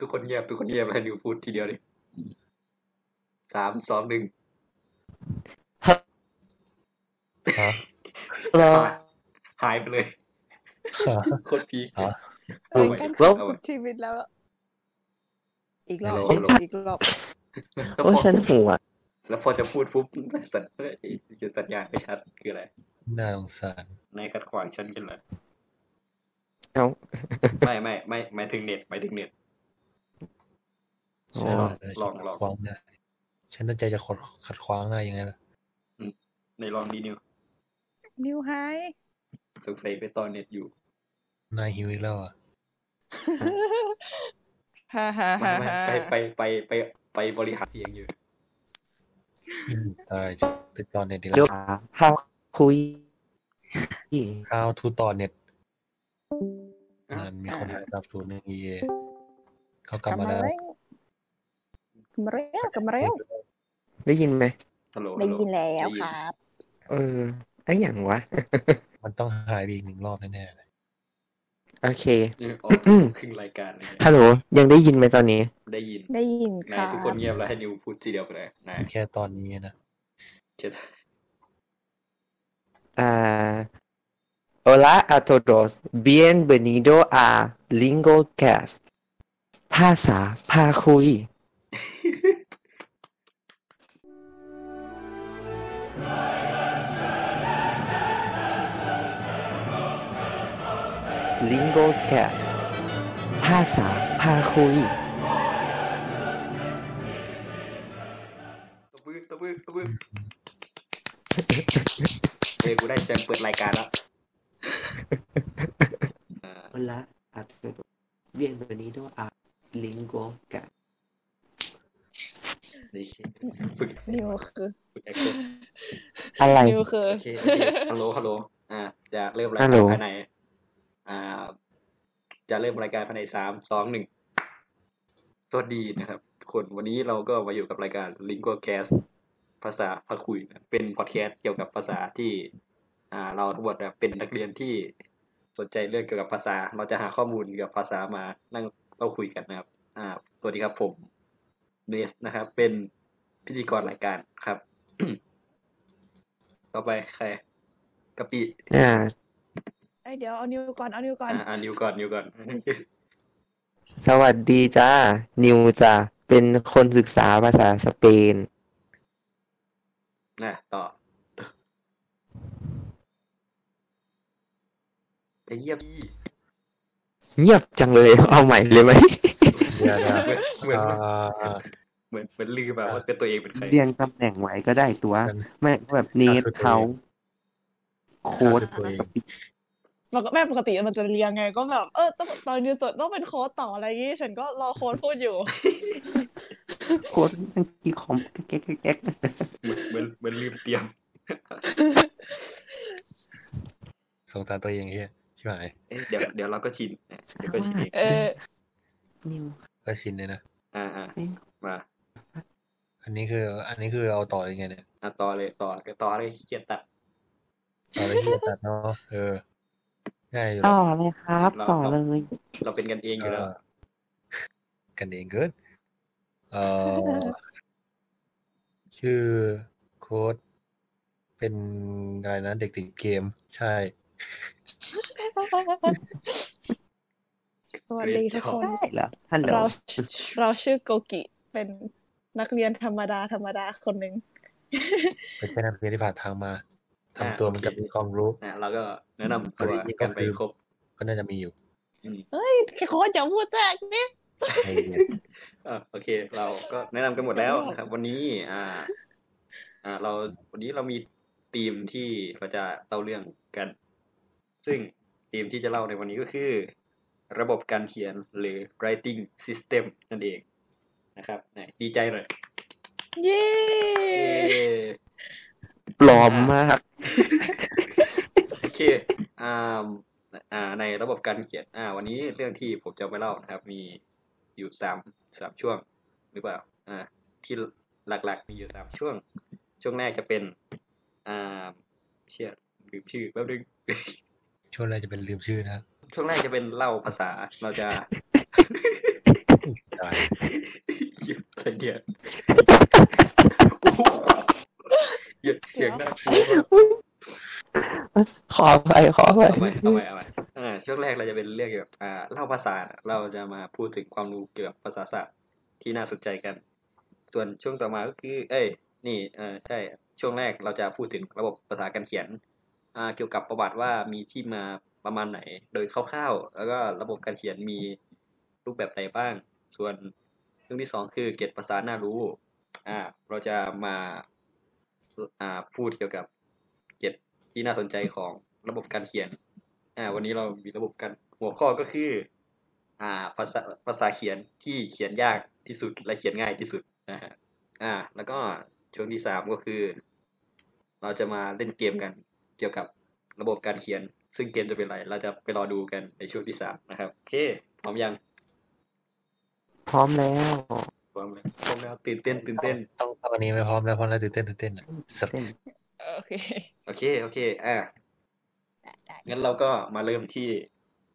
ทุกคนเงียบทุกคนเงียบให้นิวพูดทีเดียวดิสามสองหนึ่ง รอ หายไปเลยโคตรพีค ฮะ เอาไว้ กัน เอาไว้ สุดชีวิตแล้ว อีกรอบ เอาไว้ อีกรอบ แล้วพ โอ้ย อ ฉันหัว แล้วพอจะพูดปุ๊บสัญเอ้ยจะสัญญาณไม่ชัดคืออะไร น่าสงสาร นายขัดขวางฉันกันเหรอ เอ้า ไม่ไม่ไม่หมายถึงเน็ตหมายถึงเน็ต อ๋อ ใช่ป่ะเดี๋ยว ล ฉั อง น ลองขัดขวางได้ฉันตั้งใจจะขดขัดขวางได้ยังไงล่ะ ในลองดีนิว นิวไฮ สงสัยไปตอนเน็ตอยู่ นายหิวอีกแล้วอ่ะ ฮ่าฮ่า ไม ฮ่า ไม่ ฮ่า ไปไปไปไปไปบริหารเสียงอยู่ อืมตายจะไปตอนเน็ตดีก เดี๋ยว ว่า ข้าวคุย How to ตอนเน็ต อ่ะ มันมีคนมารับสูนหนึ่งเอเขากลับมาแล้ว เร็วกลับมาเร็วกลับมาเร็ว ได้ยินไหม ฮัลโหล ได้ ฮัลโหล ยินแล้ว ได้ยิน ครับ เออไอ้อย่างวะ มันต้องหายไปอีกหนึ่งรอบแน่ๆเลย โอเค เออออก อืม ครึ่งรายการอะไรเลย ฮัลโหล ยังได้ยินไหมตอนนี้ ได้ยิน ได้ยินค นา รั ย บ ทุกคนเงียบแล้วให้นิวพูดทีเดียวไปเลยนาย แค่ตอนนี้นะ เจ็ด อ่า Ah, Hola a todos bienvenido a Lingo Cast ภาษาพาคุย Lingo Cast ภาษาพาคุย ตะบื้อตะบื้อตะบื้อเอ้ยกูได้แชมป์เปิดรายการแล้ว อ่า Hola a todos bienvenido a Lingo Cast โอเคฝึก นิวคือ ฝึกแอคชั่น อะไร นิวคือ โอเคโอเคฮัลโหลฮัลโหลอ่าจะเริ่มราย ฮัล กา โหล รภายในอ่า จะเริ่มรายการภายในสามสองหนึ่งสวัสดีนะครับทุกคนวันนี้เราก็มาอยู่กับรายการ l i n g u a c a s t ภาษาพาคุยนะเป็นพอดแคสต์เกี่ยวกับภาษาที่ อ่า เราทั้งหมดนะเป็นนักเรียนที่สนใจเรื่องเกี่ยวกับภาษา เราจะหาข้อมูลเกี่ยวกับภาษามานั่งเล่าคุยกันนะครับ อ่าสวัสดีครับผมเบสนะครับ เป็นพิธีกรรายการครับ ต่อไปใครกะปิ อ่า ไอยเดี๋ยวเอานิวก่อนเอานิวก่อน อ่าอ่านิวก่อนนิวก่อน สวัสดีจ้า นิวจ้าเป็นคนศึกษาภาษาสเปน นะต่อจะเยี่ยมอี เงียบจังเลย เอาใหม่เลยไหม เดี๋ยวนะ เหมือนเหมือน อ่า เหมือนเหมือนลืมแบบว่าเป็นตัวเองเป็นใคร เรียงตำแหน่งไว้ก็ได้ ตัว กัน ไม่แบบนี้ ก็คือตัวเอง เขาโค้ ด ก็คือตัวเอง มันก็แม่ปกติมันจะเรียงไง ก็แบบเออต้องตอนนิวสดต้องเป็นโค้ดต่ออะไรอย่างงี้ฉันก็รอโค้ดพูดอยู่ โค้ดมันกี่คอมแก๊กแก๊กแก๊ก เหมือนเหมือนเหมือนลืมเตรียม สงสารตัวเองเฮียใช่ไหม เอ๊ะเดี๋ยวเดี๋ยวเราก็ชินนะเดี๋ยวก็ชินเอง เออ นิว ก็ชินเลยนะ อ่าอ่ามา อันนี้คือ อันนี้คือเอาต่อยังไงเนี่ย อ่ะต่อเลยต่อต่อเลยขี้เกียจตัด ต่อเลยที่ตัดเนาะเออง่ายอยู่ ต่อเลยครับ เรา ต่อเลย เราเป็นกันเองอยู่แล้ว เออกันเองเกินเออชื่อโค้ดเป็นอะไรนะเด็กติดเกม ใช่ สวัสดีทุกคน ได้เหรอฮัลโหล เรา เราชื่อโกกิเป็นนักเรียนธรรมดาธรรมดาคนหนึ่ง เป็นแค่นักเรียนที่ผ่านทางมาทำตัวเหมันกับมีความรู้ นะเราก็แนะนำตัวกันไปครบ ก็น่าจะมีอยู่ โค้ดอย่าพูดแทรกนี่ ไอ้เหี้ย อ่ะโอเค เราก็แนะนำกันหมดแล้วนะครับ วันนี้ อ่า อ่า เราวันนี้เรามีธีมที่เราจะเล่าเรื่องกัน ซึ่งธีมที่จะเล่าในวันนี้ก็คือ ระบบการเขียนหรือ writing system นั่นเองนะครับไหนดีใจหน่อย เย้ เย้ ปลอมมาก โอเคอ่าอ่า ในระบบการเขียน อ่า วันนี้เรื่องที่ผมจะไปเล่านะครับ มีอยู่สามสามช่วง หรือเปล่า อ่า ที่หลักๆ มีอยู่สามช่วง ช่วงแรกจะเป็น อ่า เชียลืมชื่อแป๊บนึง ช่วงแรกจะเป็นลืมชื่อนะ ช่วงแรกจะเป็นเล่าภาษา เราจะ เดี๋ยว เดี๋ยวเสียงน่ากลัวมาก ขอไปขอไป เอา ไว้เอาไว้เอาไว้อ่าช่วงแรกเราจะเป็นเรื่องเกี่ยวกับอ่าเล่าภาษานะเราจะมาพูดถึงความรู้เกี่ยวกับภาษาศาสตร์ที่น่าสนใจกัน ส่วนช่วงต่อมาก็คือ เอ้ย นี่เออใช่ ช่วงแรกเราจะพูดถึงระบบภาษาการเขียน อ่า เกี่ยวกับประวัติว่ามีที่มาประมาณไหน โดยคร่าวๆ แล้วก็ระบบการเขียนมีรูปแบบใดบ้าง ส่วนเรื่องที่สองคือเกตภาษาน่ารู้ อ่า เราจะมา อ่า พูดเกี่ยวกับเกตที่น่าสนใจของระบบการเขียน อ่า วันนี้เรามีระบบการหัวข้อก็คือ อ่า ภาษา ภาษาเขียนที่เขียนยากที่สุดและเขียนง่ายที่สุดนะฮะ อ่า แล้วก็ช่วงที่สามก็คือ เราจะมาเล่นเกมกัน เกี่ยวกับระบบการเขียน ซึ่งเกมจะเป็นอะไร เราจะไปรอดูกันในช่วงที่สามนะครับ โอเค พร้อมยัง พร้อมแล้ว พร้อมแล้วพร้อมแล้วตื่นเต้น ตื่นเต้น ต้องตอนนี้ไม่พร้อมแล้วพร้อมแล้วตื่นเต้นตื่นเต้นอ่ะสับ โอเค โอเค โอเค อ่า งั้นเราก็มาเริ่มที่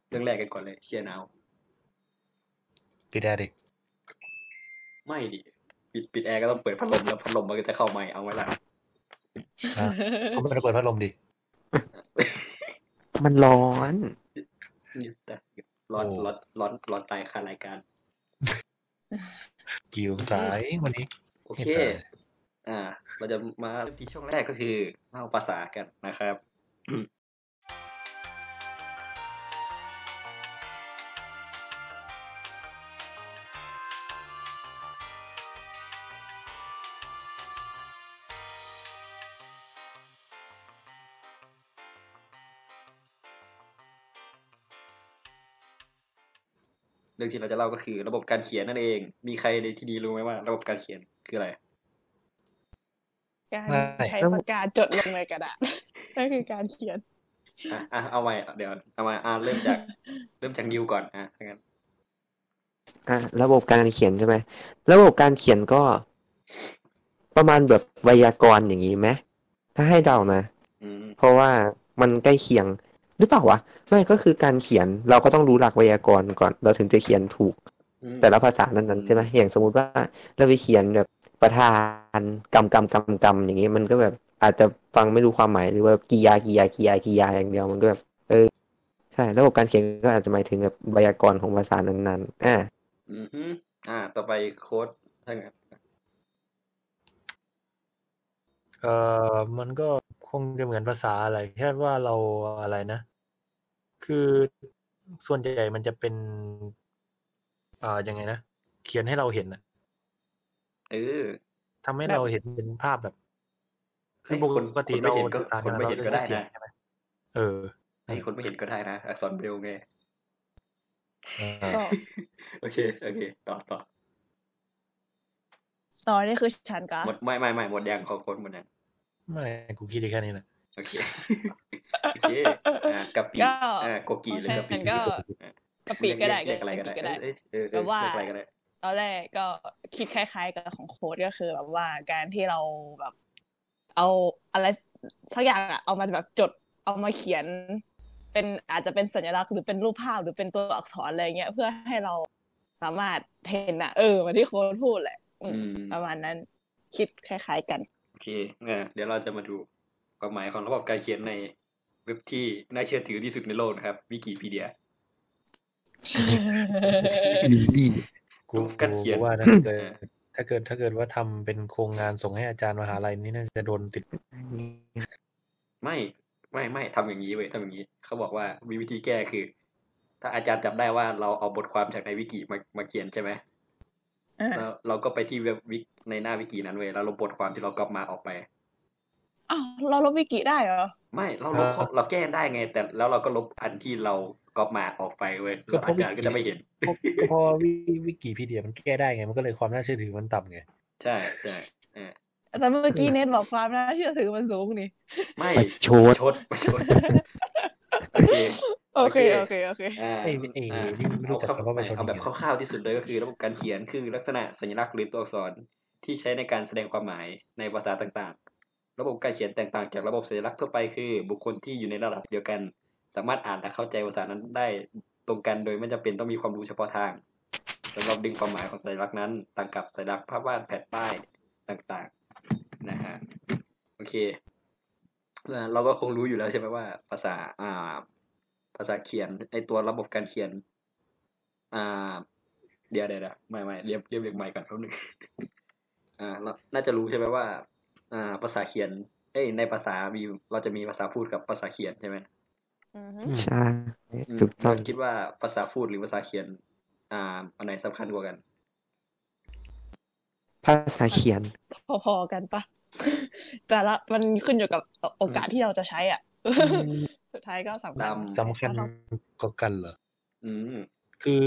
เรื่องแรกกันก่อนเลยเชียร์นาว ปิดได้ดิ ไม่ดิ ปิดปิดแอร์ก็ต้องเปิดพัดลมแล้วพัดลมมันก็จะเข้าใหม่เอาไว้ละ ผมไม่ได้เปิดพัดลมดิ มันร้อน แต่ร้อน โอ้ ร้อนร้อนร้อนตายคารายการ กี่องศาเองวันนี้ โอเค ไม่ตาย อ่า เราจะมาเริ่มที่ช่วงแรกก็คือเล่าภาษากันนะครับ เรื่องที่เราจะเล่าก็คือระบบการเขียนนั่นเอง มีใครในที่นี้รู้ไหมว่า ระบบการเขียนคืออะไร การ ไม่ ใช้ปากกาจดลงในกระดาษ นั่นคือการเขียน อ่ะอ่ะเอาไว้เดี๋ยวเอาไว้อ่ะเริ่มจาก เริ่มจากนิวก่อนอ่ะถ้างั้น อ่ะระบบการเขียนใช่ไหมระบบการเขียนก็ ประมาณแบบไวยากรณ์อย่างนี้ไหมถ้าให้เดานะ อืม เพราะว่ามันใกล้เคียงหรือเปล่าวะไม่ก็คือการเขียนเราก็ต้องรู้หลักไวยากรณ์ก่อน เราถึงจะเขียนถูก อืม แต่ละภาษานั้นๆใช่ไหมอย่างสมมุติว่าเราไปเขียนแบบประธานกำกำกำกำอย่างนี้มันก็แบบอาจจะฟังไม่รู้ความหมายหรือว่ากียากียากียากียาอย่างเดียวมันก็แบบเออใช่ระบบการเขียนก็อาจจะหมายถึงแบบไวยากรณ์ของภาษานั้นๆอ่า อือฮึอ่า ต่อไปโค้ดถ้างั้น เอ่อมันก็คงจะเหมือนภาษาอะไรแค่ว่าเราอะไรนะ คือส่วนใหญ่มันจะเป็นเอ่อยังไงนะ เขียนให้เราเห็นอะ เออ ทำให้ แบบ เราเห็นเป็นภาพแบบ คือ เอ้ย ปกติ คนไม่ เรา เห็นก็ สื่อสาร คนไม่เห็นก็ รา ได้ จะเสียง นะ ใช่ไหมเออ ไอ้คนไม่เห็นก็ได้นะ อักษรเบรลไง เออ ต่อ โอเค โอเค ต่อต่อ ต่อนี่คือฉันกะ หมดไม่ไม่ไม่หมดยังของโค้ดหมดยัง ไม่ กูคิดได้แค่นี้นะ โอเค โอเค อ่ากะปิ ก็ อ่าโกกีหรือ ฉั กะปิ นก็กะปิก็ได้ เรียกอะไรก็ได้ ก็ได้ เอ้ยเอ้ยเออแบบ ว่า เรียกอะไรก็ได้ ตอนแรกก็คิดคล้ายๆ กับของโค้ดก็คือแบบว่าการที่เราแบบ เอาอะไรสักอย่างอะเอามาแบบจดเอามาเขียน เป็นอาจจะเป็นสัญลักษณ์หรือเป็นรูปภาพหรือเป็นตัวอักษรอะไรเงี้ยเพื่อให้เราสามารถเห็นอะเออเหมาที่โค้ดพูดแหละ อื อื ม ม ประมาณนั้นคิดคล้าย ๆ กัน โอเคเนี่ยเดี๋ยวเราจะมาดูความหมายของระบบการเขียนในเว็บที่น่าเชื่อถือที่สุดในโลกนะครับวิกิพีเดีย easy กู รูปการเขียน กูว่านะถ้าเกิดถ้าเกิดถ้าเกิดว่าทำเป็นโครงงานส่งให้อาจารย์มหาลัยนี่น่าจะโดนติด ไม่ไม่ไม่ทำอย่างนี้เว้ยทำอย่างนี้ เขาบอกว่ามีวิธีแก้คือ ถ้าอาจารย์จำได้ว่าเราเอาบทความจากในวิกิมามาเขียนใช่ไหม อ่า แล้วเราก็ไปที่เว็บวิกในหน้าวิกินั้นเว้ยแล้วลบบทความที่เรากลับมาออกไป อ้าวเราลบวิกิได้เหรอ ไม่เราลบ ครับ เราแก้ได้ไง แต่แล้วเราก็ลบอันที่เรากอบมาออกไปเว้ยแล้วอาจารย์ก็จะไม่เห็น เพ ราะเพอวิวิกิพีเดียมันแก้ได้ไง มันก็เลยความน่าเชื่อถือมันต่ำไง ใช่ใช่ แต่เมื่อกี้เน็ตบอกความน่าเชื่อถือมันสูงนี่ ไม่ มาโชด ชดมาชดโอเค โอเค โอ โอ เค เค โอเค อ่า ไอ้ไอ้ อ่า นี่ไม่รู้ เอา จัก เข้า คำว่า ไป ประชานิยม เอาแบบคร่าวๆที่สุดเลยก็คือระบบการเขียนคือลักษณะสัญลักษณ์หรือตัวอักษรที่ใช้ในการแสดงความหมายในภาษาต่างๆ ระบบการเขียนแตกต่างจากระบบสัญลักษณ์ทั่วไปคือ บุคคลที่อยู่ในระดับเดียวกัน สามารถอ่านและเข้าใจภาษานั้นได้ตรงกันโดยไม่จำเป็นต้องมีความรู้เฉพาะทาง สำหรับดึงความหมายของสัญลักษณ์นั้นต่างกับสัญลักษณ์ภาพวาดแผ่นป้ายต่างๆนะฮะโอเคเอ่อเราก็คงรู้อยู่แล้วใช่ไหมว่า ภาษาอ่า ภาษาเขียนไอตัวระบบการเขียน อ่า เดี๋ยวเดี๋ยวเดี๋ยวไม่ไม่เรียบเรียบเรียงใหม่ก่อนแป๊บนึง อ่าเราน่าจะรู้ใช่ไหมว่า อ่า ภาษาเขียน เอ้ยในภาษามีเราจะมีภาษาพูดกับภาษาเขียนใช่ไหม อือฮึ อืม ใช่ อืม ถูกต้อง คิดว่าภาษาพูดหรือภาษาเขียน อ่าอันไหนสำคัญกว่ากัน ภาษาเขียน พอๆกันปะ แต่ละมันขึ้นอยู่กับโอกาสที่เราจะใช้อ่ะ สุดท้ายก็สำคั ตา ญ ม สำคัญกว่ากันเหรอ อืม คือ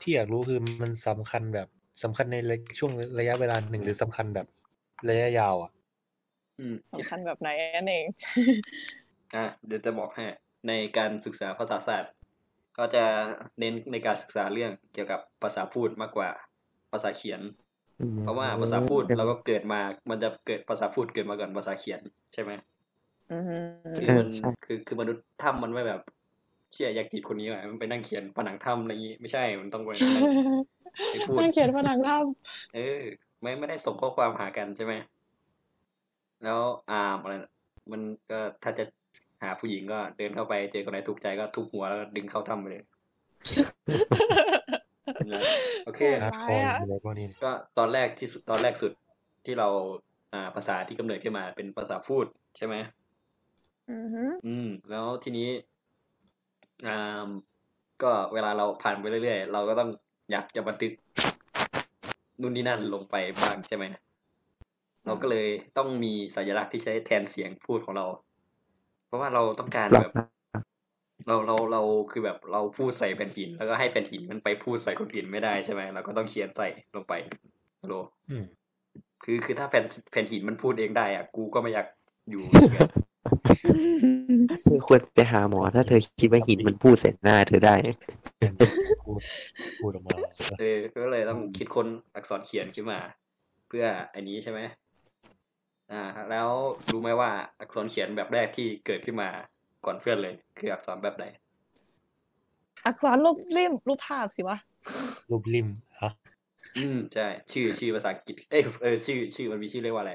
ที่อยากรู้คือมันสำคัญแบบสำคัญในระช่วงระยะเวลาหนึ่งหรือสำคัญแบบระยะยาวอ่ะ อืม สำคัญแบบไหนนั่นเอง อ่ะเดี๋ยวจะบอกให้ในการศึกษาภาษาศาสตร์ ก็จะเน้นในการศึกษาเรื่องเกี่ยวกับภาษาพูดมากกว่า ภาษาเขียน เพราะว่าภาษาพูดเราก็เกิดมา มันจะเกิดภาษาพูดเกิดมาก่อนภาษาเขียนใช่ไหม อือฮึ คือมัน ใช่ คือคือมนุษย์ถ้ำมันไม่แบบเชี่ยอยากจีบคนนี้หน่อยมันไปนั่งเขียนผนังถ้ำอะไรอย่างงี้ไม่ใช่มันต้องไปนั่งไปพูด นั่งเขียนผนังถ้ เออไม่ไม่ได้ส่งข้อความหากันใช่ไหม แล้วอ่ามอะไรนะมันก็ถ้าจะหาผู้หญิงก็เดินเข้าไปเจอคนไหนถูกใจก็ทุบหัวแล้วก็ดึงเข้าถ้ำไปเลย ำ นะโอเค ฮาร์ดคอร์อะไรพวกนี้ ก็ตอนแรกที่สุดตอนแรกสุดที่เราอ่าภาษาที่กำเนิดขึ้นมาเป็นภาษาพูดใช่ไหม อือฮึ อืม แล้วทีนี้อ่ามก็เวลาเราผ่านไปเรื่อยๆ เราก็ต้องอยากจะบันทึกนู่นนี่นั่นลงไปบ้างใช่ไหม เราก็เลยต้องมีสัญลักษณ์ที่ใช้แทนเสียงพูดของเรา เพราะว่าเราต้องการแบบ เราเราเราคือแบบเราพูดใส่แผ่นหิน แล้วก็ให้แผ่นหินมันไปพูดใส่คนอื่นไม่ได้ใช่ไหมเราก็ต้องเขียนใส่ลงไปฮัลโหล อืม คือคือถ้าแผ่นแผ่นหินมันพูดเองได้อะกูก็ไม่อยากอยู่ ควรไปหาหมอ ถ้าเธอคิดว่าหินมันพูดเสร็จหน้าเธอได้ เป็นพูดพูดออกมา เออก็เลยต้องคิดคนอักษรเขียนขึ้นมา เพื่ออันนี้ใช่ไหมอ่า แล้วรู้ไหมว่าอักษรเขียนแบบแรกที่เกิดขึ้นมาก่อนเพื่อนเลย คืออักษรแบบไหน อักษรรูปเล่มรูปภาพสิวะ รูปริมฮะ อืมใช่ ชื่อชื่อภาษาอังกฤษเอยเออชื่อชื่อมันมีชื่อเรียกว่าอะไร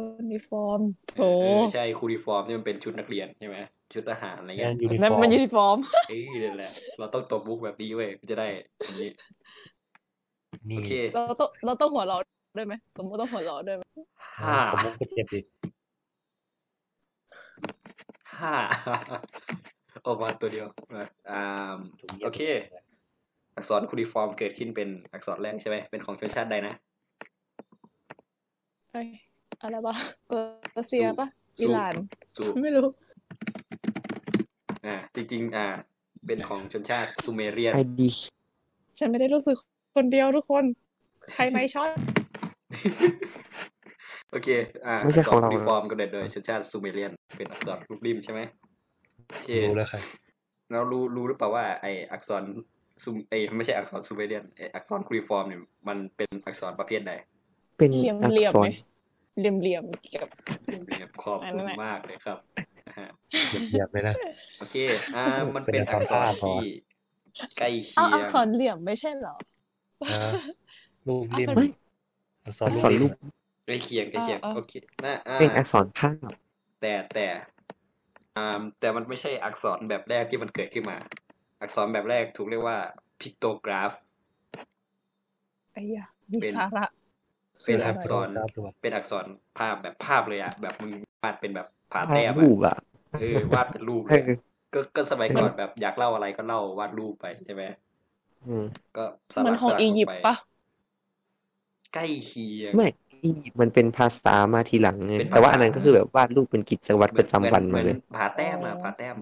ยูนิฟอร์มโถ เออใช่คูริฟอร์มที่มันเป็นชุดนักเรียนใช่ไหมชุดทหารอะไร แอ เงี้ย นยูนิฟ นั่น อร์ มัน ม ยูนิฟอร์ม เอ้ยนั่นแหละ เราต้องตบมุกแบบนี้เว้ยมันจะได้อันนี้ นี่ โอเค เราต้องเราต้องหัวเราะด้วยไหมสมมติต้องหัวเราะด้วยไหม ห้า ผมมุกไปเทียบดิ ห้า ออกมาตัวเดียวอ่า โอเค อักษรคูริฟอร์มเกิดขึ้นเป็นอักษรแรกใช่ไหมเป็นของชนชาติใดนะ เอ้ยอะไรวะเปอร์เซียปะ สู้ อิหร่าน สู ไม่รู้ อ่า จริง ๆ อ่า เป็นของชนชาติซูเมเรียน ไอดี ฉันไม่ได้รู้สึกคนเดียวทุกคน ใครไม่ช็อต โอเค อ่าอักษรคูริฟอร์มกำเนิดโดยชนชาติซูเมเรียน เป็นอักษรรูปริมใช่ไหมโอเค รู้แล้วใคร แล้วรู้รู้หรือเปล่าว่าไออักษรซูมไอยไม่ใช่อักษรซูเมเรียนไออักษรคูริฟอร์มเนี่ยมันเป็นอักษรประเภทใด เป็น เหลี่ยม อัก เหลี่ยม ษ ไหม ร เหลี่ยมเหลี่ยมกับ เป็นแบบขอบ อันนั้ คุ น ณ แหละ มากเลยครับนะฮะ เทียบไปนะ โอเค อ่า มันเป็นอักษรที่ใกล้เคี เอา ย อัก ง ษรเหลี่ยมไม่ใช่เหรอ นะรูปริม เอาเป็น อักษ อั ร กษ รู รรูปปริม ใกล้เคียงใกล้เคียง อ่าอ่า โอเคนะอ่า เป็นอักษรภาพ แต่แต่อ่าแต่มันไม่ใช่อักษรแบบแรกที่มันเกิดขึ้นมา อักษรแบบแรกถูกเรียกว่าพิกโตกราฟ ไอ้ยามี เป็น สาระ เป็น อั อั ก กษษร ร ครับตัว เป็นอักษรภาพแบบภาพเลยอ่ะแบบมึงวาดเป็นแบบผ่า ภา แต้ พ ม รูป อะ อ่ะ เออวาดเป็นรูปเล เอย อ อะก็ก็สมัยก่อนแบบอยากเล่าอะไรก็เล่าวาดรูปไปใช่ไหม อืม ก็ส เห ลั มั บ นของ สลับ อียิป ล ต์ ง ปะ ใกล้เคียง ไม่อียิปต์มันเป็นภาษามาทีหลังไง เป็นภาษา แต่ว่าอันนั้นก็คือแบบวาดรูปเป็นกิจวัตรประจำวัน เห มา มือนเหเลมือย นผ่าแต้มอะผ่าแต้ม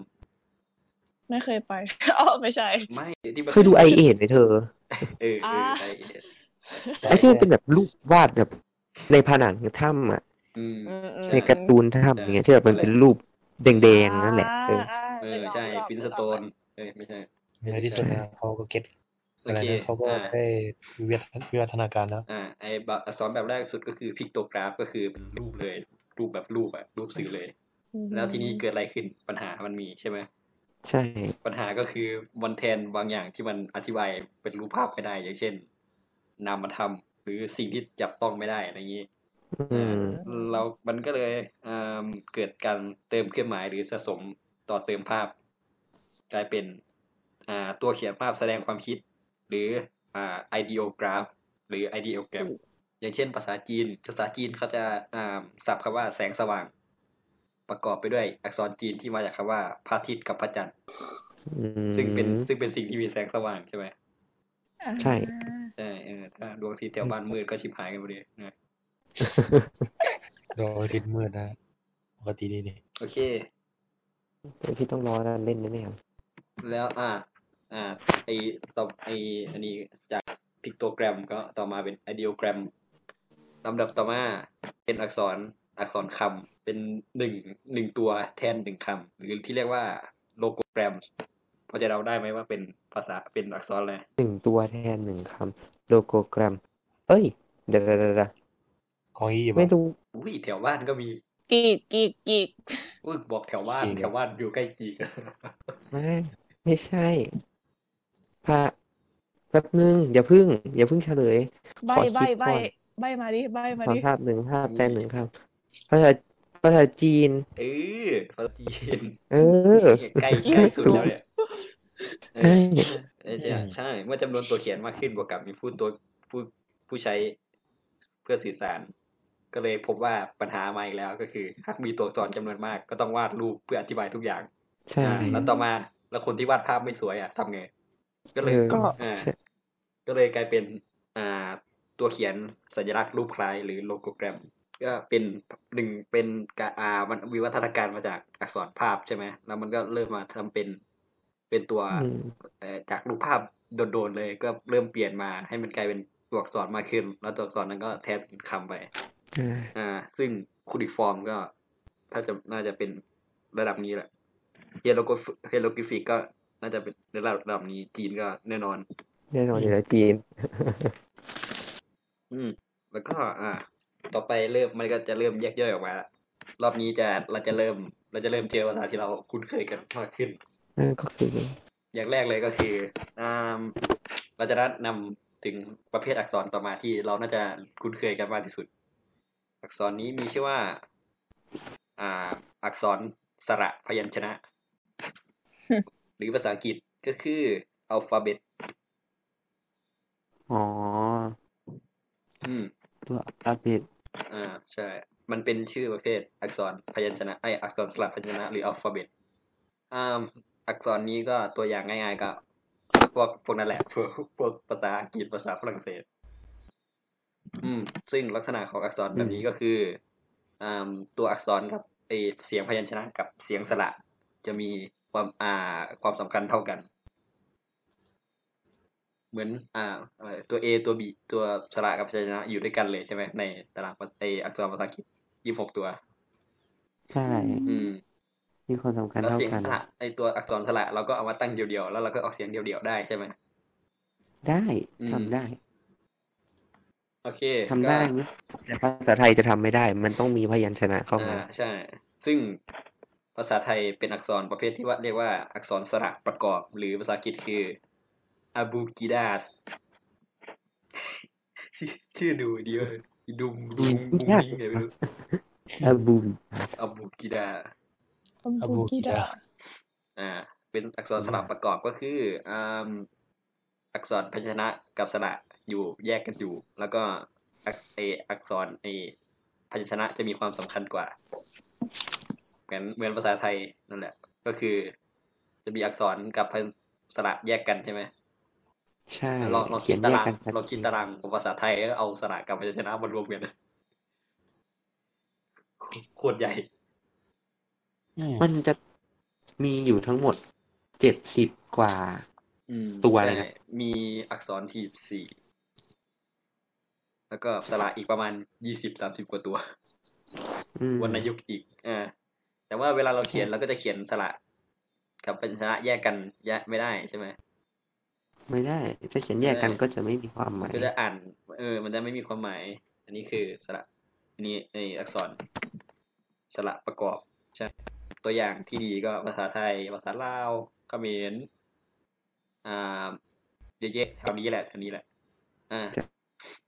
ไม่เคยไป อ๋อไม่ใช่ ไม่ที่มัน เคยดูไอเอ็ดไหมเธอ เออเออไอเอ็ด ไอ้ที่มันเป็นแบบรูปวาดแบบในผนังถ้ำอ่ะ อืม อืมอืม ในการ์ตูนถ้ำอย่างเงี้ยที่แบบมันเป็นรูปแดงๆนั่นแหละเออ าา เอ นึ อก ก ใช่ กออก ฟินส กอ โต อก นเอ้ยไม่ใช่ ในที่สุดนะเขาก็เก็ต โอ อะไร เค นะเขาก็ อ่า ได้วิวัฒนวิวัฒนาการแล้ว อ่าไอแบบอักษรแบบแรกสุดก็คือพิกโตกราฟก็คือเป็นรูปเลย รูปแบบรูปอะรูปสื่อเลย แล้วทีนี้เกิดอะไรขึ้นปัญหามันมีใช่ไหม ใช่ ปัญหาก็คือมันแทนบางอย่างที่มันอธิบายเป็นรูปภาพไม่ได้ อย่างเช่น นามธรรมหรือสิ่งที่จับต้องไม่ได้อะไรอย่างนี้ อืม เรา มันก็เลยเอิ่มเกิดการเติมเครื่องหมายหรือสะสมต่อเติมภาพ กลายเป็นอ่าตัวเขียนภาพแสดงความคิด หรืออ่า ideograph หรือ ideogram อย่างเช่น ภาษาจีน ภาษาจีนเขาจะอ่าศัพท์คำว่าแสงสว่าง ประกอบไปด้วยอักษรจีนที่มาจากคำว่าพระอาทิตย์กับพระจันทร์ อืม ซึ่งเป็นซึ่งเป็นสิ่งที่มีแสงสว่างใช่ไหม ใช่ ใช่เออถ้าดวงอาทิตย์แถวบ้านมืดก็ชิบหายกันหมดเลยนะ ดวงอาทิตย์มืดนะปกติดีนี่ โอเค พี่ต้องรอเล่นนะเนี่ย แล้วอ่า อ่าไอต่อไออันนี้จากพิกโตแกรมก็ต่อมาเป็นไอเดียแกรมลำดับต่อมาเป็นอักษรอักษรคำเป็นหนึ่งหนึ่งตัวแทนหนึ่งคำหรือที่เรียกว่าโลโกแกรมพอจะเราได้ไหมว่าเป็นภาษาเป็นอักษรอะไร หนึ่งตัวแทนหนึ่งคำโลโกแกรม เอ้ยเดี๋ยวๆ ของอี ๆ บ ๆไม่รู้ อุ้ยแถวบ้านก็มี กีกกีกกีก อุ้ยบอกแถวบ้านแถวบ้านอยู่ใกล้จีก ไม่ไม่ใช่พระแป๊บนึง อย่าพึ่ง อย่าพึ่งเฉลย ใบ ขอคิด ใบใบ ก่อน ใบมาดิใบมา สอน ดิ ภาพหนึ่งภาพ นี่ แปลหนึ่งภาพภาษาภาษาจีน เออภาษาจีน เออ ใกล้ใกล้สุดแล้วเนี่ยเออใช่เออใช่ใช่เมื่อจำนวนตัวเขียนมากขึ้นบวกกับมีผู้ตัวผู้ผู้ใช้เพื่อสื่อสาร ก็เลยพบว่าปัญหามาอีกแล้วก็คือหากมีตัวอักษรจำนวนมากก็ต้องวาดรูปเพื่ออธิบายทุกอย่าง ใช่ อ่าแล้วต่อมาแล้วคนที่วาดภาพไม่สวยอ่ะทำไง ก็เลย เออ อ่า ใช่ ก็เลยกลายเป็นอ่าตัวเขียนสัญลักษณ์รูปคล้ายหรือโลโกแกรม ก็เป็นหนึ่งเป็นกาอามันวิวัฒนาการมาจากอักษรภาพใช่ไหมแล้วมันก็เริ่มมาทำเป็นเป็นตัว อืม เอ่อจากรูปภาพโดนๆเลยก็เริ่มเปลี่ยนมาให้มันกลายเป็นตัวอักษรมากขึ้น แล้วตัวอักษรนั้นก็แทนคำไป อ่า อ่า ซึ่งคูดิฟอร์มก็ ถ้าจะน่าจะเป็นระดับนี้แหละเฮโลเฮโลกริฟิกก็น่าจะเป็นระดับระดับนี้จีนก็แน่นอน แน่นอนอยู่แล้วจีน อืม แล้วก็อ่า ต่อไปเริ่มมันก็จะเริ่มแยกย่อยออกมาละรอบนี้จะเราจะเริ่ม เราจะเริ่มเจอภาษาที่เราคุ้นเคยกันมากขึ้น เออก็คือ อย่างแรกเลยก็คืออ่าเราจะนำถึงประเภทอักษรต่อมาที่เราน่าจะคุ้นเคยกันมากที่สุด อักษรนี้มีชื่อว่า อ่า อักษรสระพยัญชนะ หรือภาษาอังกฤษก็คืออัลฟาเบต อ๋อ อืม ตัวอัปเดต อ่า ใช่ มันเป็นชื่อประเภท อักษรพยัญชนะไอยอักษรสลับพยัญชนะหรืออัลฟาเบตอ่าอักษรนี้ก็ตัวอย่างง่ายๆก็พวกพวกนั่นแหละ พวกพวกภาษาอังกฤษภาษาฝรั่งเศส อืม ซึ่งลักษณะของอักษรแบบนี้ก็คืออ่าตัวอักษรกับไอเสียงพยัญชนะกับเสียงสระ จะมีความอ่าความสำคัญเท่ากัน เหมือนอ่าอะไรตัว A ตัว B ตัวสระกับพยัญชนะอยู่ด้วยกันเลยใช่ไหมในตารางภาษาเอออักษรภาษาอังกฤษยี่สิบหกตัว ใช่ อืม มีความสำคัญ แล้ว เท่า เสียง กัน สระไอตัวอักษรสระเราก็เอามาตั้งเดี่ยวๆ แล้วเราก็ออกเสียงเดี่ยวๆได้ใช่ไหม ได้ อืม ทำได้ โอเค ทำได้ ก็ ไหมแต่ภาษาไทยจะทำไม่ได้ มันต้องมีพยัญชนะเข้ามา อ่าใช่ ซึ่งภาษาไทยเป็นอักษรประเภทที่ว่าเรียกว่าอักษรสระประกอบ หรือภาษาอังกฤษคือ abugidas ชื่อชื่อดูดีเลยดุมดุมบุ้งบิ้งไงไม่รู้ อ่ะบูม abugida อัมบูกิดา อ่า เป็นอักษรสระประกอบก็คืออ่าอักษรพยัญชนะกับสระอยู่แยกกันอยู่ แล้วก็อักเอออักษรเออพยัญชนะจะมีความสำคัญกว่าเหมือนเหมือนภาษาไทยนั่นแหละ ก็คือ จะมีอักษรกับพยัญสระแยกกันใช่ไหม ใช่ ลองลองคิด เขี ตาย นแย ราก ง กันครับ ลองคิดตารางของภาษาไทยแล้วเอาสระกับพยัญชนะมารวมกันนะโคตรใหญ่ มันจะมีอยู่ทั้งหมดเจ็ดสิบกว่า อืม ตัวอะไรนะ ใช่มีอักษรที่สี่แล้วก็สระอีกประมาณยี่สิบสามสิบกว่าตัว อืม วรรณยุกต์อีกอ่าแต่ว่าเวลาเราเขียนเราก็จะเขียนสระกับพยัญชนะแยกกันแยกไม่ได้ใช่ไหม ไม่ได้ ถ้าเขียนแยกกัน ไม่ได้ ก็จะไม่มีความหมาย ก็จะอ่าน เออ มันจะไม่มีความหมาย อันนี้คือสระอันนี้ไออักษร สระประกอบใช่ ตัวอย่างที่ดีก็ภาษาไทย ภาษาลาวเขมรอ่าเยอะๆแถวนี้แหละแถวนี้แหละ อ่า จ้ะ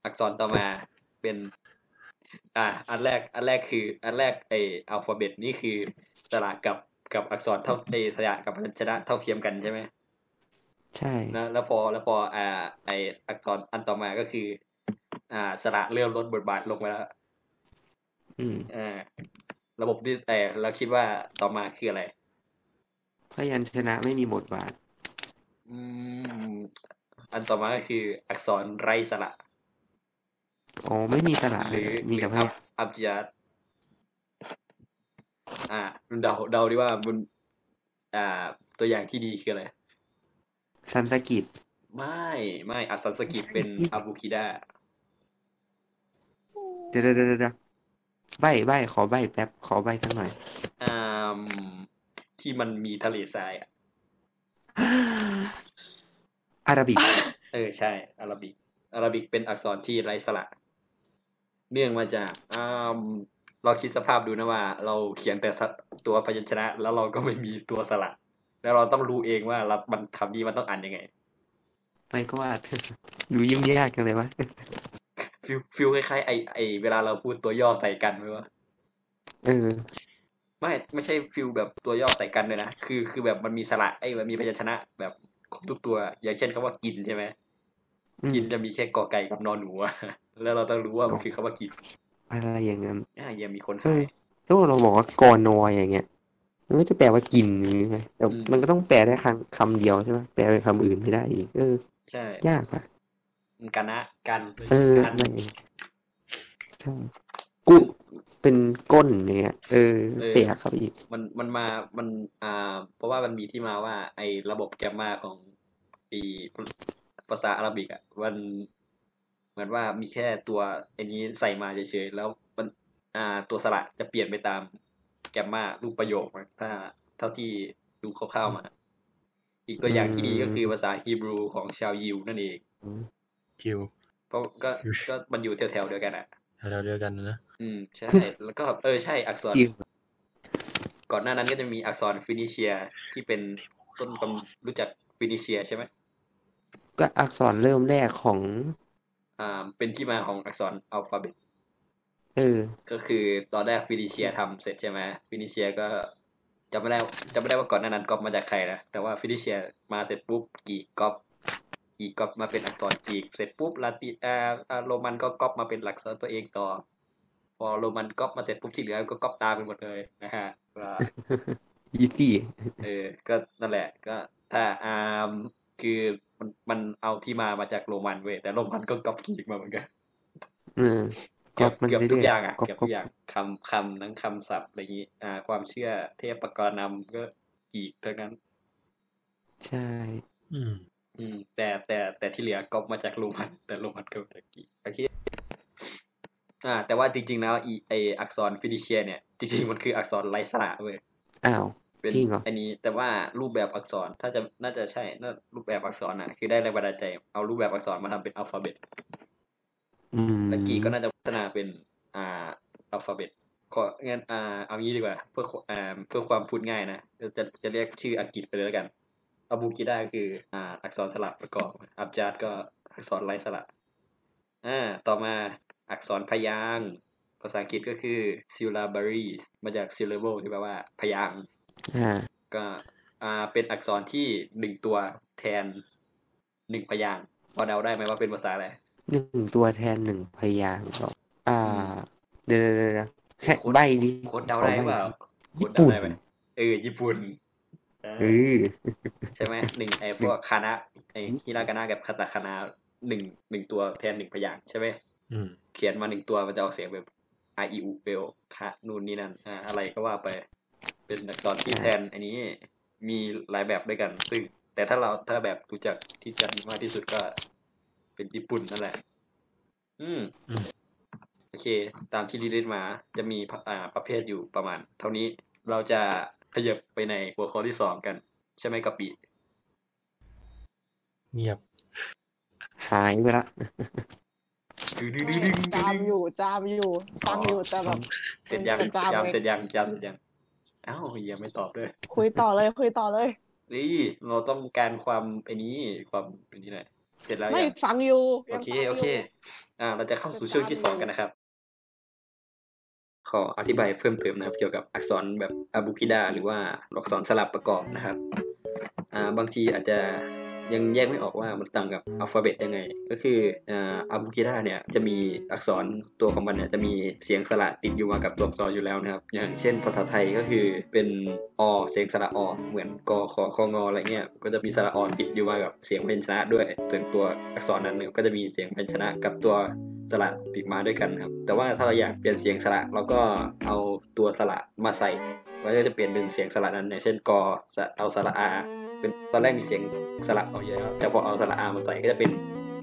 อักษรต่อมาเป็น อ่า อันแรก อันแรกคือ อันแรกไออัลฟาเบตนี่คือสระกับกับอักษรเท่าไอสระกับพยัญชนะเท่าเทียมกันใช่ไหม ใช่ นะแล้วพอแล้วพออ่าไออักษรอันต่อมาก็คือ อ่าสระเริ่มลดบทบาทลงไปแล้ว อืม อ่าระบบที่แต่เราคิดว่าต่อมาคืออะไร พยัญชนะไม่มีบทบาท อืม อันต่อมาก็คืออักษรไร้สระ อ๋อ ไม่มีสระ หรือ มี หรื แต่ อ พ อั ยั พอัพจัดอ่าเดาเดาดีว่ามันอ่า ตัวอย่างที่ดีคืออะไร สันสกิต ไม่ไม่อักษรสกิตเป็นอาบูคิดา เดี๋ยวเดี๋ยวเดี๋ยวใบใบขอใบแป๊บ ขอใบสักหน่ อย อ่าที่มันมีทะเลทรายอ่ะ อาราบิก เออใช่ อาราบิก อาราบิกเป็นอักษรที่ไร้สระ เนื่องมาจากอ่าเราคิดสภาพดูนะว่า เราเขียนแต่สระตัวพยัญชนะ แล้วเราก็ไม่มีตัวสระ แล้วเราต้องรู้เองว่าเรามันคำนี้มันต้องอ่านยังไง ไม่ก็ว่า ดูยุ่งยากจังเลยวะ ฟิลฟิลคล้ายๆไอไอเวลาเราพูดตัวย่อใส่กันไหมวะ เออ ไม่ไม่ใช่ฟิลแบบตัวย่อใส่กันเลยนะ คือคือแบบมันมีสระไอ้ยมันมีพยัญชนะ แบบครบทุกตัว อย่างเช่นคำว่ากินใช่ไหม อืม กินจะมีแค่กอไก่กับนอนหนูอะแล้ว เราต้องรู้ว่ามันคือคำว่ากิน อะไรอย่างนั้น อ่ะยังมีคน เอ หา อย ถ้าเราบอกว่ากอนอยอย่างเงี้ย มันก็จะแปลว่ากินอย่างงี้ไหมแต่ อืม มันก็ต้องแปลได้คำคำเดียวใช่ไหมแปลเป็นคำอื่นไม่ได้อีก เออ ใช่ ยากว่ะ กันนะกัน เออ กัน ไม่ใช่กุเป็นก้นเนี่ย เออเปียกครับอีก มันมันมามันอ่า เพราะว่ามันมีที่มาว่า ไอ้ระบบแกรมมาของไอ้ภาษาอาหรับิกอ่ะมันเหมือนว่ามีแค่ตัวไอันนี้ใส่มาเฉยๆแล้วมันอ่าตัวสระจะเปลี่ยนไปตามแกรมมารูปประโยคมั้งถ้าเท่าที่ดูคร่าวๆมา อีกตัวอย่างที่ดีก็คือภาษาฮีบรูของชาวยิวนั่นเอง คิว เพราะก็ก็มันอยู่แถวๆเดียวกันอ่ะ เราเดียวกันนะ อืมใช่ แล้วก็เออใช่อักษร ยิว ก่อนหน้านั้นก็จะมีอักษรฟินิเชียที่เป็นต้นกำรู้จักฟินิเชียใช่ไหม ก็อักษรเริ่มแรกของ อ่าเป็นที่มาของอักษรอัลฟาเบต เออ ก็คือตอนแรกฟินิเชียทำเสร็จใช่ไหมฟินิเชียก็จำไม่ได้จำไม่ได้ว่าก่อนหน้านั้นก๊อปมาจากใครนะแต่ว่าฟินิเชียมาเสร็จปุ๊บกรีกก๊อปกรีกก๊อปมาเป็นอักษรกรีกเสร็จปุ๊บลาตินอ่าอ่าโรมันก็ก๊อปมาเป็นอักษรตัวเองต่อ พอโรมันก๊อปมาเสร็จปุ๊บที่เหลือก็ก๊อปตามไปหมดเลยนะฮะก็ ยีซี่ เออ ก็นั่นแหละ ก็ถ้าอาร์มคือมันมันเอาที่มามาจากโรมันเว้ยแต่โรมันก็ก๊อปกรีกมาเหมือนกัน เออ เกือบ มัน เกือบ รื่ ทุกอย่างอ่ะ ก๊ป เกือบทุกอย่างคำคำทั้งคำศัพท์อะไรอย่างนี้ อ่า ความเชื่อเทพประกรณำก็กรีกทั้งนั้น ใช่ อืม อืม แต่แต่แต่ที่เหลือก๊อปมาจากโรมัน แต่โรมันก็มาจากกรีกโอเคอ่า แต่ว่าจริง ๆ แล้วอีไออักษรฟินิเชีย เนี่ยจริงๆมันคืออักษรไร้สระเว้ย อ้าว เป็น จริงเหรอ อันนี้แต่ว่ารูปแบบอักษรถ้าจะน่าจะใช่น่ารูปแบบอักษรน่ะ คือได้แรงบันดาลใจ เอารูปแบบอักษรมาทำเป็นอัลฟาเบต อืม แล้วกีก็น่าจะพัฒนาเป็นอ่าอัลฟาเบตของั้นอ่าเอางี้ดีกว่า เพื่ออ่าเพื่อความพูดง่ายนะจะจะจะเรียกชื่ออังกฤษไปเลยแล้วกันอาบูกิด้าคืออ่าอักษรสลับประกอบอับจาดก็อักษรไร้สระอ่าต่อมาอักษรพยางค์ภาษาอังกฤษก็คือ syllabaries มาจาก syllable ที่แปลว่าพยางค์ อ่า ก็อ่าเป็นอักษรที่หนึ่งตัวแทนหนึ่งพยางค์พอเดาได้ไหมว่าเป็นภาษาอะไร หนึ่งตัวแทนหนึ่งพยางค์สองอ่า อืม เดี๋ยวเดี๋ยวเดี๋ยวเดี๋ยวให้ โค้ด ใบดิ โค้ดเดาได้หรือเปล่า ข โค้ อ ด ใบ้ เดาได้ไหญี่ปุ่นมเออญี่ปุ่น เออ ใช่ไหมหนึ่งไอ้พวกคานะไอ้ฮิรากานะกับคาตาคานะหนึ่งหนึ่งตัวแทนหนึ่งพยางค์ใช่ไหม อืม เขียนมาหนึ่งตัวมันจะออกเสียงแบบไอออุเบลคะนู่นนี่นั่นอ่าอะไรก็ว่าไป เป็นอักษรที่แทนอันนี้มีหลายแบบด้วยกัน ซึ่ง แต่ถ้าเราถ้าแบบรู้จักที่จัดมากที่สุดก็เป็นญี่ปุ่นนั่นแหละ อืม อืม โอเค ตามที่รีเลทมาจะมีพะอ่าประเภทอยู่ประมาณ เท่านี้เราจะขยับไปในหัวข้อที่สองกัน ใช่ไหมกะปิ เงียบ หายไปละ ดึงดึงดึงดึง จามอยู่จามอยู่จามอยู่แต่แบบ เสร็จยัง จาม จาม เลย เสร็จยังจามเสร็จยัง อ้าวเฮียไม่ตอบด้วย คุยต่อเลยคุยต่อเลย นี่เราต้องการความไอ้นี้ความไอ้นี้หน่อยเสร็จแล้ว ไม่ ยัง ฟังอยู่ โอ ยัง เค ฟังยู่ โอเค อ่า เราจะเข้าสู่ช่วงที่สองกันนะครับ ขออธิบายเพิ่มเติมนะครับ เกี่ยวกับอักษรแบบอาบุคิดาหรือว่าอักษรสลับประกอบนะครับ อ่าบางทีอาจจะยังแยกไม่ออกว่ามันต่างกับอัลฟาเบตยังไง ก็คืออ่าอาบุคิดาเนี่ยจะมีอักษรตัวของมันเนี่ยจะมีเสียงสระติดอยู่มากับตัวอักษรอยู่แล้วนะครับ อย่างเช่นภาษาไทยก็คือเป็นอเสียงสระอเหมือนกขคงอะไรเงี้ยก็จะมีสระอติดอยู่มากับเสียงพยัญชนะด้วยส่วนตัวอักษรนั้นเนี่ยก็จะมีเสียงพยัญชนะกับตัว สระติดมาด้วยกันครับ แต่ว่าถ้าเราอยากเปลี่ยนเสียงสระเราก็เอาตัวสระมาใส่เราก็จะเปลี่ยนเป็นเสียงสระนั้นอย่างเช่นกอสระเอาสระอา เป็นตอนแรกมีเสียงสระเอาเยอะแต่พอเอาสระอามาใส่ก็จะเป็น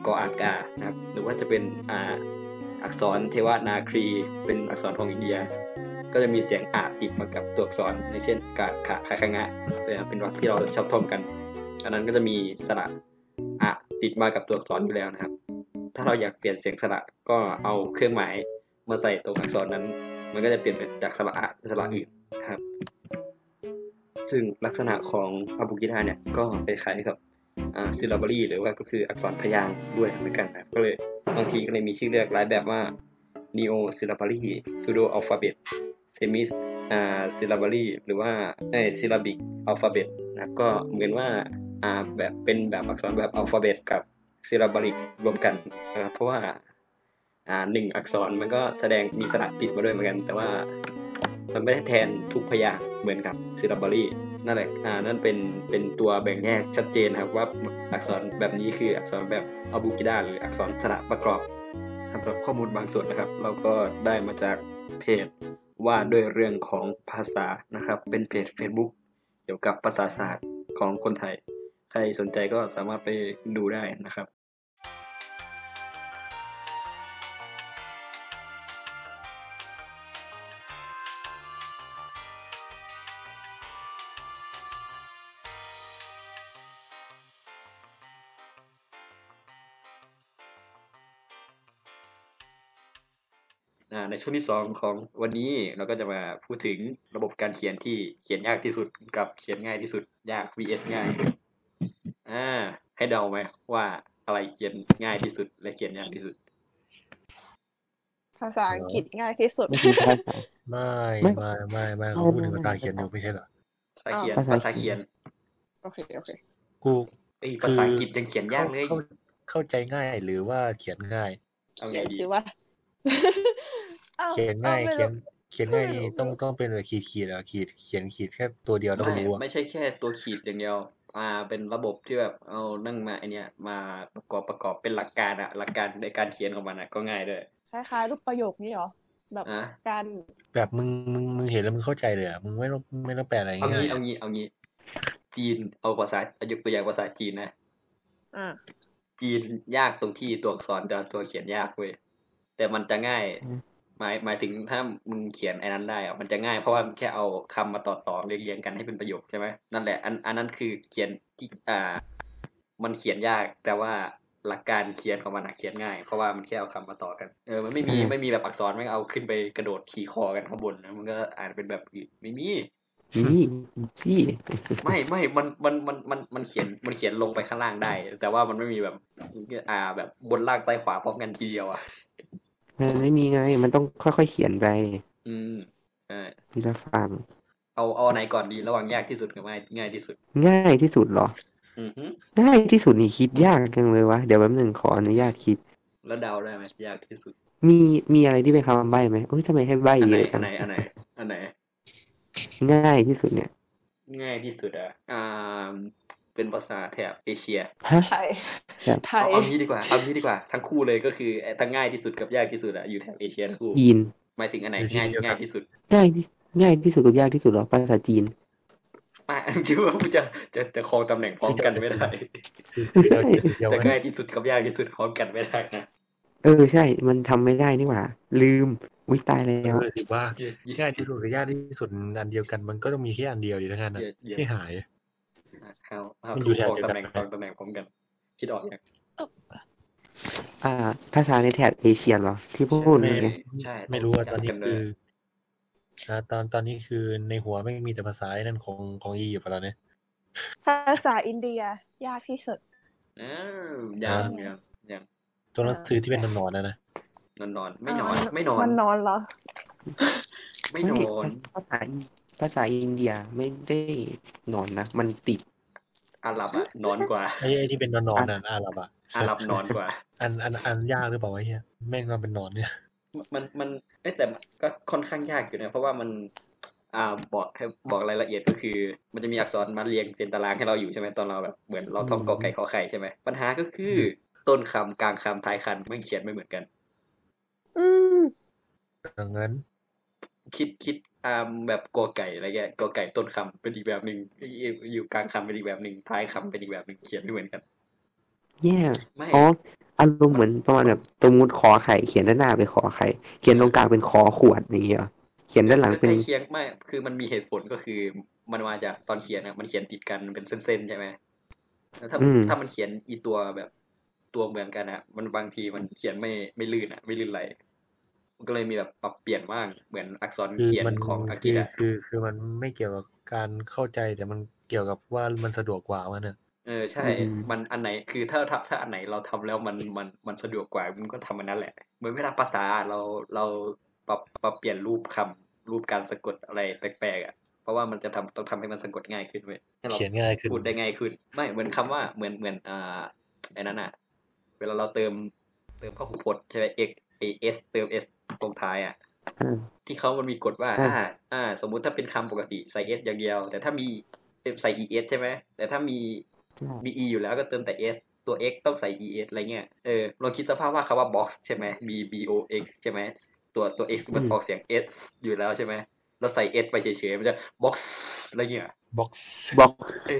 กออากานะครับ หรือว่าจะเป็นอาอักษรเทวานาครี เป็นอักษรของอินเดีย ก็จะมีเสียงอาติดมากับตัวอักษรอย่างเช่นกาขะคาคางะเป็นวัดที่เราชอบท่องกัน อันนั้นก็จะมีสระอะติดมากับตัวอักษรอยู่แล้วนะครับ ถ้าเราอยากเปลี่ยนเสียงสระก็เอาเครื่องหมายมาใส่ตรงอักษรนั้น มันก็จะเปลี่ยนเป็นจากสระอะเป็นสระอื่นนะครับ ซึ่งลักษณะของอาบุกิดาเนี่ยก็ไปคล้ายกับอ่าซิลลาบรีหรือว่าก็คืออักษรพยางค์ด้วยเหมือนกันนะครับก็เลยบางทีก็เลยมีชื่อเรียกหลายแบบว่า neo syllabary pseudo alphabet semi อ่า syllabary หรือว่าเอ้ย syllabic alphabet นะครับก็เหมือนว่าอ่าแบบเป็นแบบอักษรแบบอัลฟาเบตกับซิลลาบริกรวมกันนะครับเพราะว่าอ่าหนึ่งอักษรมันก็แสดงมีสระติดมาด้วยเหมือนกัน แต่ว่ามันไม่ได้แทนทุกพยางค์เหมือนกับซิลลาบรีนั่นแหละอ่านั่นเป็นเป็นตัวแบ่งแยกชัดเจนครับว่าอักษรแบบนี้คืออักษรแบบอัลบูกิดาหรืออักษรสระประกอบสำหรับข้อมูลบางส่วนนะครับ เราก็ได้มาจากเพจว่าด้วยเรื่องของภาษานะครับ เป็นเพจ Facebook เกี่ยวกับภาษาศาสตร์ของคนไทย ใครสนใจก็สามารถไปดูได้นะครับ อ่าในช่วงที่สองของวันนี้เราก็จะมาพูดถึงระบบการเขียนที่เขียนยากที่สุดกับเขียนง่ายที่สุดยาก vs ง่ายอ่าให้เดาไหมว่าอะไรเขียนง่ายที่สุดและเขียนยากที่สุด ภาษาอังกฤษง่ายที่สุด ไม่คือภาษา ไม่ ไม่ ไม่ไม่ไม่เขาพูดถึงภาษาเขียนอยู่ไม่ใช่เหรอ ภาษาเขียน อ้าว ภาษาเขียน โอเคโอเค กู เอ้ยภาษาอังกฤษยังเขียนยากเลย เข้าเข้าใจง่ายหรือว่าเขียนง่าย เอาไงดี เขียนสิว่า เขียนง่าย อ เขียน ไม่รู้ เขียนง่ายนี่ ไม่รู้ ต้องต้องเป็นแบบขีดขีดอะขีดเขียนขีดแค่ตัวเดียวแล้วก็ ไม่ รู้อะ ไม่ใช่แค่ตัวขีดอย่างเดียว อ่า เป็นระบบที่แบบเอานั่งมาไอเนี้ยมาประกอบประกอบเป็นหลักการอะหลักการในการเขียนของมันอะก็ง่ายด้วย คล้ายๆรูปประโยคนี้เหรอ แบบ อ่ะ การ แบบมึงมึงมึงเห็นแล้วมึงเข้าใจเลยอะมึงไม่ต้องไม่ต้องแปลอะไร เอา ง่าย งี้ ๆ เอา อะ งี้เอางี้ จีนเอาภาษาเอายกตัวอย่างภาษาจีนนะ อ่า จีนยากตรงที่ตัวอักษรแต่ละตัวเขียนยากเว้ยแต่มันจะง่าย อืม หมายหมายถึงถ้ามึงเขียนไอ้นั้นได้อะมันจะง่ายเพราะว่ามันแค่เอาคำมาต่อต่อเรียงๆกันให้เป็นประโยคใช่ไหมนั่นแหละอันอันนั้นคือเขียนที่อ่า มันเขียนยากแต่ว่าหลักการเขียนของมันอะเขียนง่าย เพราะว่ามันแค่เอาคำมาต่อกันเออมันไม่มี อืม ไม่มีแบบอักษรไม่เอาขึ้นไปกระโดดขี่คอกันข้างบนนะมันก็อ่านเป็นแบบอื่นไม่มี นี่ที่ ไม่ไม่ มัน มัน มัน มัน มันเขียน มันเขียนลงไปข้างล่างได้ แต่ว่ามันไม่มีแบบ อ่า แบบบนล่างซ้ายขวาพร้อมกันทีเดียวอ่ะ มันไม่มีไง มันต้องค่อยๆเขียนไป อืมเออ ทีละฟัง เอาเอาไหนก่อนดี ระหว่างยากที่สุดกับง่ายง่ายที่สุด ง่ายที่สุดเหรอ อือฮึ ง่ายที่สุดนี่คิดยากจังเลยวะเดี๋ยวแป๊บหนึ่งขออนุญาตคิด แล้วเดาได้ไหมยากที่สุด มีมีอะไรที่เป็นคำใบ้ไหมโอ้ยทำไมให้ใบ้ อัน เย ไหนอัอะจั น ง ไหน อันไหน อันไหน ง่ายที่สุดเนี่ย ง่ายที่สุดอ่ะ อ่า เป็นภาษาแถบเอเชีย ฮะ ไทย ครับ ไทย เอาเอางี้ดีกว่า เอางี้ดีกว่า ทั้งคู่เลยก็คือไอ้ทั้งง่ายที่สุดกับยากที่สุดอ่ะ อยู่แถบเอเชียทั้งคู่ จีน หมายถึงอันไหนง่ายง่ายที่สุด ง่ายที่ง่ายที่สุดกับยากที่สุดเหรอภาษาจีน ไม่ คิดว่ามันจะ จะ จะครองตำแหน่งพร้อมกันไม่ได้ เดี๋ยวเดี๋ยว แต่ มัน ง่ายที่สุดกับยากที่สุดพร้อมกันไม่ได้นะ เออใช่ มันทำไม่ได้นี่หว่า ลืมอุ้ยตายแล้ว เออถือว่า เย้เย้ ง่ายที่สุดกับยากที่สุดอันเดียวกันมันก็ต้องมีแค่อันเดียวดีทั้งนั้นอะ เยอะเยอะ ที่หาย เอาเอา มันอยู่ ถูก แถ ค บ รองตำแหน่งครเดียวกันองตำแหน่งพร้อมกัน คิดออกยัง อ่า ภาษาในแถบเอเชียเหรอที่พูด ไม่ เมื่อกี้ ใช่ ไม่รู้ว่าตอนนี้ จำกั คือ อ่าตอนตอนนี้คือในหัวไม่งมีแต่ภาษาไอ้นั่นของของอียิปต์แล้วเนี่ย ภาษาอินเดียยากที่สุด อ้าวยัง อ่า ยังยัง ตัวหนังสือที่เป็นหนอนๆนะนะ นอนนอนๆไม่นอนไม่นอน มันนอนเหรอ ไม่นอน ภาษาภาษาอินเดียไม่ได้นอนนะ มันติด อาหรับอะนอนกว่า ไอ้ไอ้ที่เป็นหนอนๆนะอาหรับอ่ะ อาหรับนอนกว่า อันอันอันยากหรือเปล่าวะเฮียแม่งมันเป็นหนอนเนี่ย มันมันเอ้ยแต่ก็ค่อนข้างยากอยู่นะเพราะว่ามัน อ่าบอกให้บอกรายละเอียดก็คือ มันจะมีอักษรมาเรียงเป็นตารางให้เราอยู่ใช่ไหมตอนเราแบบเหมือนเราท่อง อืม กอไก่ขอไข่ใช่ไหมปัญหาก็คือ ต้นคำกลางคำท้ายคำไม่เขียนไม่เหมือนกัน อืม ดังนั้น คิดคิดตามแบบกอไก่อะไรเงี้ยกอไก่ต้นคำเป็นอีกแบบหนึ่งอยู่กลางคำเป็นอีกแบบหนึ่งท้ายคำเป็นอีกแบบหนึ่งเขียนไม่เหมือนกัน แย่ ไม่ อ๋ออารมณ์เหมือนประมาณแบบสมมติขอไข่เขียนด้านหน้าเป็นขอไข่เขียนตรงกลางเป็นขอขวดอย่างเงี้ยเหรอเขียนด้านหลัง ก็ เป็ ใก น ล้เคียงไม่คือมันมีเหตุผลก็คือ มันมาจากตอนเขียนอะมันเขียนติดกันเป็นเส้นๆใช่ไหมแล้วถ้า อืม ถ้ามันเขียนอีตัวแบบตัวเหมือนกันอะมันบางทีมันเขียนไม่ไม่ลื่นอะไม่ลื่นไหลมันก็เลยมีแบบปรับเปลี่ยนบ้างเหมือนอักษร คือ เขียน มัน ของอังก คื ฤษ อ อะ คือคือมันไม่เกี่ยวกับการเข้าใจแต่มันเกี่ยวกับว่ามันสะดวกกว่ามันเนี่ย เออใช่ อืม มันอันไหนคือถ้าถ้าถ้าอันไหนเราทำแล้วมันมันมันสะดวกกว่ามันก็ทำอันนั้นแหละ เหมือนเวลาภาษาเราเราปรับปรับเปลี่ยนรูปคำรูปการสะกดอะไรแปลกๆอะเพราะว่ามันจะทำต้องทำให้มันสะกดง่ายขึ้นเว้ยให้รา เขียนง่ายขึ้น พูดได้ง่ายขึ้น ไม่เหมือนคำว่าเหมือนเหมือนอ่าไอ้นั่นอ่ะ เวลาเราเติมเติมพหุพจน์ใช่ไหม x ไอ s เติม s ตรงท้ายอ่ะ อืม ที่เขามันมีกฎว่า อ่า อ่า อ่า สมมุติถ้าเป็นคำปกติใส่ s อย่างเดียว แต่ถ้ามีเอ่อใส่ es ใช่ไหม แต่ถ้ามีมี e อยู่แล้วก็เติมแต่ s ตัว x ต้องใส่ es อะไรเงี้ย เออลองคิดสภาพว่าคำว่า box ใช่ไหมมี box ใช่ไหมตัวตัว x มัน อืม ออกเสียง s อยู่แล้วใช่ไหมเราใส่ s ไปเฉยๆมันจะ box อะไรเงี้ย บ็อกซ์ บอก เอ้ย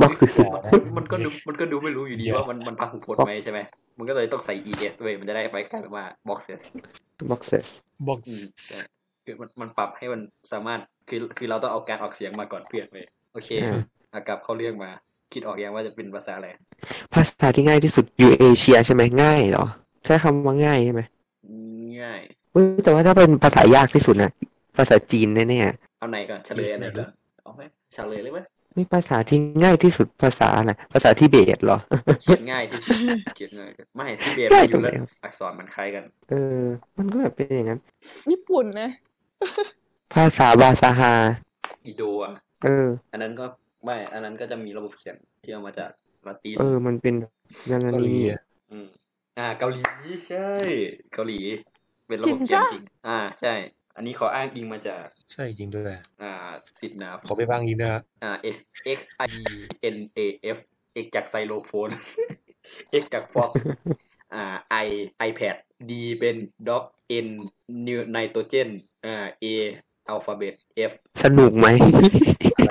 บอกศึกษา มันมันก็ดูมันก็ดูไม่รู้อยู่ดี เดี๋ยว ว่ามันมันพังหูพจน์ไหมใช่ไหมมันก็เลยต้องใส่ es ด้วยมันจะได้ไปกลายเป็นว่า boxes บอกเสร็จ บ็อก อืม ซ์ ใช่คือมันมันปรับให้มันสามารถคือคือเราต้องเอาการออกเสียงมาก่อนเพื่อนเลยโอเคเอากลับเข้าเรื่องมา คิดออกยังว่าจะเป็นภาษาอะไร ภาษาที่ง่ายที่สุดอยู่เอเชียใช่ไหมง่ายเหรอใช้คำว่าง่ายใช่ไหม ง่าย เว้ยแต่ว่าถ้าเป็นภาษายากที่สุดนะภาษาจีนแน่ เอาไหนก่อนเฉลยอันไหนก่อนเอาไหมเฉลยเลยไหม ๆไม่ภาษาที่ง่ายที่สุดภาษาอะไรภาษาทิเบตเหรอ เขียนง่ายที่สุดเขียนง่ายไม่ที่เบส ได้ มันอยู่ ตรงไหน แล้ว ครับ อักษรมันคล้ายกัน เออ มันก็แบบเป็นอย่างนั้น ญี่ปุ่นนะ ภาษาบาซาฮา อิโดอ่ะ เออ อันนั้นก็ไม่อันนั้นก็จะมีระบบเขียนที่เอามาจากละติน เออ มันเป็นนานา เกาห นี ลีอะ อืมอ่าเกาหลีใช่ เกาหลี เป็นระบบเขียนจริงอ่าใช่ อันนี้ขออ้างอิงมาจาก ใช่จริงด้วย อ่าสิบนา ขอไปบ้างอีกนะฮะ อ่า S X I N A F X จากไซโลโฟน X จากฟอกอ่า I iPad D เป็น Dog N นิวไนโตรเจนอ่า A อัลฟาเบต F สนุกไหม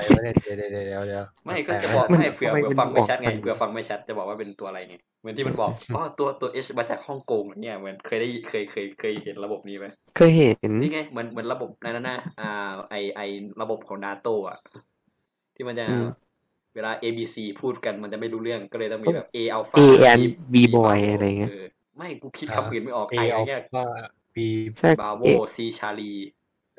อะไรวะเนี่ยเดี๋ยวเดี๋ยวเดี๋ยวเดี๋ยว ไม่ก็จะบอก มัน ไม่เผื่อ ทำไม เผื่อ มัน ฟังไม่ บอก ชัดไง ไป เผื่อฟังไม่ชัดจะบอกว่าเป็นตัวอะไรไงเหมือนที่มันบอกอ๋อตัวตัว H มาจากฮ่องกงเนี่ยเหมือนเคยได้เคยเคยเคยเห็นระบบนี้ไหม เคยเห็น นี่ไงเหมือนเหมือนระบบนั่นนะอ่าไอไอระบบของนาโตอ่ะ ที่มันจะ อืม เวลา A B C พูดกันมันจะไม่รู้เรื่องก็เลยต้องมีแบบ A อัลฟา A and B boy อะไรเงี้ย ไม่กูคิดคำอื่นไม่ออก เอ I อัล เงี้ย ฟาบี ใช่ บาโว เอ C ชาลี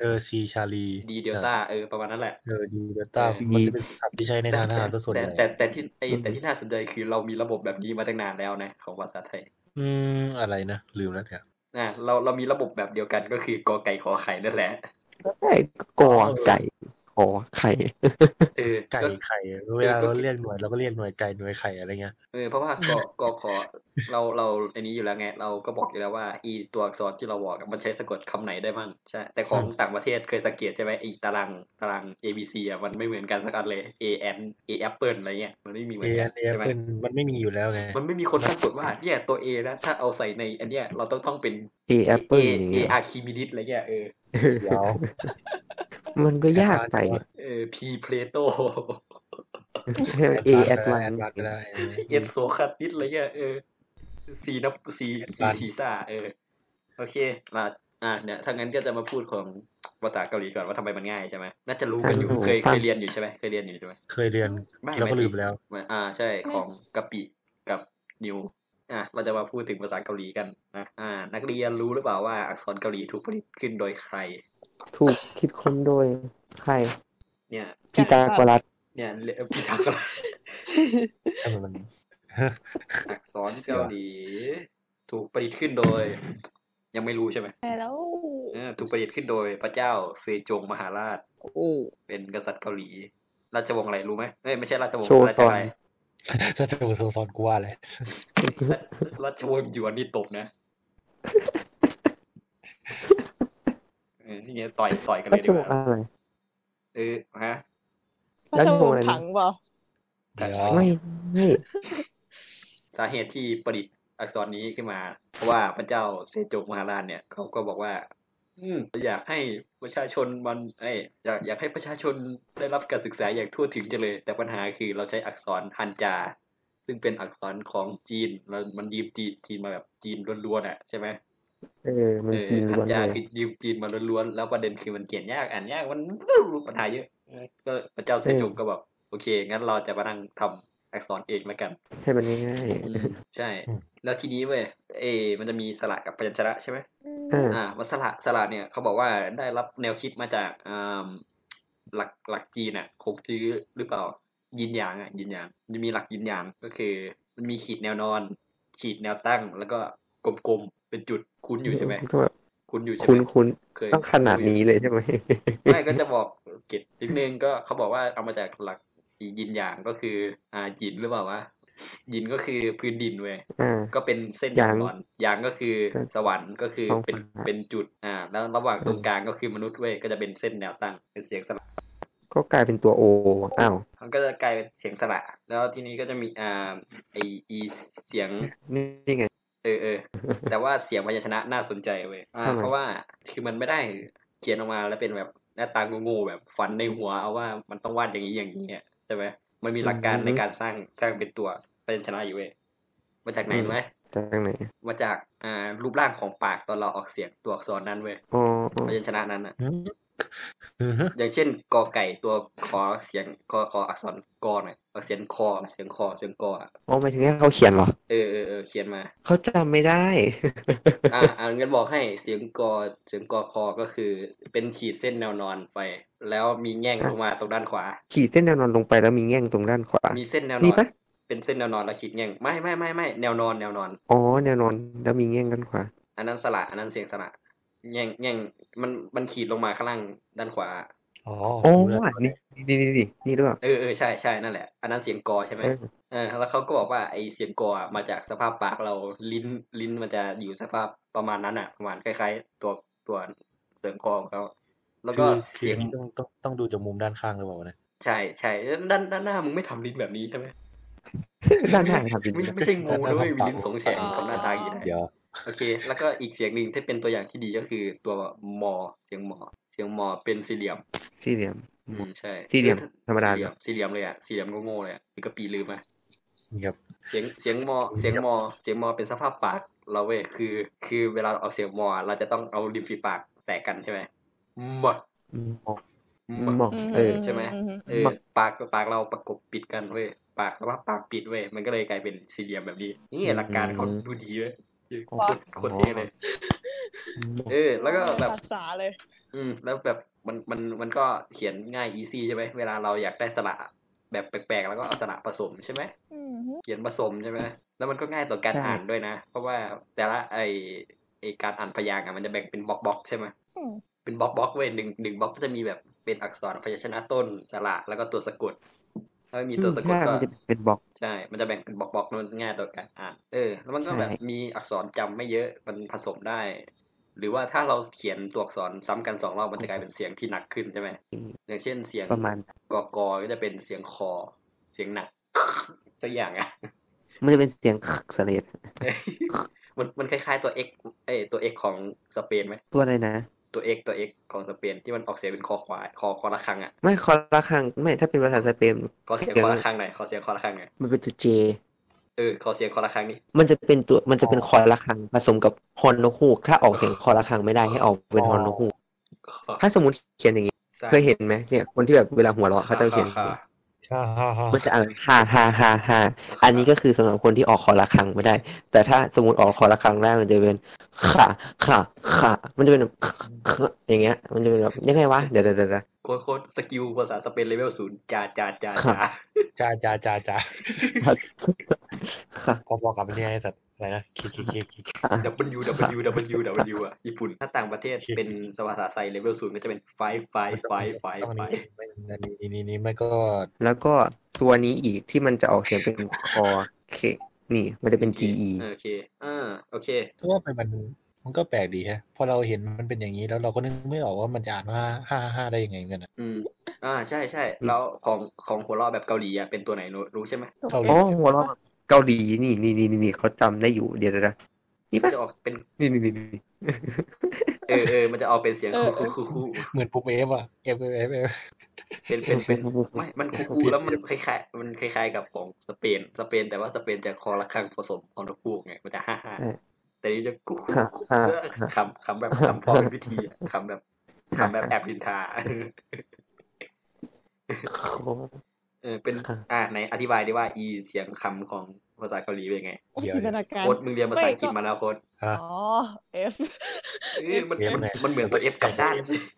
เออซีชาลี ดีเดลต้าเออประมาณนั้นแหละ เออดีเดลต้า เออ มันจะเป็นศัพท์ที่ใช้ในทางทหารซะส่วน แต่ ใหญ่ แต่แต่ที่ไอแต่ที่น่าสนใจคือเรามีระบบแบบนี้มาตั้งนานแล้วนะของภาษาไทย อืมอะไรนะ ลืมแล้วเนี่ย อ่ะเราเรามีระบบแบบเดียวกันก็คือกอไก่ขอไข่นั่นแหละ ใช่กอไก่ขอไข่ เออ ไก่ ก็ ไข่เวลาเราเรียกหน่วยเราก็เรียกหน่วยไก่หน่วยไข่อะไรเงี้ย เออเพราะว่ากกขอเราเราอันนี้อยู่แล้วไง เราก็บอกอยู่แล้วว่าอีตัวอักษรที่เราบอกอะมันใช้สะกดคำไหนได้บ้างใช่ แต่ของ อืม ต่างประเทศเคยสังเกตใช่ไหมไอีตารางตาราง A B C อ่ะมันไม่เหมือนกันสักอันเลย A N A Apple อะไรเงี้ยมันไม่มีเหมื เอ อนกัน เอ ใช่ไหม เป็นมันไม่มีอยู่แล้วไง มันไม่มีคนตั้งกฎว่าเนี่ยตัว A นะถ้าเอาใส่ในอันเนี้ยเราต้องต้องเป็น A apple อย่าง A เงี้ย Archimedes อะไรเงี้ยเออ เดี๋ยว มันก็ยากไป เออ P Plato A แอ advance ดแอดวานซ์ก็ได้เออ เอสโซคราติสอะไรเงี้ยเออสีนับสีสีสีซ่าเออ โอเคมาอ่ะเนี่ยถ้างั้นก็จะมาพูดของภาษาเกาหลีก่อนว่าทำไมมันง่ายใช่ไหมน่าจะรู้กันอยู่ ครับผม เคย ฟั เค ง ยเรียนอยู่ใช่ไหมเคยเรียนอยู่ใช่ไหม เคยเรียน ไม่ แล้ว ไม่ ก็ ที่ ลืมไปแล้ว อ่าใช่ของกะปิกับนิว อ่ะเราจะมาพูดถึงภาษาเกาหลีกันนะอ่า นักเรียนรู้หรือเปล่าว่าอักษรเกาหลีถูกผลิตขึ้นโดยใคร ถูกคิดค้นโดยใคร เนี่ย พีตากรัส เนี่ยเรียกพิทักษ์อะไร ทำไมมัน อักษรเกาหลี ถูกผลิตขึ้นโดย ยังไม่รู้ใช่ไหม แล้ว เออถูกผลิตขึ้นโดยพระเจ้าเซจงมหาราช โอ้ เป็นกษัตริย์เกาหลี ราชวงศ์อะไรรู้ไหมเอ้ยไม่ใช่ราชวงศ์ โชว์ ราช ตอ อะ น ไร ถ้าจะสงสอนกูว่าเลย ราชวงศ์หยวนนี่ตบ นะเออนี่ไงต่อยต่อยกันเล ก็ ยดี จะ ก บอก ว่า อะไร เออฮะ พระ แล้ว ช โช ว ว์ ง อะไร ศ์ถังเปล่า เดี๋ยว ไม่ไม่ สาเหตุที่ประดิษฐ์อักษรนี้ขึ้นมา เพราะว่าพระเจ้าเซจงมหาราชเนี่ยเขาก็บอกว่า อืมอยากให้ประชาชนมันเอ้ยอยากอยากให้ประชาชนได้รับการศึกษาอย่างทั่วถึงจังเลย แต่ปัญหาคือเราใช้อักษรฮันจา ซึ่งเป็นอักษรของจีนแล้วมันยืมจีนจีนมาแบบจีนล้วนๆอ่ะใช่ไหม เออ มัน เออ กิน ฮั ล้ น วน จา เลย คือยืมจีนมาล้วนๆแล้วประเด็นคือมันเขียนยากอ่านยากมันปัญหาเยอะก็พระเจ้าเซจงก็แบบโอเค งั้นเราจะมานั่งทำอักษรเองแล้วกัน ให้มันง่าย อืมใช่ แล้วทีนี้เว้ยเอ มันจะมีสระกับพยัญชนะใช่ไหม ๆอ่า อ่าว่าสระสระเนี่ยเขาบอกว่าได้รับแนวคิดมาจากอ่าหลักหลักจีนอ่ะคงจื้อหรือเปล่า ยินหยางอ่ะยินหยางมันจะมีหลักยินหยางก็คือ มันมีขีดแนวนอน ขีดแนวตั้ง แล้วก็กลมๆเป็นจุดคุ้นอยู่ใช่ไหม ก็แบบ คุ้นอยู่ใช่ไหม คุ้นคุ้น เคย ๆต้องขนาดนี้เลยใช่ไหม ไม่ก็จะบอกเกตนิดนึงก็เขาบอกว่าเอามาจากหลักอีกยินอย่างก็คือ อ่ายินหรือเปล่าวะยินก็คือพื้นดินเว้ย อ่า ก็เป็นเส้น ยาง ก่อนยางก็คือสวรรค์ก็คือ ท้องฟ้า เป็นเป็นจุดอ่า แล้วระหว่างตรงกลางก็คือมนุษย์เว้ยก็จะเป็นเส้นแนวตั้งเป็นเสียงสระ ก็กลายเป็นตัวโออ้าว มันก็จะกลายเป็นเสียงสระแล้วทีนี้ก็จะมีอ่าไออีเสียง นี่ไง เออเออ แต่ว่าเสียงพยัญชนะน่าสนใจเว้ยอ่า ทำไม เพราะว่าคือมันไม่ได้เขียนออกมาแล้วเป็นแบบหน้าตาโง่ๆแบบฝันในหัวเอาว่ามันต้องวาดอย่างนี้อย่างนี้อะใช่ไหมมันมีหลักการในการสร้างสร้างเป็นตัวพยัญชนะอยู่เว้ยมาจากไหนรู้ไหม จากไหน มาจากอ่ารูปร่างของปากตอนเราออกเสียงตัวอักษรนั้นเว้ย อ๋อ พยัญชนะนั้นอ่ะ อืม อย่างเช่นกอไก่ตัวขอเสียงคอคออักษรกอหน่อยออกเสียงคอเสียงคอเสียงกออะ อ๋อหมายถึงให้เขาเขียนเหรอ เออเออเออเขียนมา เขาจำไม่ได้ อ่าอ่างั้นบอกให้เสียงกอเสียงกอคอก็คือ เป็นขีดเส้นแนวนอนไป แล้วมีแง่งลงมาตรงด้านขวา ขีดเส้นแนวนอนลงไปแล้วมีแง่งตรงด้านขวา มีเส้นแนวน มี อน ปะ เป็นเส้นแนวนอนแล้วขีดแง่งไม่ไม่ไม่ไม่แนวนอนแนวนอน อ๋อแนวนอนแล้วมีแง่งด้านขวา อันนั้นสระอันนั้นเสียงสระแง่งแง่งมันมันขีดลงมาข้างล่างด้านขวา อ๋อ โอ้ รู้แล้ว อันนี้นี่นี่นี่นี่ด้วย เออเออใช่ใช่นั่นแหละ อันนั้นเสียงกอใช่ไหม เออ เออแล้วเขาก็บอกว่าไอเสียงกออะมาจากสภาพปากเราลิ้นลิ้นมันจะอยู่สภาพประมาณนั้นอ่ะ ประมาณคล้ายๆ ตัวตัวเสียงกอของเขาแล้วก็ คือคือ เสียง อันนี้ต้องต้องต้องดูจากมุมด้านข้างหรือเปล่าวะเนี่ย ใช่ใช่ด้านด้านหน้ามึงไม่ทำลิ้นแบบนี้ใช่ไหม ด้านหน้างครับจริง ไม่ไม่ใช่งูนะเว้ยมีลิ้นสองแฉกทำหน้าตาอย่างนี้ได้ เดี๋ยว โอเค แล้วก็อีกเสียงหนึ่งที่เป็นตัวอย่างที่ดีก็คือตัวมอเสียงมอเสียงมอเป็นสี่เหลี่ยม ๆสี่เหลี่ยม อืมใช่ สี่เหลี่ยมธรรมดา สี่เหลี่ยมสี่เหลี่ยมเลยอ่ะสี่เหลี่ยมโง่ๆเลยอะคือกระปีลืมไหม เดี๋ยว เสียงเสียงมอเสียงมอเสียงมอเป็นสภาพปากเราเว้ยคือ คือเวลาเราออกเสียงมอเราจะต้องเอาริมฝีปากแตะกันใช่ไหมมอ หมอก มอ หมอกเออ ใช่ไหม ม เออ มอ ปากปากเราประกบปิดกันเว้ยปากสภาพปากปิดเว้ยมันก็เลยกลายเป็นสี่เหลี่ยมแบบนี้ นี่หลักการเขาดูดีเว้ย อ๋อ โคตรเท่เลย เออ แล้วก็แบบ ภาษาเลย อืมแล้วแบบมันมันมันก็เขียนง่ายอีซี่ใช่ไหมเวลาเราอยากได้สระแบบแปลกๆแล้วก็เอาสระผสมใช่ไหม อืมฮึ เขียนผสมใช่ไหม แล้วมันก็ง่ายต่อการ ใช่ อ่านด้วยนะ เพราะว่าแต่ละไอไอการอ่านพยางค์อะมันจะแบ่งเป็นบล็อกบล็อกใช่ไหม อืม เป็นบล็อกบล็อกเว้ยหนึ่งหนึ่งบล็อกก็จะมีแบบเป็นอักษรพยัญชนะต้นสระแล้วก็ตัวสะกด ถ้าไม่มีตัวสะกด ใช่ ก็ มันจะเป็นบล็อก ใช่ มันจะแบ่งเป็นบล็อกบล็อกแล้วมันง่ายต่อการอ่าน เออ แล้วมันก็ ใช่ แบบมีอักษรจำไม่เยอะ มันผสมได้ หรือว่าถ้าเราเขียนตัวอักษรซ้ำกันสองรอบมันจะกลายเป็นเสียงที่หนักขึ้นใช่ไหม อย่างเช่นเสียง ประมาณ กอกอก็จะเป็นเสียงคอ เสียงหนัก สักอย่างอะ มันจะเป็นเสียง คักเสลด มันมันคล้ายๆตัว x เอยตัว x ของสเปนไหม ตัวอะไรนะ ตัว x ตัว x ของสเปนที่มันออกเสียงเป็นคอควายคอคอระคังอ่ะ ไม่คอระคังไม่ถ้าเป็นภาษาสเปน คอเสียง เดี๋ย คว อระคังหน่อยคอเสียงคอระคังหน่อย มันเป็นตัวเจ เออคอเสียงคอระคังนี่ มันจะเป็นตัวมันจะเป็น อ๋อ คอระคังผสมกับฮอนนกฮูก ถ้าออกเสียงคอระคังไม่ได้ให้ออกเป็นฮอนนกฮูก คอ ถ้าสมมติเขียนอย่างนี้ สร้าง เคยเห็นไหมเนี่ยคนที่แบบเวลาหัวเราะเขาจะเขียน ค่ะ ฮ่าฮ่าฮ่า มันจะอ่านฮ่าฮ่าฮ่าฮ่าอันนี้ก็คือสำหรับคนที่ออกคอระฆังไม่ได้ แต่ถ้าสมมติออกคอระฆังได้มันจะเป็นค่ะค่ะค่ะมันจะเป็นแบบค่ะค่ะอย่างเงี้ย มันจะเป็นแบบยังไงวะเดี๋ยวเดี๋ยวเดี๋ยว โค้ดโค้ดสกิลภาษาสเปนเลเวลศูนย์จาจาจา ครั จา บ จ้าจ้าจ้าจ้า ค่ะ พอบอกกับเนี่ยไอ้สัตว์อะไรนะคิกคิกคิกคิก ค่ะ ดับเบิลยูดับเบิลยูดับเบิลยูดับเบิลยูอ่ะญี่ปุ่น ถ้าต่างประเทศเป็นภาษาไทยเลเวลศูนย์ก็จะเป็นไฟไฟไฟไฟ ต้อง ไฟ อันนี้ไม่อันนี้นี่นี่ไม่ก็ แล้วก็ตัวนี้อีกที่มันจะออกเสียงเป็นคอเคนี่ มันจะเป็น GE โอเคอ่าโอเค เพราะว่ามันมันมันก็แปลกดีฮะพอเราเห็นมันเป็นอย่างนี้แล้วเราก็นึกไม่ออกว่ามันจะอ่านว่าห้าห้าได้ยังไงเหมือนกันนะ อืม อ่าใช่ใช่แล้วของของหัวเราะแบบเกาหลีอ่ะเป็นตัวไหนรู้รู้ใช่ไหม ถูเกากหลี อ๋อหัวเราะเกาหลีนี่นี่นี่นี่เขาจำได้อยู่เดี๋ยวนะนี่ปะ จะออกเป็น นี่นี่นี่นี่ เออเออมันจะออกเป็นเสียงคูคูคูคู เหมือนปุ๊บเอฟอะเอฟเอฟเอฟเอฟ เป็นเป็นเป็นไม่มันคูคูแล้วมันคล้ายๆมันคล้ายๆกับของสเปนสเปนแต่ว่าสเปนจะคอระคังผสมคอนคูไงมันจะฮ่าฮ่าแต่นี้จะคูคูคูคำคำแบบคำพอเป็นพิธีคำแบบคำแบบแอบดินทา เออเป็นอ่าไหนอธิบายได้ว่าอีเสียงคำของภาษาเกาหลีเป็นไง โอ้ยจินตนาการ โค้ดมึงเรียนภาษาอังกฤษมาแล้วโค้ด อ่ะ อ๋อ F เอ้ยมันมันมันเหมือนตัวเอฟกลับด้าน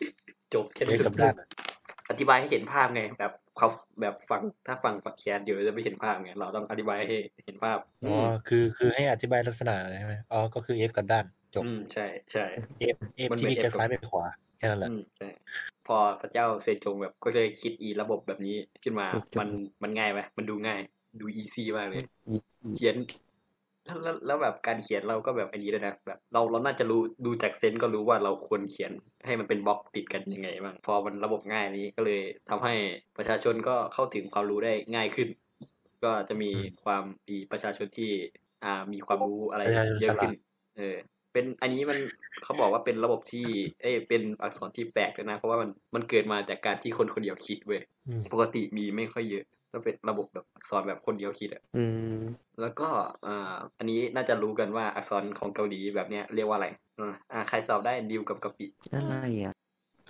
จบแค่นี้ F กลับด้าน อธิบายให้เห็นภาพไง แบบเขาแบบฟังถ้าฟังพอดแคสต์อยู่จะไม่เห็นภาพไง เราต้องอธิบายให้เห็นภาพ อ๋อคือคือให้อธิบายลักษณะใช่ไหมอ๋อก็คือเอฟกลับด้านจบ อืมใช่ใช่ เอฟเอฟ มันเหมือนที่มีแค่ F กับ ซ้ายไปขวาแค่นั้นแหละ อืมใช่พอพระเจ้าเซจงแบบก็เลยคิดอีระบบแบบนี้ขึ้นมา มันมันง่ายไหมมันดูง่าย ดูอีซี่มากเลย เขียนแล้วแล้วแล้วแบบการเขียนเราก็แบบอันนี้ด้วยนะแบบเราเราน่าจะรู้ดูจากเซนส์ก็รู้ว่าเราควรเขียนให้มันเป็นบล็อกติดกันยังไงบ้างพอมันระบบง่ายนี้ก็เลยทำให้ประชาชนก็เข้าถึงความรู้ได้ง่ายขึ้น ก็จะมีความมีประชาชนที่ อ่ามีความรู้อะไรเยอะขึ้น เออ เป็นอันนี้มันเขาบอกว่าเป็นระบบที่ เอ้ยเป็นอักษรที่แปลกด้วยนะ เพราะว่ามันมันเกิดมาจากการที่คนคนเดียวคิดเว้ย อืม ปกติมีไม่ค่อยเยอะถ้าเป็นระบบแบบอักษรแบบคนเดียวคิดอะ อืม แล้วก็อ่าอันนี้น่าจะรู้กันว่าอักษรของเกาหลีแบบเนี้ยเรียกว่าอะไรอ่าอ่าใครตอบได้ดิวกับกะปิ อะไรอ่ะ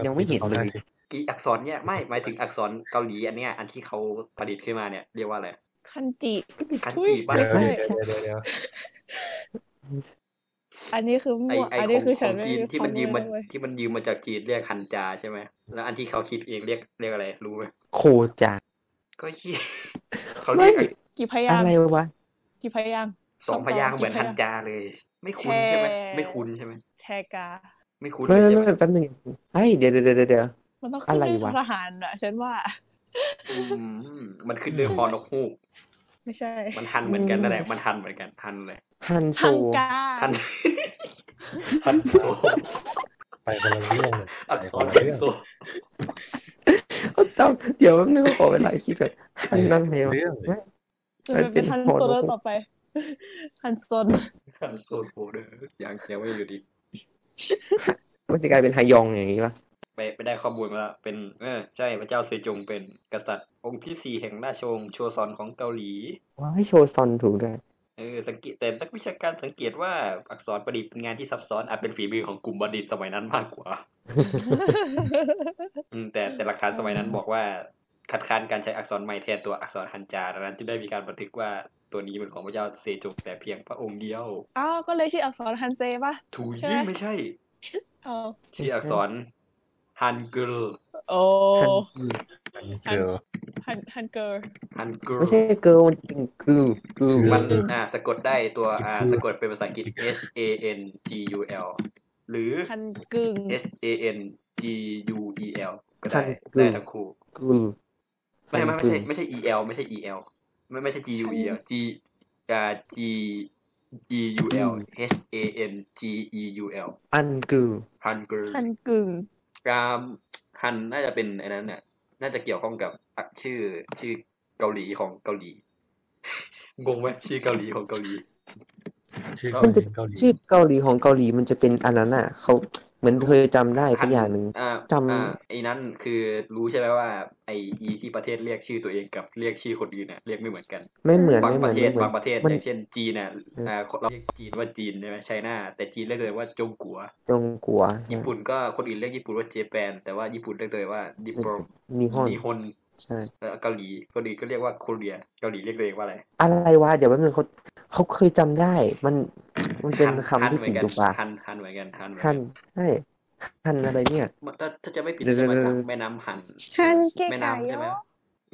ยังไม่เห็นเลย กีอักษรเนี้ยไม่หมายถึงอักษรเกาหลีอันเนี้ยอันที่เขาประดิษฐ์ขึ้นมาเนี่ยเรียกว่าอะไร คันจิ คันจิ อุ๊ย บ้า เดี๋ ไม่ ยว ใช่ เดี๋ยวเดี๋ยวเดี๋ยว อันนี้คือ ไอ มั่ว ไอ อัน ข นี้ อง คือ ข ฉั อน ง ไม่ จีน มี ที่มันยืม ควา มา รู้เลย ที่มันยืมมาจากจีนเรียกคันจาใช่ไหมแล้วอันที่เขาคิดเองเรียกเรียกอะไรรู้ไหม โคจา ก็ ยี่ เขาเรียก กี่พยา อะ งค์ ไรวะ กี่พยางค์ สองพยางค์เหมือน สองพยางค์ คันจาเลย ไม่คุ้นใช่ไหม แค่ ไม่คุ้นใช่ไหม แทกา ไม่คุ้นเล ไม่ ย ไม่ ใช่ไหม ไม่แป๊บนึงเฮ้ยเดี๋ยวเดี๋ยวเดี๋ยวเดี๋ยว มันต้อง อะ ขึ้น ไร ด้วย วะ ทหารอะฉันว่า อืมมันขึ้นด้วยคอนกฮูก ไม่ใช่ มันทันเหมือนกันนั่นแหละมันทันเหมือนกันทันเลย ฮันโซ ทังกา ทัน ทันโซ ไปคนละเรื่องเลย อัก ไป ษ ครนละ เป็น เรื่อง โซ ก็จำเดี๋ยวแป๊บนึงขอเวลาคิดก่อน ฮันนั่นอะไรวะ เรื่องเลย จะเป็นเป็นทันโซนแล้วต่อไปทันโซน ทันโซโบเดอร์ยังยังไม่อยู่ดี มันจะกลายเป็นฮายองอย่างนี้ปะ ไปไปได้ข้อมูลมาแล้วเป็นเออใช่พระเจ้าเซจงเป็นกษัตริย์องค์ที่สี่แห่งราชวงศ์โชซอนของเกาหลี ว้ายโชซอนถูกด้วย เออสังเกตแต่นักวิชาการสังเกตว่าอักษรประดิษฐ์เป็นงานที่ซับซ้อนอาจเป็นฝีมือของกลุ่มบัณฑิตสมัยนั้นมากกว่า อืมแต่แต่หลักฐานสมัยนั้นบอกว่าคัดค้านการใช้อักษรใหม่แทนตัวอักษรฮันจาดังนั้นจึงได้มีการบันทึกว่าตัวนี้เป็นของพระเจ้าเซจงแต่เพียงพระองค์เดียว อ้าวก็เลยชื่ออักษรฮันเซป่ะ ถุย ใช่ไหม ไม่ใช่ เอ้าว ชื่ออักษรฮันเกิล โอ้ เดี๋ยว ฮันฮันเกิร์ล ฮันเกิล ไม่ใช่เกิร์ลมันเป็นกือกือ มัน เออ อ่าสะกดได้ตัวอ่า คือ สะกดเป็นภาษาอังกฤษ H A N G U L หรือ ฮันกึ่ง H A N G U E L ก็ได้ได้ทั้งคู่ กือ ไม่ไม่ไม่ใช่ไม่ใช่ E L ไม่ใช่ E L ไม่ไม่ใช่ G U E L G อ่า G E U L H A N G E U L อันกือ ฮันเกิล ฮันกึ่ง กามฮันน่าจะเป็นไอ้นั้นเนี่ยน่าจะเกี่ยวข้องกับอ่ะชื่อชื่อเกาหลีของเกาหลี งงไหมชื่อเกาหลีของเกาหลี ชื่อ เกา เกา หลี หลีเกาหลี ชื่อเกาหลีของเกาหลีมันจะเป็นอันนั้นอ่ะเขาเหมือนเคยจำได้สักอย่างหนึ่ง อ่า จำ อ่าไอ้นั้นคือรู้ใช่ไหมว่า ไอ้อีที่ประเทศเรียกชื่อตัวเองกับเรียกชื่อคนอื่นเนี่ยเรียกไม่เหมือนกัน ไม่เหมือน บาง ไม่เห ประเทมือนไม่เหมือบศาน งประเทศ มัน อย่างเช่นจีนเนี่ยอ่าเราเรียกจีนว่าจีนใช่ไหมไชน่าแต่จีนเรียกตัวเองว่าจงกัว จงกัว ญี่ปุ่นก็คนอื่นเรียกญี่ปุ่นว่าเจแปนแต่ว่าญี่ปุ่นเรียกตัวเองว่าญี่ปุ่น นิฮอน นิฮอน ใช่ เอ่อเกาหลีเกาหลีก็เรียกว่าโคเรียเกาหลีเรียกตัวเองว่าอะไร อะไรวะเดี๋ยวแป๊บนึงเขาเขาเคยจำได้ มันมันเป็นคำที่ติดอยู่ปาก ฮันฮันเหมือนกันฮันเหมือนกั ฮั น นใช่ฮันอะไรเนี่ย มันถ้าถ้าจะไม่ผิด เดี๋ยว จะมาจาก เดี๋ยว แม่น้ำฮัน ฮันเกะ แม่น้ำใช่ไหม กะยอ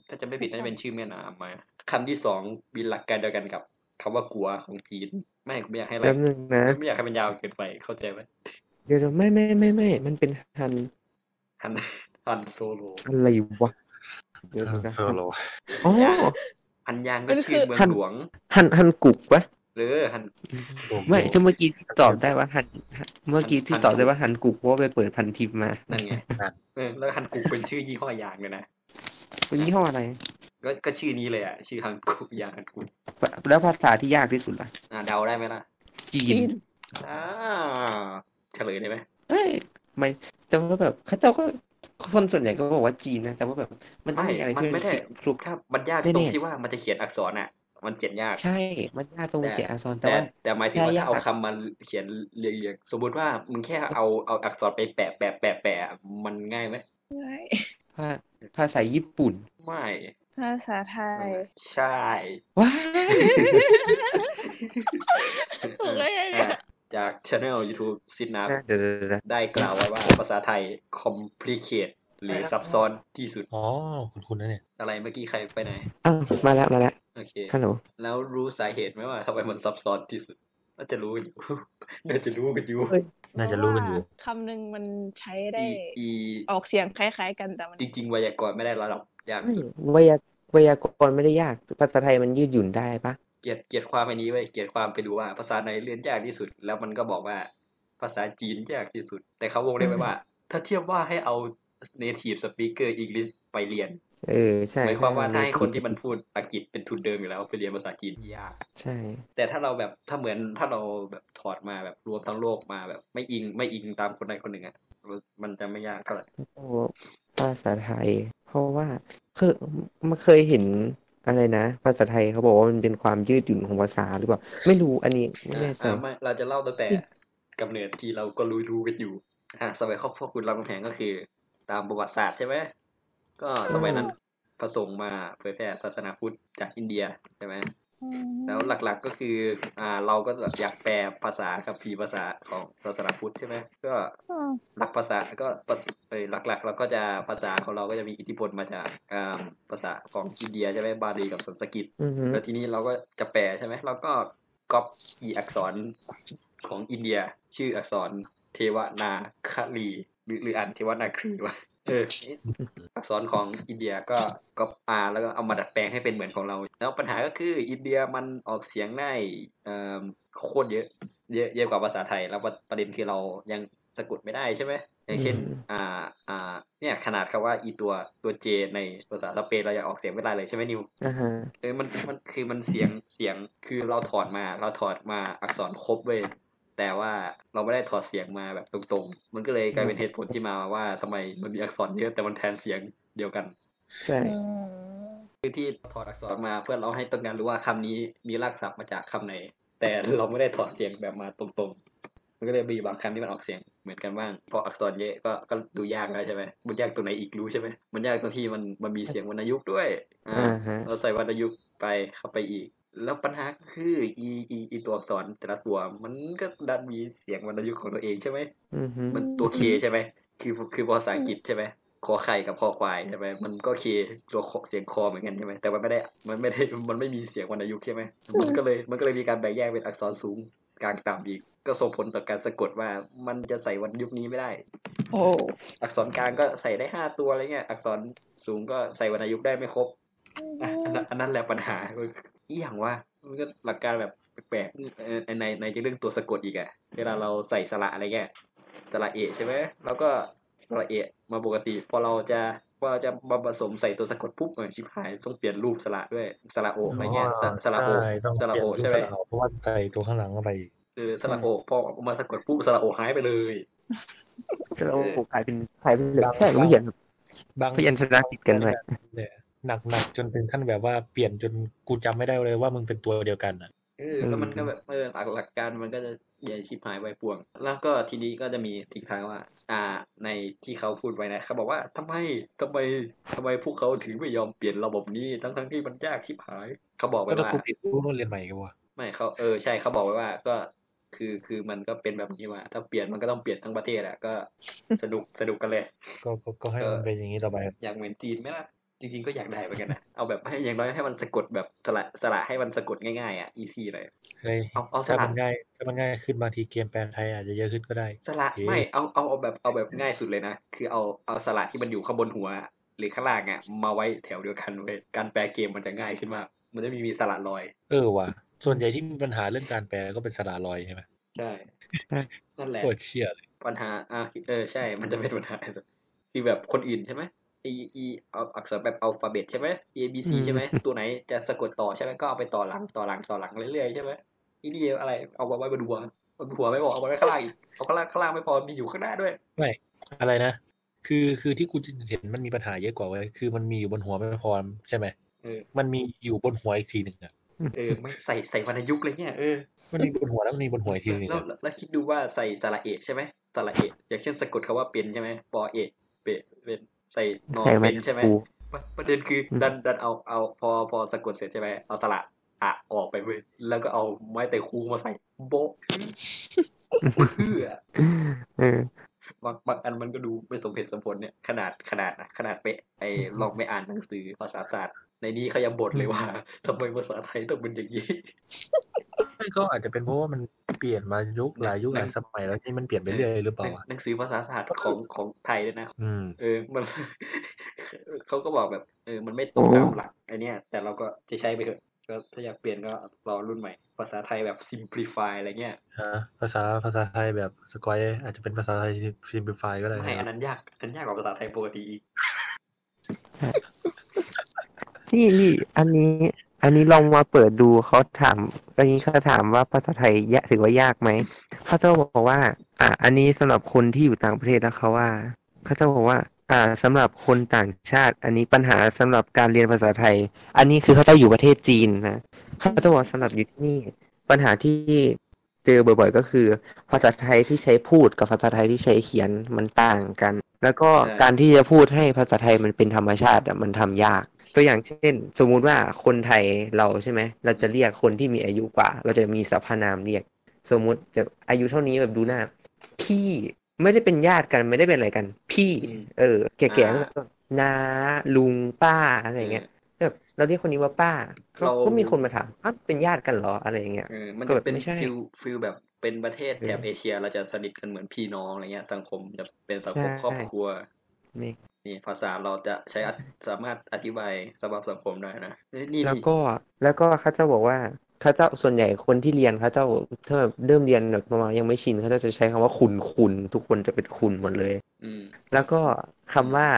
ถ้าจะไม่ผิดน่าจะเป็นชื่อแม่น้ำมาคำที่สองมีหลักการเดียวกันกับคำว่ากลัวของจีน ไม่ไม่อยากให้อะไร แป๊บนึงนะ ไม่อยากให้มันยาวเกินไปเข้าใจไหม เดี๋ยวๆไม่ไม่ไม่ไม่มันเป็นฮัน ฮันฮันโซโล อะไรวะเดี๋ยวนะ โซโล อ๋อ ฮันยางก็ มันคื ชื่อ อ เมือง ฮัน หลวง ฮันฮันกุกปะ หรือฮัน ไม่ที่เมื่อกี้ที่ตอบได้ว่าฮันเมื่อกี้ที่ตอบได้ว่าฮันกุกเพราะว่าไปเปิดพันทิปมา นั่นไง ครับ เออแล้วฮันกุกเป็นชื่อยี่ห้อยางเลยนะ เป็นยี่ห้ออะไร ก็ก็ชื่อนี้เลยอ่ะ ชื่อฮันกุกยางฮันกุก แล้วภาษาที่ยากที่สุดล่ะ อ่าเดาได้ไหมล่ะ จี จี น น อ่าเฉลยได้ไหม เอ้ยไม่แต่ว่าแบบเขาเจ้าก็คนส่วนใหญ่ก็บอกว่าจีนนะแต่ว่าแบบมันต้องมีอะไร มั ที่ ไม่ได้ คลุก ถ้ามันยาก แน่ๆ ตรงที่ว่ามันจะเขียนอักษรอ่ะ มันเขียนยาก ใช่มันยากตรง แต่ เขียนอักษรแต่ แต่ ว่า แต่หมายถึงว่า แค่ยาถ้ากเอาคำมาเขียนเรียงๆสมมุติว่ามึงแค่เอาเอาอักษรไปแปะแปะแปะแปะมันง่ายไหม ภาภาษาญี่ปุ่น ไม่ ภาษาไทย ใช่ ว้า ถูกได้ไงเนี่ อ่ะ ย จากช anel YouTube ซิดนับ ยเดี๋ยวๆๆ ได้กล่าวไว้ว่าภาษาไทย complicate หรือซับซ้อนที่สุด อ๋อคุณคุณนะเนี่ย อะไรเมื่อกี้ใครไปไหน ๆอ้าวมาแล้วมาแล้ว โอเค ฮัลโหล แล้วรู้สาเหตุไหมว่าทำไมมันซับซ้อนที่สุด น่าจะรู้กันอยู่ น่าจะรู้กันอยู่ น่าจะรู้กันอยู่ เพราะว่าคำหนึ่งมันใช้ได้ อีอี ออกเสียงคล้าย ๆ กันแต่มัน จริง ๆ ไวยากรณ์ไม่ได้ระดับยากสุด ไวยากไวยากรณ์ไม่ได้ยาก ภาษาไทยมันยืดหยุ่นได้ปะ เกลียดเกลียดความไอ้นี้ไว้ยเกลียดความไปดูว่า ภาษาไหนเรียนยากที่สุด แล้วมันก็บอกว่า ภาษาจีนยากที่สุด แต่เขาวงเล็บไว้ว่า ถ้าเทียบว่าให้เอา native speaker English ไปเรียน เออใช่ หมายความว่าถ้าให้คนที่มันพูดอังกฤษเป็นทุนเดิมอยู่แล้วไปเรียนภาษาจีนยาก ใช่ แต่ถ้าเราแบบถ้าเหมือนถ้าเราแบบถอดมาแบบรวมทั้งโลกมาแบบ ไม่อิงไม่อิงตามคนใดคนหนึ่งอะมันจะไม่ยากเท่าไหร่ โอ้ภาษาไทย เพราะว่าเคยมันเคยเห็นอะไรนะ ภาษาไทยเขาบอกว่ามันเป็นความยืดหยุ่นของภาษาหรือเปล่าไม่รู้อันนี้ไม่แน่ใจ อ่าไม่เราจะเล่าตั้งแต่กำเนิดที่เราก็รู้รู้กันอยู่อ่าสมัยครอบครัวคุณรามคำแหงก็คือ ตามประวัติศาสตร์ใช่ไหมก็สมัยนั้นพระสงฆ์มาเผยแพร่ศาสนาพุทธจากอินเดียใช่ไหมแล้วหลักๆก็คืออ่าเราก็อยากแปลภาษาคัมภีร์ภาษาของศาสนาพุทธใช่ไหมก็ หลักภาษาก็ภาษเอ่ยหลักๆ เราก็จะภาษาของเราก็จะมีอิทธิพลมาจากอ่าภาษาของอินเดียใช่ไหมบาลีกับสันสกฤต อือฮึ แล้วทีนี้เราก็จะแปลใช่ไหมเราก็ก๊อปอีอักษรของอินเดีย ชื่ออักษรเทวนาคลีหรือหรืออ่านเทวนาครีวะเอออักษรของอินเดียก็ก๊อปอาแล้วก็เอามาดัดแปลงให้เป็นเหมือนของเรา แล้วปัญหาก็คืออินเดียมันออกเสียงได้เอ่อโคตรเยอะ เยอะเยอะกว่าภาษาไทยแล้วประเด็นคือเรายังสะกดไม่ได้ใช่ไหมอย่างเช่น อ่าอ่า เนี่ยขนาดคำว่าอีตัวตัวเจในภาษาสเปนเรายังออกเสียงไม่ได้เลยใช่ไหมนิว อ่าฮะ เออมันมันคือมันเสียงเสียงคือเราถอดมา เราถอดมาอักษรครบเว้ยแต่ว่าเราไม่ได้ถอดเสียงมาแบบตรงๆ มันก็เลยกลายเป็นเหตุผลที่มาว่าทำไมมันมีอักษรเยอะแต่มันแทนเสียงเดียวกัน ใช่ คือที่ถอดอักษรมาเพื่อเราให้ต้องการรู้ว่าคำนี้มีรากศัพท์มาจากคำไหน แต่เราไม่ได้ถอดเสียงแบบมาตรงๆ มันก็เลยมีบางคำที่มันออกเสียงเหมือนกันบ้างเพราะอักษรเยอะก็ก็ดูยากแล้วใช่ไหมมันยากตรงไหนอีกรู้ใช่ไหมมันยากตรงที่มันมันมีเสียงวรรณยุกต์ด้วยอ่า อ่าฮะ เราใส่วรรณยุกต์ไปเข้าไปอีก แล้วปัญหาคืออีอีอีตัวอักษรแต่ละตัว มันก็ดันมีเสียงวรรณยุกต์ของตัวเองใช่ไหม อือฮึ มันตัวเคใช่ไหม คือคือภาษาอังกฤษใช่ไหมคอไข่กับคอควายใช่ไหมมันก็เคตัวคอเสียงคอเหมือนกันใช่ไหมแต่มันไม่ได้ มันไม่ได้ มันไม่มีเสียงวรรณยุกต์ใช่ไหมมันก็เลย มันก็เลยมีการแบ่งแยกเป็นอักษรสูงกลางต่ำอีก ก็ส่งผลต่อการสะกดว่า มันจะใส่วรรณยุกต์นี้ไม่ได้ โอ้ อักษรกลางก็ใส่ได้ห้าตัวอะไรเงี้ย อักษรสูงก็ใส่วรรณยุกต์ได้ไม่ครบอ่ะอันนั้นอันนั้นแหละปัญหาอีอย่างว่ามันก็หลักการแบบแปลกๆเออในในในจะเรื่องตัวสะกดอีกอะเวลาเราใส่สระอะไรเงี้ยสระเอะใช่ไหมแล้วก็สระเอะมาปกติ พอเราจะพอเราจะมาผสมใส่ตัวสะกดปุ๊บเออชิบหายต้องเปลี่ยนรูปสระด้วยสระโออะไรเงี้ยสระสระโอ ใช่ต้อง สระ เปลี่ย โอน รูป ใช่ไหม สระโอเพราะว่าใส่ตัวข้างหลังเข้าไปอีก คือสระโอพอออกมาสะกดปุ๊บสระโอหายไปเลย เราขายเป็นขายเป็นเหลืองใช่ไม่เห็น บาง พยัญชนะติดกันหน่อย เนี่ยหนักหนักจนถึงขั้นแบบว่าเปลี่ยนจนกูจำไม่ได้เลยว่ามึงเป็นตัวเดียวกันอ่ะ เออแล้วมันก็แบบเออหลักหลักการมันก็จะใหญ่ชิบหายไวป่วง แล้วก็ทีนี้ก็จะมีทิ้งท้ายว่า อ่า ในที่เขาพูดไว้นะเขาบอกว่าทำไมทำไมทำไมพวกเขาถึงไม่ยอมเปลี่ยนระบบนี้ทั้งทั้งที่มันยากชิบหาย เขาบอกไว้ ก็ต้อง ว่า ครูติดรู้นู่นเรียนใหม่กันวะ ไม่เขาเออใช่เขาบอกไว้ว่าก็คือคือมันก็เป็นแบบนี้มาถ้าเปลี่ยนมันก็ต้องเปลี่ยนทั้งประเทศแหละก็สนุก สนุกกันเลย ก็ก็ก็ให้มันเป็นอย่างนี้ต่อไปครับ อยากเหมือนจีนไหมล่ะ จริง ๆ ก็อยากได้เหมือนกันนะเอาแบบให้อย่างน้อยให้มันสะกดแบบสระสระให้มันสะกดง่ายๆอ่ะ easy เลย เฮ้ย เอาเอาส ถ้า ลั มั ด นง่ายถ้ามันง่ายขึ้นบางทีเกมแปลไทยอาจจะเยอะขึ้นก็ได้ สระ โอเค ไม่เอาเอาเอาแบบเอาแบบง่ายสุดเลยนะ คือเอาเอาสระที่มันอยู่ข้างบนหัว หรือข้างล่างอ่ะมาไว้แถวเดียวกันเว้ยการแปลเกมมันจะง่ายขึ้นมากมันจะไมีมีสระลอย เออว่ะส่วนใหญ่ที่มีปัญหาเรื่องการแปลก็เป็นสระลอยใช่ไหม ใช่ นั่นแหละ โคตรเชี่ยเลย ปัญหาอ่ะเออใช่ มันจะเป็นปัญหา คือแบบคนอื่นใช่ไหมอีอีเอาอักษรแบบอัลฟาเบตใช่ไหม A B C ใช่ไหมตัวไหนจะสะกดต่อใช่ไหมก็เอาไปต่อหลังต่อหลังต่อหลังเรื่อยๆใช่ไหมอีนี่อะไรเอาไว้บนหัวบนหัวไม่พอเอาไว้ข้างล่างอีกเอาข้างล่างข้างล่างไม่พอมีอยู่ข้างหน้าด้วย อะไรนะคือคือที่กูเห็นมันมีปัญหาเยอะกว่าเว้ยคือมันมีอยู่บนหัวไม่พอใช่ไหม เออ มันมีอยู่บนหัวอีกทีหนึ่งอะ เออไม่ใส่ใส่วรรณยุกต์เลยเนี่ยเออ มันมีบนหัวแล้วมันมีบนหัวอีกทีหนึ่ง แล้ว อะ แล้วแล้วคิดดูว่าใส่สระเอะใช่ไหมสระเอะอย่างเช่นสะกดคำว่าเป็นใช่ไหมปอเอะเปะเป็นใส่นอ ใช่ไหม เป็นใช่ไหม ครู ประประเด็นคือ อืม ดันดันเอาเอาพอพอสะกดเสร็จใช่ไหมเอาสระอะออกไปเว้ยแล้วก็เอาไม้แต่คูมาใส่โบะเพื่อ เออบ างบางอันมันก็ดูไม่สมเหตุสมผลเนี่ยขนาดขนาดนะขนาดเป๊ะไอ้ลองไปอ่านหนังสือภาษาศาสตร์ ในนี้เขายังบ่นเลยว่า ทำไมภาษาไทยต้องเป็นอย่างนี้ ไม่ก็อาจจะเป็นเพราะว่ามันเปลี่ยนมายุคหลายยุคหลายสมัยแล้วที่มันเปลี่ยนไปเรื่อยหรือเปล่าวะ หนังสือภาษาศาสตร์ของของไทยด้วยนะ อืม เออ มัน เขาก็บอกแบบเออ มันไม่ตรงตามหลักไอเนี้ยแต่เราก็จะใช้ไปเถอะก็ถ้าอยากเปลี่ยนก็รอรุ่นใหม่ ภาษาไทยแบบ simplify อะไรเงี้ย ฮะภาษาภาษาไทยแบบสกอยอาจจะเป็นภาษาไทยซิมพลิฟายก็ได้ ไม่อัน นะ นั้นยากอันนั้นยากกว่าภาษาไทยปกติอีก นี่นี่อันนี้ อันนี้ลองมาเปิดดูเขาถามอันนี้เขาถามว่าภาษาไทยยะถือว่ายากไหมเขาจะบอกว่า อ่ะอันนี้สำหรับคนที่อยู่ต่างประเทศแล้วเขาว่าเขาจะบอกว่า อ่าสำหรับคนต่างชาติ อันนี้ปัญหาสำหรับการเรียนภาษาไทย อันนี้คือเขาจะอยู่ประเทศจีนนะเขาจะบอกสำหรับอยู่ที่นี่ ปัญหาที่เจอบ่อยๆ ก็คือ ภาษาไทยที่ใช้พูดกับภาษาไทยที่ใช้เขียนมันต่างกัน แล้วก็ ใช่ การที่จะพูดให้ภาษาไทยมันเป็นธรรมชาติอะมันทำยาก ตัวอย่างเช่น สมมุติว่าคนไทยเราใช่ไหมเราจะเรียกคนที่มีอายุกว่า เราจะมีสรรพนามเรียก สมมุติแบบอายุเท่านี้แบบดูหน้า พี่ไม่ได้เป็นญาติกันไม่ได้เป็นอะไรกัน พี่ อืม เออ แก่ อ่า ๆแล้วก็น้าลุงป้าอะไรอย่างเงี้ยแบบเราเรียกคนนี้ว่าป้าเขา เรา ก็มีคนมาถามอ้าวเป็นญาติกันเหรออะไรอย่างเงี้ย เออมัน ก็ จะ แบบ เป็น ไม่ใช่ ฟิลฟิลแบบเป็นประเทศแถบ เออ เอเชียเราจะสนิทกันเหมือนพี่น้องอะไรเงี้ย สังคมจะเป็นสังคม ใช่ ครอบครัว นี่ นี่ภาษาเราจะใช้สามารถอธิบายสำหรับสังคมได้นะนี่นี่ แล้วก็แล้วก็เขาจะบอกว่าเขาจะส่วนใหญ่คนที่เรียนเขาจะถ้าแบบเริ่มเรียนแบบประมาณยังไม่ชินเขาจะใช้คำว่าคุณคุณทุกคนจะเป็นคุณหมดเลย อืม แล้วก็คำว่า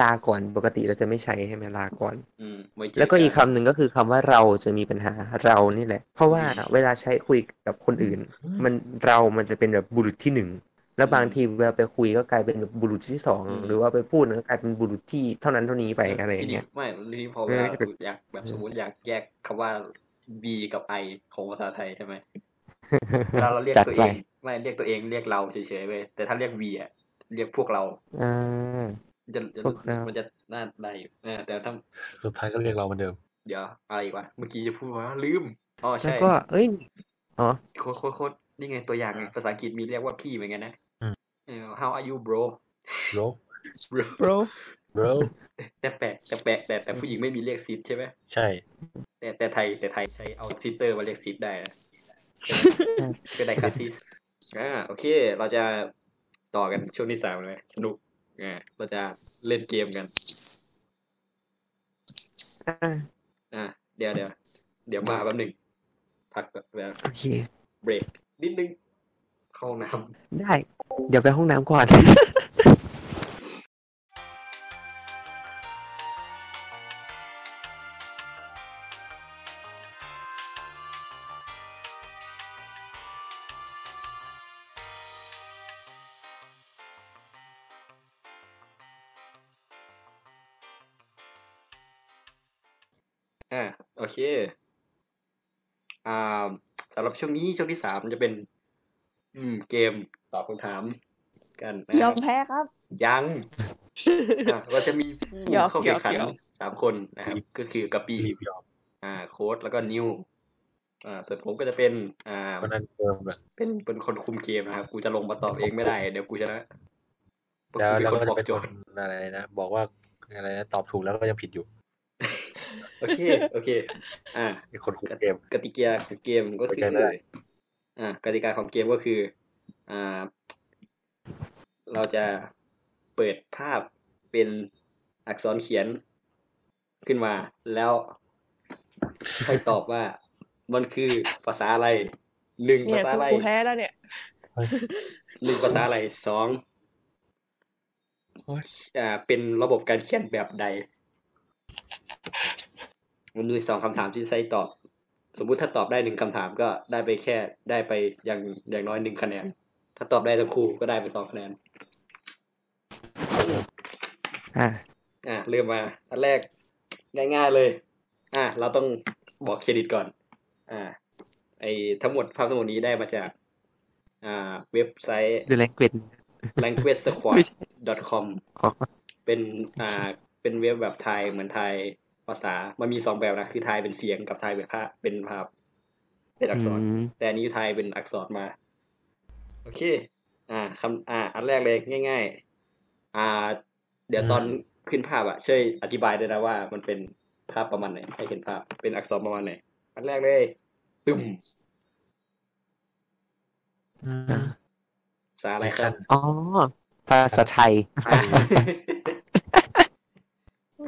ลาก่อนปกติเราจะไม่ใช้ใช่ไหมลาก่อน อืมไเจ แล้วก็อีก น คำหนึ่งก็คือคำว่าเราจะมีปัญหาเรานี่แหละ เพราะว่าเวลาใช้คุยกับคนอื่น มันเรามันจะเป็นแบบบุรุษที่หนึ่งแล้วบางทีเวลาไปคุยก็กลายเป็นแบบบุรุษที่สอง อืม หรือว่าไปพูดก็กลายเป็นบุรุษที่เท่านั้นเท่านี้ไปอะไรอย่างเงี้ย ทีนี้ไม่ทีนี้พอเวลาอยากแบบสมมติอยากแยกคำว่า B กับ I ของภาษาไทยใช่ไหมเวลาเราเรียก จัด ตัว ไป เองไม่เรียกตัวเองเรียกเราเฉยๆไปแต่ถ้าเรียก V อ่ะเรียกพวกเรา อ่า มันจะจะ พวกเรามั มันจะน่าได้อยู่เออแต่ถ้า สุดท้ายก็เรียกเราเหมือนเดิม เดี๋ยวอะไรอีกวะเมื่อกี้จะพูดว่าลืมอ๋อ แล้ว ใช่ ก็เอ้ยอ๋อ โคตรโคตรโคตรนี่ไงตัวอย่างไงภาษาอังกฤษมีเรียกว่าพี่เหมือนกันนะ อืม เออ how are you bro bro bro bro bro แต่แปลกแต่แปลกแต่แต่ผู้หญิงไม่มีเรียกซิสใช่ไหม ใช่ แต่แต่ไทยแต่ไทยใช้เอาซิสเตอร์มาเรียกซิสได้นะ อืม ก็ได้คัสซิสอ่าโอเค เราจะต่อกันช่วงที่สามเลยสนุกอ่าเราจะเล่นเกมกัน อ่า อ่าเดี๋ยวเดี๋ยวเดี๋ยวมาแป๊บหนึ่งพักแบบ โอเค เบรกนิดนึง เข้าห้องน้ ได้ เดี๋ยวไปห้องน้ำก่อน ำอ่าโอเค อ่าสำหรับช่วงนี้ช่วงที่สามจะเป็น อืม เกมตอบคำถาม กันนะ ย ครัอบ มแพ้ครับ ยังอ่ะเราจะมีผู้ ยอม เข้าแข่งขัน ยอม สามคนนะครับ ก็คือกะปี รีบยอม อ่า โค้ดแล้วก็นิวอ่า ส่วนผมก็จะเป็น อ่า เพราะนั้นเพิ่มแบบ เป็นเป็นคนคุมเกมนะครับ กูจะลงมาตอบเองไม่ได้ เดี๋ยวกูชนะเพราะ แล้ว กูเป็นคเราน ก็ บ จะ อกโจทเป็นคน ย์ อะไรนะบอกว่าอะไรนะตอบถูกแล้วก็ยังผิดอยู่ โอเค โอเค อ่า ไอ้คนคุมเกม กติกาของเกมก็คือ เข้าใจได้ อ่ากติกาของเกมก็คือ อ่า เราจะเปิดภาพเป็นอักษรเขียนขึ้นมา แล้วให้ตอบว่ามันคือภาษาอะไรหนึ่งภา เนี่ย ษาอะไรกูกูแพ้แล้วเนี่ย หนึ่งภาษาอะไรสองอ่า เป็นระบบการเขียนแบบใด มันมีสองคำถามที่ใช้ตอบ สมมุติถ้าตอบได้หนึ่งคำถามก็ได้ไปแค่ได้ไปอย่างอย่างน้อยหนึ่งคะแนน ถ้าตอบได้ทั้งคู่ก็ได้ไปสองคะแนน อ่ะ อ่ะเริ่มมาอันแรกง่ายๆเลย อ่ะเราต้องบอกเครดิตก่อน อ่า ไอทั้งหมดภาพทั้งหมดนี้ได้มาจาก อ่า เว็บไซต์ ดูแลงเกว language ไม่ใช่ squad com ขอ เป็นอ่าเป็นเว็บแบบไทยเหมือนไทยภาษา มันมีสองแบบนะ คือไทยเป็นเสียงกับไทยเป็นภาพเป็นภาพ เป็นอักษร อืม แต่อันนี้ไทยเป็นอักษรมา โอเค อ่าคำอ่า อันแรกเลยง่าย ๆ อ่า เดี๋ยวตอน อืม ขึ้นภาพอะช่วยอธิบายด้วยนะว่า มันเป็นภาพประมาณไหนให้เห็นภาพเป็นอักษรประมาณไหน อันแรกเลยตึม อืม อ่ะ สาอะไรครับ อ๋อภาษาไทย อ่ะ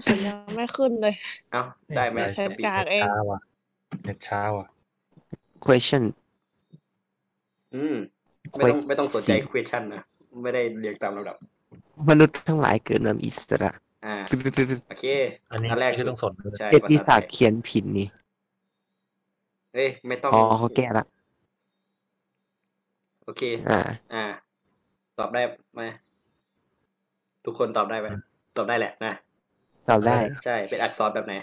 ฉันยังไม่ขึ้นเลย เอ้าได้ไหม ได้ ฉันกากเอง ช้าว่ะเน็ตช้าว่ะ question อืม ไม่ต้องไม่ต้องสนใจ question นะ ไม่ได้เรียงตามลำดับ มนุษย์ทั้งหลายเกิดมามีอิสระ อ่า ตึ๊ดตึ๊ดตึ๊ดตึ๊ด โอเค อันนี้ แรก คือต้องสน ใช่ เอ็ด ภา วิ ษาไท สาย เขียนผิดนี่ เอ้ยไม่ต้อง อ๋อเขาแก้ละ โอเค อ่า อ่า ตอบได้ไหมทุกคนตอบได้ไหมตอบได้แหละนะ ตอบได้ ใช่ เป็นอักษรแบบไหน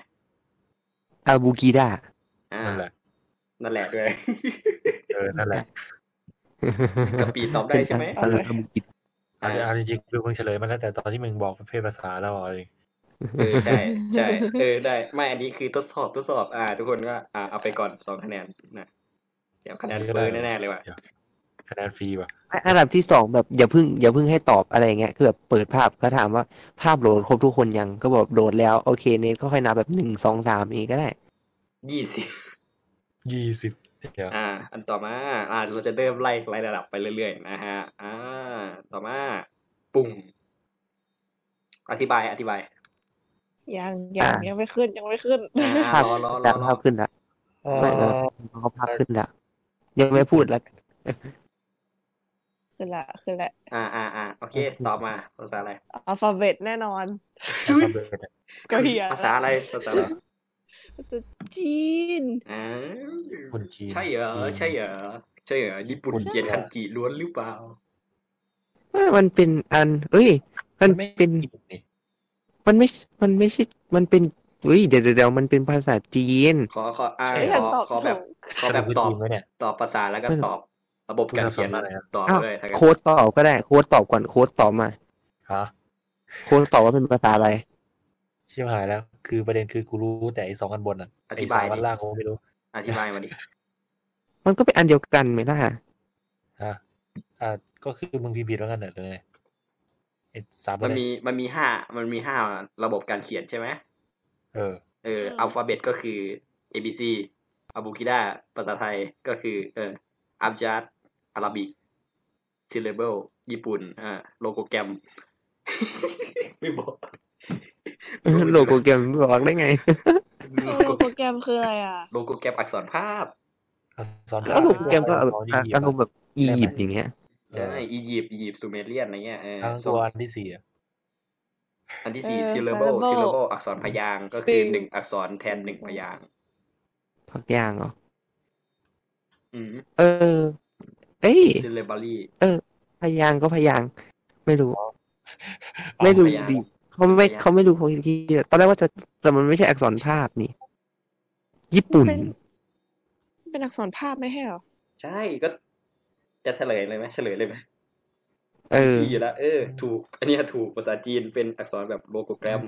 อาบูกีดา อ่า นั่นแหละ นั่นแหละด้วย เออนั่นแหละ กะปิตอบได้ใช่ไหม เป็นภาษาอาบูกีดา อันนี้เอาจริงๆคือมึงเฉลยมาแล้วแต่ตอนที่มึงบอกประเภทภาษาแล้วอ่ะ เออใช่ใช่เออได้ ไม่อันนี้คือทดสอบทดสอบ อ่า ทุกคนก็ อ่าเอาไปก่อนสองคะแนนนะเดี๋ยวคะแนนเฟ้อแน่ๆเลยว่ะ คะแนนฟรีว่ะ อันดับที่สองแบบอย่าเพึ่งอย่าเพึ่งให้ตอบอะไรเงี้ย คือแบบเปิดภาพก็ถามว่าภาพโหลดครบทุกคนยัง ก็บอกโหลดแล้ว โอเคเนทก็ค่อยนับแบบหนึ่งสองสามอย่างนี้ก็ได้ ยี่สิบ ยี่สิบเดี๋ยว อ่า อันต่อมา อ่าเราจะเริ่มไล่ไล่ระดับไปเรื่อยๆนะฮะ อ่า ต่อมา ปุ่ม อธิบายอธิบาย ยังยัง อ่ะ ยังไม่ขึ้นยังไม่ขึ้น อ่าภาพ รอรอรอ ดับ รอ ภาพขึ้นละไม่เออเขาภาพขึ้นละยังไม่พูดละ ขึ้นละขึ้นละ อ่าอ่าอ่าโอเค ตอบมาภาษาอะไร อัลฟาเบตแน่นอน ก็เหี้ย ภาษาอะไรภาษาอะไร จีน อ่า คุณจีน ใช่เหรอ จีน ใช่เหรอใช่เหรอญี่ปุ่น คุณ เขียน จีน คันจิล้วนหรือเปล่า ไม่มันเป็นอัน เอ้ย มันเป็น ผิดนี่ มันไม่ มันไม่ใช่ มันเป็นเฮ้ยเดี๋ยวเดี๋ยวเดี๋ยวมันเป็นภาษาจีน ขอขออ่า เอ้ย ข ฉัน อ ตอบ ขอแบบ ถูก ขอแบบ คุณ ตอบ จีนไหมเนี่ย ตอบภาษาแล้วก็ ไม่ ตอบระบบการเขียน คุณสามารถอะไรครับ ตอบเลยทั้งนั้น โค้ดตอบก็ได้ โค้ดตอบก่อน โค้ดตอบมา ฮะ โค้ดตอบว่าเป็นภาษาอะไร ชิบหายแล้ว คือประเด็นคือกูรู้แต่ไอ้สองอันบนอ่ะ อ ไอ้ ธิ สา บาย มอัน ดิ ล่างกูไม่รู้ อธิบายมาดิ มันก็เป็นอันเดียวกันไหมล่ะ ฮะอ่าก็คือมึงพิมพ์ผิดแล้วกันเหรอเลยไงไอ้สามอั มัน น เย มีมันมีห้ามันมีห้าระบบการเขียนใช่ไหม เออ เออ ม อัลฟาเบตก็คือ A B C อาบูกิดาภาษาไทยก็คือ เอออับจัดอาราบิกซิเลเบิลญี่ปุ่น อ่าโลโกแกรม ไม่บอก โลโกเกมบอกได้ไง เออโปรแกรมคืออะไรอ่ะ โลโกแกรมอักษรภาพ อักษร ก็ โลโกเกมก็ อั อา ษ ร ร มณ์อ่ะที่หยิบ อารมณ์แบบอียิปต์อย่างเงี้ย เอ ใช่ อ อียิปต์อียิปต์ซูเมเรียนอะไรเงี้ยเออ ทั้ง ส่ ตั ง วอันที่สี่อะ อันที่สี่ เออ ซิลเลเบิล syllable ซิลเลเบิลอักษรพยางค์ก็คือ ซึ่ง หนึ่งอักษรแทนหนึ่งพยางค์ พักยางเหรอ อืม เออ เอ้ย ซิลเลบารี พยางค์ก็พยางค์ไม่รู้ อ๋อ ไม่รู้ พยาง ดิ ค์ เขาไม่เขาไม่รู้เขาคิดตอนแรกว่าจะแต่มันไม่ใช่อักษรภาพนี่ ญี่ปุ่น เป็น เป็น เป็นอักษรภาพไม่ใช่เหรอ ใช่ก็จะเฉลยเลยไหมเฉลยเลยไหม เออ ดีอยู่แล้วเออ ถูก อันเนี้ยถูกภาษาจีนเป็นอักษรแบบโลโกแกรม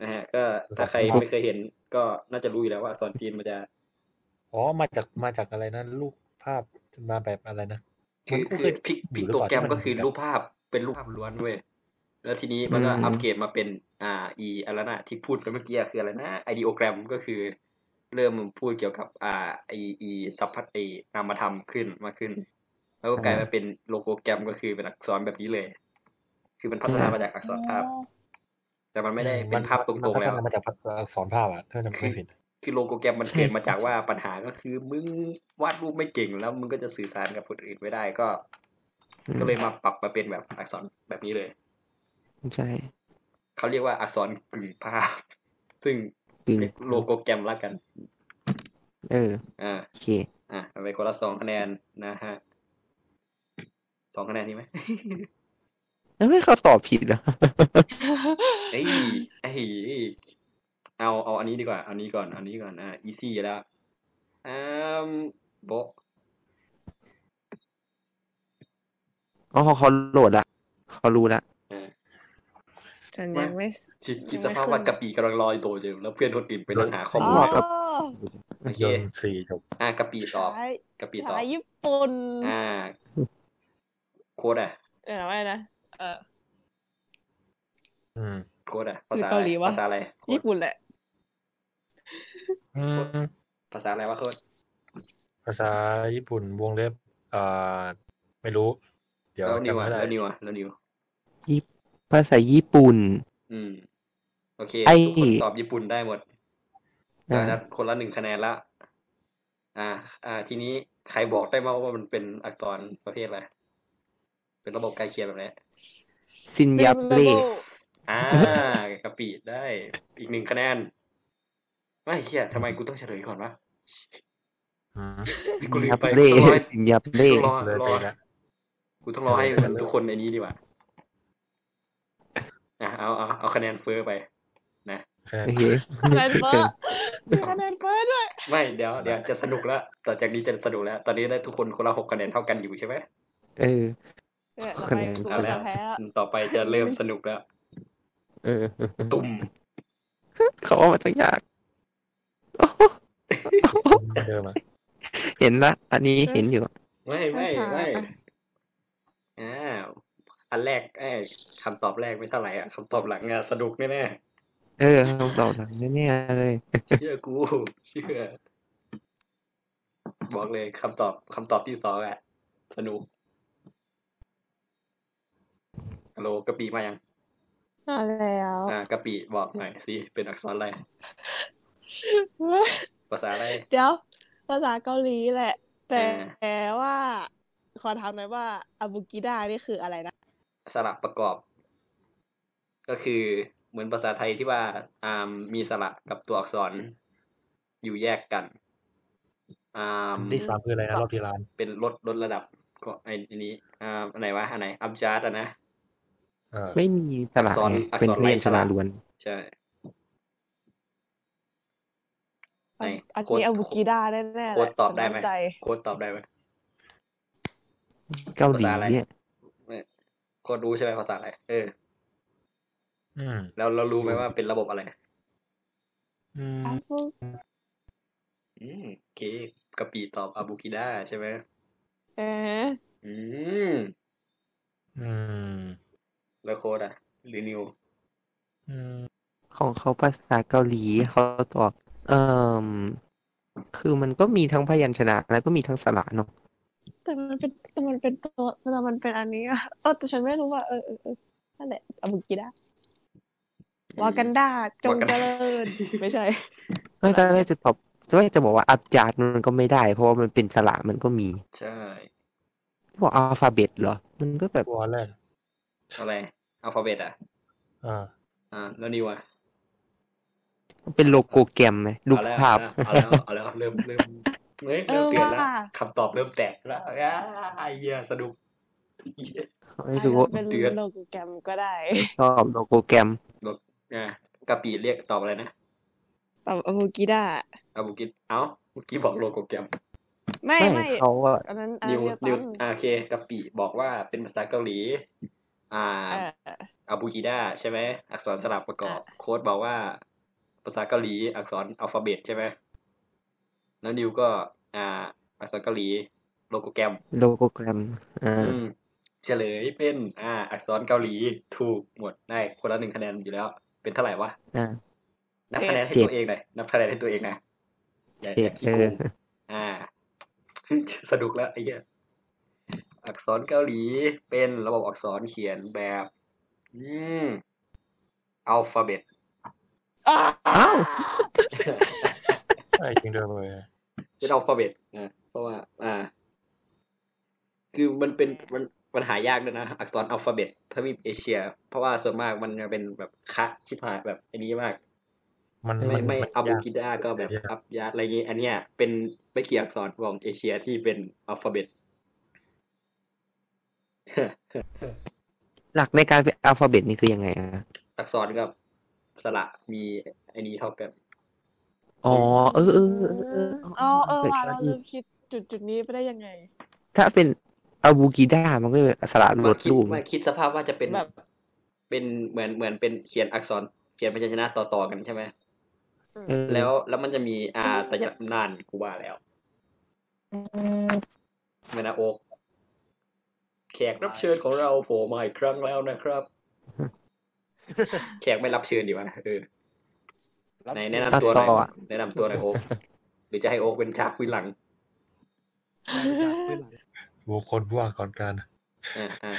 นะฮะ ก็ถ้าใครไม่เคยเห็นก็น่าจะรู้อยู่แล้วว่าอักษรจีนมันจะ อ๋อมาจากมาจากอะไรนะรูปภาพมาแบบอะไรนะ คือ มันก็ คือเคย พิกพิกอยู่หรือ โต เปล่า แกรม ที่มัน ก็คือ แบบ รูปภาพเป็นรูปภาพล้วนเว้ยแล้วทีนี้มันก็อัปเกรดมาเป็น อ่า อีอะไรนะที่พูดกันเมื่อกี้คืออะไรนะไอเดีโอแกรมก็คือ เริ่มพูดเกี่ยวกับ อ่าไออีสัพพัทไอนามธรรมขึ้นมากขึ้น แล้วก็กลายมาเป็นโลโกแกรมก็คือเป็นอักษรแบบนี้เลย คือมันพัฒนามาจากอักษรภาพ แต่มันไม่ได้เป็นภาพตรงๆแล้ว มันพัฒนามาจากอักษรภาพอ่ะถ้าจำไม่ผิด คือโลโกแกรมมันเกิดมาจากว่าปัญหาก็คือมึงวาดรูปไม่เก่งแล้วมึงก็จะสื่อสารกับคนอื่นไม่ได้ก็ ก็เลยมาปรับมาเป็นแบบอักษรแบบนี้เลย ใช่ เขาเรียกว่าอักษรกึ่งภาพ ซึ่ง อืม เรียกโลโกแกรมละกัน เออ อ่า โอเค อ่ะไปคนละสองคะแนนนะฮะสองคะแนนนี่ไหม แล้วไม่เขาตอบผิดเหรอ เอ้ยเอ้ยเอาเอาอันนี้ดีกว่าเอาอันนี้ก่อนเอาอันนี้ก่อนอ่าอีซี่แล้วอืมโบะ อ๋อเขาโหลดละเขารู้ละ อ่า ฉันยังไม่ส คิดคิด ยั ส งไม่ ภาพ ขึ้น ว่ากะปิกำลังลอยตัวอยู่แล้วเพื่อนคนอื่นไปนั่งหาข้อ อ๋ มูล ครั อบ โอเค ยนต์สี่จบ อ่ะกะปิตอบ ขาย กะปิตอบ ขายญี่ปุ่น อ่า โคดอ่ะ เออว่าไงนะเออ อืม โคดอ่ะภาษาอะ เกา ไร หลีวะ ภาษาอะไรโค้ด ญี่ปุ่นแหละ อืม ภาษาอะไรวะโคด ภาษาญี่ปุ่นวงเล็บเอ่อไม่รู้ เดี๋ยว แล้วนิว จำ อ่ะ ไม่ได้ แล้วนิวอ่ะแล้วนิว ภาษาญี่ปุ่น อืม โอเค ไอ้ ทุกคนตอบญี่ปุ่นได้หมด อ่า ดังนั้นคนละหนึ่งคะแนนละอ่า อ่า ทีนี้ใครบอกได้มางว่ามันเป็นอักษรประเภทอะไรเป็นระบบใกล้เคียงแบบไหน ซินยาเป Syllable อ่า กะปิได้อีกหนึ่งคะแนน ไม่เชี่ยทำไมกูต้องเฉลยก่อนวะ อืม กูลืม ยา ไป เล่ กูต้องรอให้ ซินยาเล่ กูต้องรอ เลย รอ ไปละ กูต้องรอให้ เฉลยไปเลย ทุกคนไอ้นี้ดีกว่าอ่ะเอาเอาเอาคะแนนเฟ้อไป แค่ โอเค คะ แนนเบอร์มีคะแนนเบอร์ด้วย ไม่เดี๋ยวเดี๋ยวจะสนุกแล้วต่อจากนี้จะสนุกแล้ว ตอนนี้ได้ทุกคนคนละหกคะแนนเท่ากันอยู่ใช่ไหม เออ เนี่ยต่อไปกู เอา ก็ แล้ จะ ว แพ้ละ ต่อไปจะเริ่มสนุกแล้ว เออ ตุ่ม เขาว่ามันต้องยาก โอ้โห เดิมอ่ะ เห็นละอันนี้เห็นอยู่ ไม่ไม่ไม่อ่าอันแรกไอ้ยคำตอบแรกไม่เท่าไหร่อ่ะคำตอบหลังอ่ะสนุกแน่ๆ เออคำตอบหลังแน่ๆเลย เชื่อกู เชื่อ บอกเลยคำตอบคำตอบที่สองอ่ะ สนุกฮัลโหลกะปิมายัง มาแล้ว อ่ากะปิบอกหน่อยสิเป็นอักษรอะไร ภาษาอะไร เดี๋ยว ภาษาเกาหลีแหละ แต่ เออ แต่ว่า ขอถามหน่อยว่าอาบุกิดานี่คืออะไรนะ สระประกอบ ก็คือเหมือนภาษาไทยที่ว่าอ่ามีสระกับตัวอักษร อยู่แยกกันอ่า ที่สามคืออะไรนะรอบที่ร้าน เป็นลดลดระดับก็ไอ้อันนี้อ่าอันไหนวะอันไหนอัมจาร์ดอะนะ เออ ไม่มีสระ อักษร ไง อักษร เป็น ไร้ เรียน ส ส ระ ระล้วน ใช่ อัน ไหน อัน โค้ด นี้อาบุกิดาแน่ๆแหละ โค้ดตอบได้ไหม ฉันมั่นใจ โค้ดตอบได้ไหม เกาหลี ภาษาอะไร เนี่ย โค้ดรู้ใช่ไหมภาษาอะไร เออ อืม แล้วเรารู้ไหมว่าเป็นระบบอะไร อืม อาบุ อืมโอเคกะปีตอบอาบูกิด้าใช่ไหม เออ อืม อืม แล้วโค้ดอ่ะหรือนิว อืม ของเขาภาษาเกาหลีเขาตอบเอ่มคือมันก็มีทั้งพยัญชนะ แล้วก็มีทั้งสระเนาะ แต่มันเป็นแต่มันเป็นตัวแต่มันเป็นอันนี้อะเออแต่ฉันไม่รู้ว่าเออเออเออนั่นแหละอาบุกิดาวากันดาจง Wakanda เจริญไม่ใช่ ไม่ตอนแรกจะตอบตอนแรกจะบอกว่าอับจาดมันก็ไม่ได้ เพราะว่ามันเป็นสระมันก็มี ใช่ บอกอัลฟาเบตเหรอ มันก็แบบ ตัวแรก อะไรอัลฟาเบตอ่ะ อ่า อ่า แล้วนิวอ่ะ เป็นโลโกแกรมไหมรูป เอาแล้ว ภาพ เอาแล้วเอาแล้วเอาแล้วเริ่มเริ่มเฮ้ยเริ่มเปลี่ยนแล้ว เออว่ะ คำตอบเริ่มแตกแล้วอ่าเหี้ยสนุก ไม่รู้ว่า เป็น เดือน โลโกแกรมก็ได้ ชอบโลโกแกรม อ่ากะปีเรียกตอบอะไรนะ ตอบอาบุกิดา อาบูกิดเอ้าเมื่อกี้บอกโลโกแกรม ไม่ไม่ เขาอะ อันนั้นอัน นิ นั้ วน เรียนิวกตั้ม อ่าโอเคกะปิบอกว่าเป็นภาษาเกาหลี อ่า เออ อาบูจิดาใช่ไหมอักษรสลับประกอบ อ่ะ โค้ดบอกว่า ภาษาเกาหลีอักษรอัลฟาเบตใช่ไหมแล้วนิวก็ อ่า อักษรเกาหลีโลโกแกรม โลโกแกรมอ่า อืมเฉลยเป็นอ่า อักษรเกาหลีถูกหมดได้คนละหนึ่งคะแนนอยู่แล้ว เป็นเท่าไหร่วะ อ่า นับคะแนนให้ เจ็ด ตัวเองหน่อยนับคะแนนให้ตัวเองนะอย่า เจ็ อ ด ย่าขี้ เอ โก อง อ่า สนุกแล้วไอ้เหี้ยอักษรเกาหลีเป็นระบบอักษรเขียนแบบ อืมอัลฟาเบต อ้า อ้าว ใช่จริงด้วยเลย เป็นอัลฟาเบตนะเพราะว่า อ่า คือมันเป็นมันมันหายากด้วยนะ อักษรอัลฟาเบตทวีปเอเชีย เพราะว่าส่วนมากมันจะเป็นแบบคะชิบหายแบบอันนี้มาก มัน ไม่ไม่ น อับู ยาก กิดาก็แบบ ยาก อับยาดอะไรเงี้ยอันเนี้ยเป็นไม่กี่อักษรของเอเชียที่เป็นอัลฟาเบต หลักในการเป็นอัลฟาเบตนี่คือยังไงอ่ะ อักษรกับสระมีไอันนี้เท่ากัน อ๋อเออเออเออเออ อ๋อเออ กิด ว่ะ ขึ้น เรา ที่ ลืมคิดจุดจุดนี้ไปได้ยังไง ถ้าเป็นอาบูกิด้ามันก็เป็นสระล มา ด คิด รูป มาคิดสภาพว่าจะเป็น แบบ เป็นเหมือนเหมือนเป็นเขียนอักษรเขียนพยัญชนะต่อต่อๆกันใช่ไหม เออ แล้วแล้วมันจะมีอ่าสัญลักษณ์นานกูว่าแล้วเมนาโอกแขกรับเชิญของเราโผล่มาอีกครั้งแล้วนะครับ แขกไม่รับเชิญดีวะเออไหนแนะนำตัวหน่อยแนะนำตัวหน่อยโอกหรือจะให้โอกเป็นฉากวิหลัง บุคคลผู้ว่าก่อนการ อ่าอ่า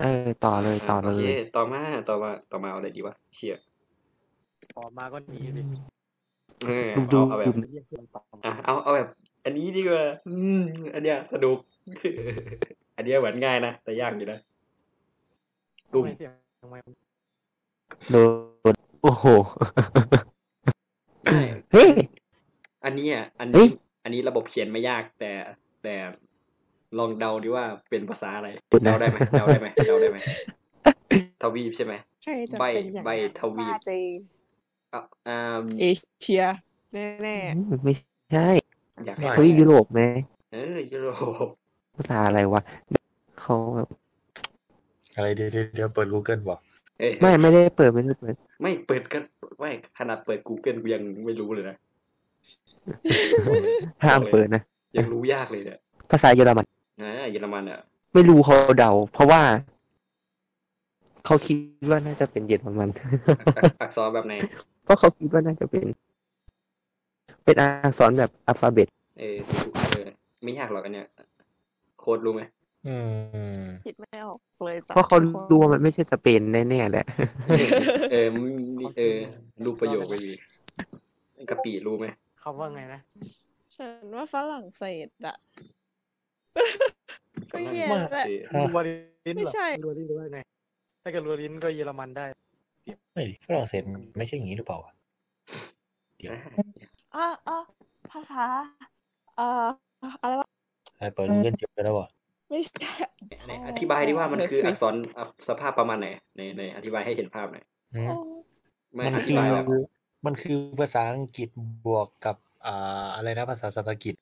เออต่อเลยต่อเล โอเค ย ต่อมาต่อมาต่อมาเอาอะไรดีวะเชียร์ ออกมาก็หนีสิ เออ ดูดู เอาเอาแบบ เรียกเพื่อนตาม อ่ะเอาเอาแบบ อันนี้ดีกว่าอืมอันเนี้ยสนุก อันเนี้ยเหมือนง่ายนะแต่ยากอยู่นะตุ้ม ไม่เสียงทำไมมัน โดนโอ้โห ใช่ เฮ้ย อันนี้อ่ะ อัน เฮ้ นี้ ย อันนี้ระบบเขียนไม่ยาก แต่แต่ลองเดาดิว่าเป็นภาษาอะไร คุณนะ เดาได้ไหมเดาได้ไหมเดา ได้ไหมทวีปใช่ไหม ใช่จะ ใบ้ เป็นอย่าง ใบ้ นั้น ทวีป ว่าจะ อ่ะอ่า เอเชียแน่ อืมไม่ใช่ อยากให้ ไม่ ทวีปยุโรปไหม เออยุโรป ภาษาอะไรวะเขาแบบ อะไรเดี๋ยวเดี๋ยวเดี๋ยวเปิด Google บอก เอ้ย ไม่ไม่ได้เปิดไม่ได้เปิด ไม่เปิดก็ไม่ขนาดเปิด Google กูยังไม่รู้เลยนะ ห้ามเปิดนะ ยังรู้ยากเลยเนี่ย ภาษาเยอรมัน นะเยอรมันอ่ะ ไม่รู้เขาเดา เพราะว่า เขาคิดว่าน่าจะเป็นเยอรมัน อักอักษรแบบไหน เพราะเขาคิดว่าน่าจะเป็น เป็นอักษรแบบอัลฟาเบต เออเออไม่ยากหรอกอันเนี้ยโค้ดรู้ไหม อืม ๆคิดไม่ออกเลยจ้ะ เพราะเขารู้ว่ามันไม่ใช่สเปนแน่ๆแหละ เออมึงนี่เออรูปประโยคไปดีกะปิรู้ไหม เขาว่าไงนะ ฉันว่าฝรั่งเศสอะ ก็แย่แหละ อ่ะ รัวลิ้นเหรอ ไม่ใช่ รัวลิ้นหรือว่าไง ถ้าเกิดรัวลิ้นก็เยอรมันได้ ไม่ดิฝรั่งเศสมันไม่ใช่อย่างนี้หรือเปล่าวะ อ่ะอ่ะภาษาเอ่ออะไรวะ ใช่เปิด Google เจอไปแล้ววะ ไม่ใช่ ไหนอธิบายดิว่ามัน เออ คือ สิ อักษรอ่ะสภาพประมาณไหนในในอธิบายให้เห็นภาพหน่อย อืม ไม่ มัน อคือบธิายแบบ มันคือภาษาอังกฤษบวกกับอ่าอะไรนะภาษาสันสกฤต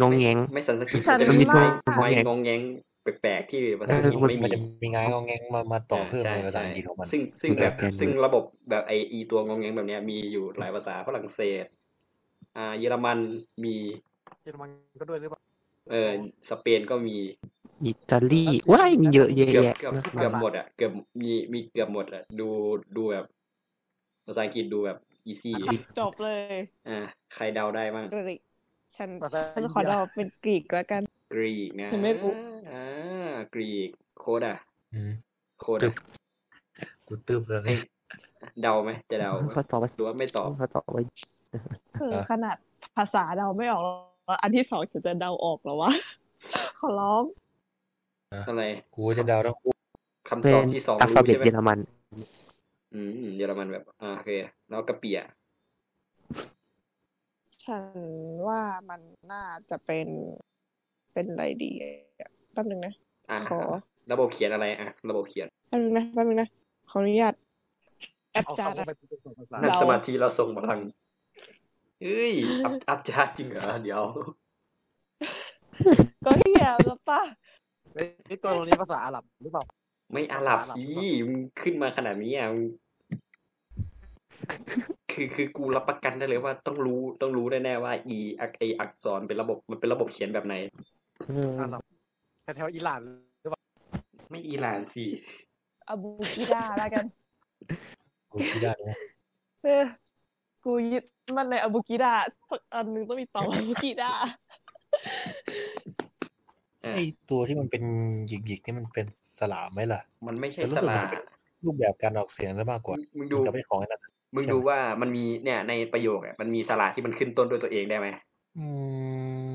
งงแงง ไม่สันสกิต ฉัน จะมี ว่า ไม้ไม้งองแงงแปลกๆที่ภาษาอังกฤษ เออมัน ไม่มีมันจะมีงานงอแงงมามาต่อเพิ่ม ใช่ ในภาษา ใช่ อังกฤษของมัน ซึ่งซึ่งแบบ เออ ซึ่งระบบแบบไออีตัวงองแงงแบบเนี้ยมีอยู่หลายภาษาฝรั่งเศส อ่า เยอรมันมี เยอรมันก็ด้วยหรือเปล่า เออสเปนก็มี อิตาลีว้ายมีเยอะแยะ เกือบเกือบ มาก เกือบ มาย หมดอ่ะเกือบมีมีเกือบหมดอ่ะดูดูแบบ ภาษาอังกฤษดูแบบอีซี่ จบเลย อ่าใครเดาได้บ้าง กรีกฉัน ภาษา ฉันขอเดาเป็นกรีกแล้วกัน กรีกนะ ยังไม่รู้ อ่ากรีกโคดอ่ะ อืม โคดอะ กูตืบเลย เอ้ยเดาไหมจะเดาไหม เขาตอบว่า หรือว่าไม่ตอบ เขาตอบว่า คือขนาดภาษาเดาไม่ออกแล้วอันที่สองฉันจะเดาออกแล้ววะ ขอร้อง อะไร กูจะเดาทั้งคู่ คำ เป็ ตอบ น ที่สอง อัลฟา รู้ เบต ใช่ไหม เยอรมัน อืมเยอรมันแบบ อ่าโอเคแล้วกะเปีย ฉันว่ามันน่าจะเป็นเป็นอะไรดีอะแป๊บนึงนะ อ่า ขอ ระบบเขียนอะไรอ่ะ ระบบเขียน แป๊บนึงนะแป๊บนึงนะขออนุญาตแอป เอา จา คำ น ว่า อะ ไปเป็นสองภาษา นั่ง เดา สมาธิเราส่งพลังเอ้ยอัพอัพจาจริงเหรอเดี๋ยว ก็เหี้ยแล้วป่ะ เอ้ยไอ้ตัวตรงนี้ภาษาอาหรับหรือเปล่า ไม่อาหรับสิมึงขึ้นมาขนาดนี้อ่ะมึงคือคือกูรับประกันได้เลยว่าต้องรู้ต้องรู้แน่ๆว่า อีอักไออักษรเป็นระบบมันเป็นระบบเขียนแบบไหน อืม อาหรับแถวๆอิหร่านหรือเปล่า ไม่อีหลานสิ อาบูกิดาแล้วกัน โอ้ยไม่ได้นะ เออกูยึดมันในอาบูกิดาสักอันหนึงต้องมี ต่ออาบูกิดา เออ ไอตัวที่มันเป็นหยิกๆนี่มันเป็นสลามไหมล่ะ มันไม่ใช่ แต่รู้ ส สึก ลา มันเป็น รูปแบบการออกเสียงซะมากกว่า มึง มั ดู นก็ไม่ของไอ้นั่นนะ มึงดูว่ามันมีเนี่ยในประโยคอะมันมีสระที่มันขึ้นต้นด้วยตัวเองได้ไหม อื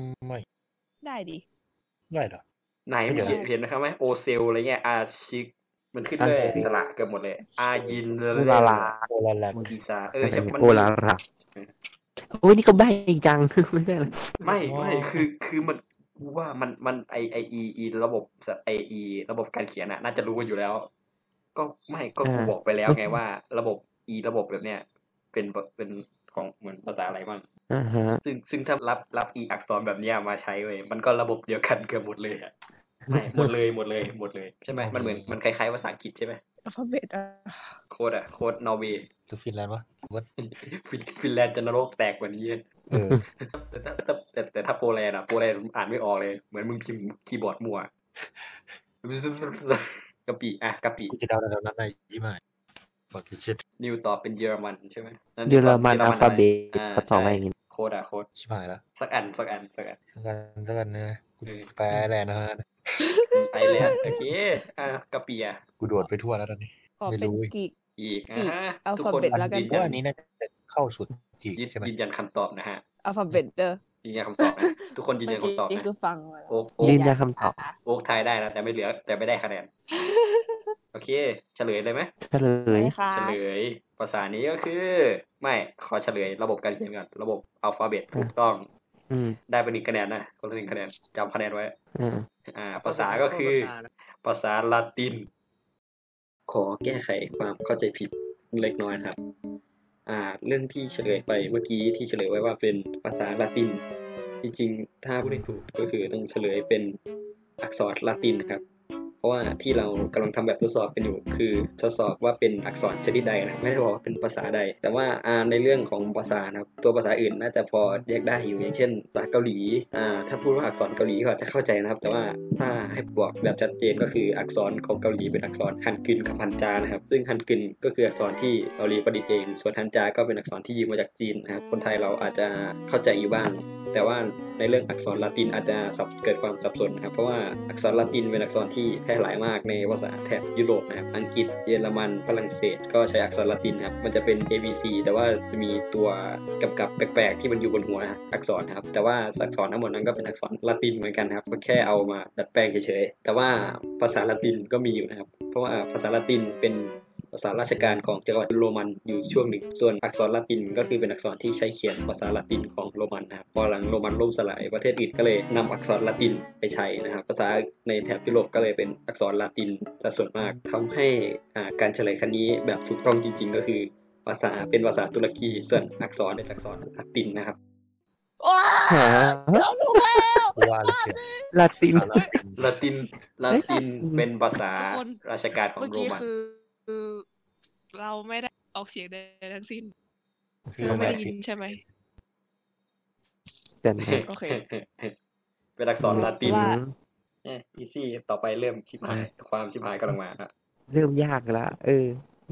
มไม่ ได้ดิ ได้เหรอ ไหนมึงเขียนเห็นนะครับไหมโอเซลอะไรเงี้ยอาชิกมันขึ้นด้วยสระเกือบหมดเลย อายินเลย ลาลา โอลาลัก มูดีซาเออใช่มัน โอลาลาโอ้ยนี่ก็ใบ้จัง ไม่ใช่เหรอ ไม่ไม่คือคือมันกูว่ามันมันไอไออีอีระบบไออีระบบการเขียนอะน่าจะรู้กันอยู่แล้ว ก็ไม่ก็กูบอกไปแล้วไงว่า ระบบอีระบบแบบเนี้ยเป็นเป็นของเหมือนภาษาอะไรบ้าง อ่าฮะ ซึ่งซึ่งถ้ารับรับอีอักษรแบบเนี้ยมาใช้เว้ยมันก็ระบบเดียวกันเกือบหมดเลยอะไม่หมดเลยหมดเลยหมดเลยใช่ไหมมันเหมือนมันคล้ายๆภาษาอังกฤษใช่ไหม อัลฟาเบตอะ โคตรอะโคตรนอร์เว ย์ หรือฟินแลนด์วะหรือว่า ฟินฟินแลนด์จะนรกแตกกว่านี้ เออ แต่ถ้าแต่แต่แต่ถ้าโปแลนด์อะโปแลนด์อ่านไม่ออกเลย เหมือนมึงพิมพ์คีย์บอร์ดมั่ วกะปิอะกะปิ กูจะเดาแล้วนั้นไอ้ยี่ห้อฟักกิชิต นิวตอบเป็นเยอรมันใช่ไหมนั่น เยอรมัน ต อัลฟาเบต ะไร เขาตอบว่าอย่างงี้ โคตรอะโคตร ชิบหายแล้ว สักอันสักอันสักอัน สักกันสักกันนะกู เออ แปลแลนด์นะฮะ ไอแลนด์โอเคอ่ะกะปิอะ กูโดดไปทั่วแล้วตอนนี้ ขอ ไม่ เป็น รู้อีก กีก อีก อีก อ่ะ อัล ทุก ฟา คน เบตแล้วกัน ยืน เพ ยันราะอันนี้น่าจะเข้าสุดจีก ยืน ใช่ไหม ยืนยันคำตอบนะฮะ อัลฟาเบตเด้อ ยืนยันคำตอบนะ ทุกคนยืน เมื่ ยั อน กี้ คำตอบ นี่ นะ คือฟังมาแล้ว โอ๊กโอ๊ก ยืนยันคำตอบ โอ๊กทายได้นะแต่ไม่เหลือ แต่ไม่ได้คะแนน โอเค เฉลยเลยไหม เฉลย ได้ค่ะ เฉลย ภาษานี้ก็คือ ไม่ ขอเฉลยระบบการเขียนก่อน ระบบอัลฟาเบตถูกต้อง อืม ได้ไปหนึ่งคะแนนนะ คนละหนึ่งคะแนนจำคะแนนไว้ อ่า อ่า ภาษาก็คือ ภาษาลาติน ขอแก้ไขความเข้าใจผิดเล็กน้อยนะครับ อ่า เรื่องที่เฉลยไปเมื่อกี้ที่เฉลยไว้ว่าเป็นภาษาลาติน จริงๆ ถ้าพูดให้ถูกก็คือต้องเฉลยเป็นอักษรลาตินนะครับ เพราะว่าที่เรากำลังทำแบบทดสอบกันอยู่ คือทดสอบว่าเป็นอักษรชนิดใดนะไม่ได้บอกว่าเป็นภาษาใด แต่ว่าอ่าในเรื่องของภาษานะครับตัวภาษาอื่นน่าจะพอแยกได้อยู่อย่างเช่นภาษาเกาหลีอ่าถ้าพูดว่าอักษรเกาหลีก็อาจจะเข้าใจนะครับ แต่ว่าถ้าให้บอกแบบชัดเจนก็คืออักษรของเกาหลีเป็นอักษรฮันกึนกับฮันจานะครับ ซึ่งฮันกึนก็คืออักษรที่เกาหลีประดิษฐ์เอง ส่วนฮันจาก็เป็นอักษรที่ยืมมาจากจีนนะครับคนไทยเราอาจจะเข้าใจอยู่บ้าง แต่ว่าในเรื่องอักษรลาตินอาจจะสับเกิดความสับสนนะครับ เพราะว่าอักษรลาตินเป็นอักษรที่แพร่หลายมากในภาษาแถบยุโรปนะครับ อังกฤษ เยอรมัน ฝรั่งเศส ก็ใช้อักษรลาตินนะครับ มันจะเป็น A B C แต่ว่าจะมีตัวกำกับแปลกๆ ที่มันอยู่บนหัวอักษรนะครับ แต่ว่าอักษรทั้งหมดนั้นก็เป็นอักษรลาตินเหมือนกันนะครับ ก็แค่เอามาดัดแปลงเฉยๆ แต่ว่าภาษาลาตินก็มีอยู่นะครับ เพราะว่าภาษาลาตินเป็น ภาษาราชการของจักรวรรดิโรมันอยู่ช่วงหนึ่ง ส่วนอักษรละตินก็คือเป็นอักษรที่ใช้เขียนภาษาละตินของโรมันนะครับ พอหลังโรมันล่มสลายประเทศอื่นก็เลยนำอักษรละตินไปใช้นะครับ ภาษาในแถบยุโรปก็เลยเป็นอักษรละตินซะส่วนมากทำให้อ่าการเฉลยครั้งนี้แบบถูกต้องจริง ๆ ก็คือ ภาษาเป็นภาษาตุรกี ส่วนอักษรเป็นอักษรละตินนะครับ ว้า หา เราถูกแล้ว กูว่าเลยเชียว ลาติน สารติน ละตินละตินเป็นภาษา ทุกคน ราชการของ เมื่อ โร กี้ มัน คือเราไม่ได้ออกเสียงใดๆทั้งสิ้น คือ เรา อะ ไม่ ไร ได้ยินใช่ไหม กัน โอเค เป็นอักษรละติน ว่า เนี่ยอีซี่ต่อไปเริ่มชิบหายความชิบหายกำลังมาครับ เริ่มยากละ เออ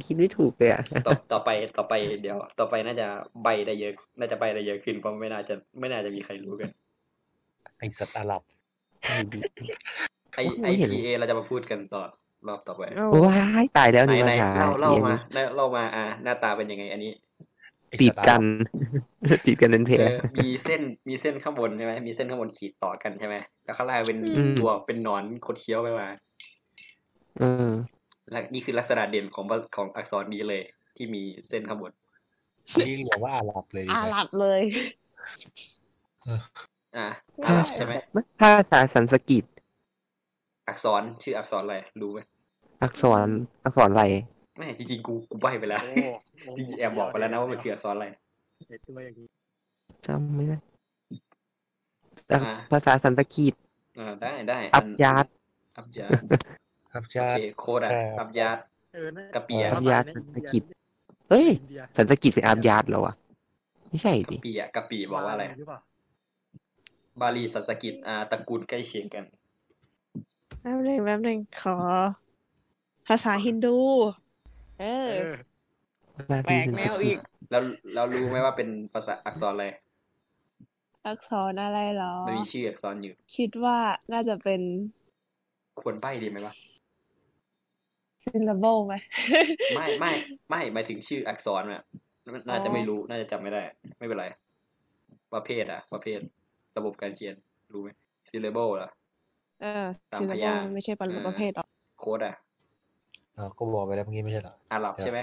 คิดไม่ถูกเลยอ่ะ ต่อต่อไปต่อไปเดี๋ยว ต่อไปน่าจะใบได้เยอะ น่าจะใบได้เยอะขึ้นเพราะไม่น่าจะไม่น่าจะมีใครรู้กัน ไอสัตว์อาหรับ ไอไอ ไม่เห็น พีเอเราจะมาพูดกันต่อรอบต่อไป ว้ายตายแล้ว ไหนหนึ่ง ไหน ภาษา เล่าเล่า อียง มาเล่าเล่ามาอ่าหน้าตาเป็นยังไงอันนี้ ไอ้ ติ สั ด ตว์อาห กั รับ น ติดกันเป็นเพล เออมีเส้นมีเส้นข้างบนใช่ไหมมีเส้นข้างบนขีดต่อกันใช่ไหมแล้วข้างล่างเป็น อืม ตัวเป็นหนอนคดเคี้ยวไปมา เออ และนี่คือลักษณะเด่นของของอักษรนี้เลย ที่มีเส้นข้างบน นี่เรียกว่าอาหรับเลย อาหลับเลย อ่า ไม่ได้ ใช่ไหม ภาษาสันสกฤต อักษรชื่ออักษรอะไรรู้ไหม อักษร อักษรอะไร แม่จริงๆกูกูใบไปแล้ว จริงๆแอบบอกไปแล้วนะว่ามันคืออักษรอะไร ตัวอย่างนี้ จำไม่ได้ แต่ อ่า ภาษาสันสกฤต อ่าได้ได้ อัพยาร์ด อัพยาด ครับ โอ ชาติ เคโคดอะ ใช่ อัพยาด เออนั่น กะเปีย ภษใน ภาษาอังกฤษ เฮ้ย อินเดีย สันสกฤตเป็นอัพยาร์ดเหรอวะไม่ใช่ กะ ดิ ปีอะกะปีบอกว่าอะไร หรือเปล่า บาลีสันสกฤตอ่าตระกูลใกล้เคียงกัน แป๊บหนึ่งแป๊บหนึ่งขอ ภาษาฮินดู เออ เออ แปลกแนวอีก แล้วแล้วรู้ไหมว่าเป็นภาษาอักษรอะไร อักษรอะไรเหรอ มันมีชื่ออักษรอยู่ คิดว่าน่าจะเป็น ควรใบ้ดีไหมวะ syllable ไหม ไม่ไม่ไม่หมายถึงชื่ออักษรน่ะน่าจะไม่รู้น่าจะจำไม่ได้ ไม่เป็นไร ประเภทอะประเภท ระบบการเขียนรู้ไหมซีเลเบลล่ะ เออ ตาม syllable พยางค์ มันไม่ใช่ปร อ่า ประเภทหรอก โค้ดอะ อ่าก็บอกไปแล้วเมื่อกี้ไม่ใช่เหรอ อาหรับใช่ไหม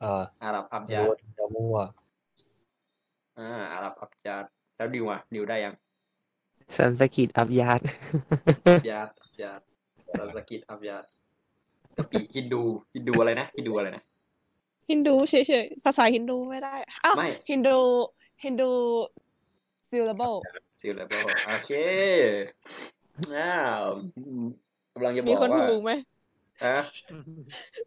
เออ อาหรับอับ ไม่ ยา รู้ ด ว่าจะมั่ว อ่าอาหรับอับยาดแล้วดิวอะดิวได้ยัง สันสกฤตอัพยาร์ด อับยาดอับยาดสันสกฤตอับยาดกะปี ฮินดูฮินดูอะไรนะฮินดูอะไรนะ ฮินดูเฉยๆ ภาษาฮินดูไม่ได้ อ้าว ไม่ ฮินดู ฮินดู syllable ซีเลเบลโอเคอ้าวกำลังจะบ มี อก คน ว่า ถูกไหม อ่ะ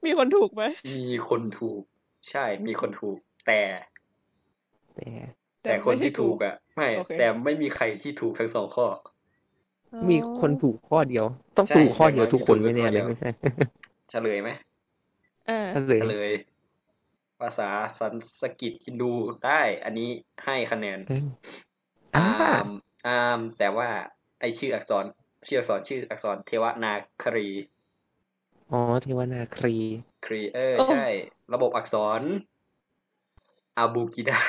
มีคนถูกไหม มีคนถูก ใช่มีคนถูก แต่ แต่ แต่คนที่ถูกอ่ะ ไม่ โอเค แต่ไม่มีใครที่ถูกทั้งสองข้อ มีคนถูกข้อเดียว ต้อง ใช่ ถูกข้อเดียว ใช่ ทุกคน มีถูก ไม่แน่ ข้อเดียวเลย ไม่ใช่ เฉลยไหม เออ เลย เฉลย ภาษาสันสกฤตฮินดูได้ อันนี้ให้คะแนน เอออ่า ร์มอาร์มแต่ว่าไอชื่ออักษรชื่ออักษรชื่ออักษรเทวนาครี อ๋อเทวนาครี ครีเออ โอ้ ใช่ ระบบอักษร อาบูกิ ดา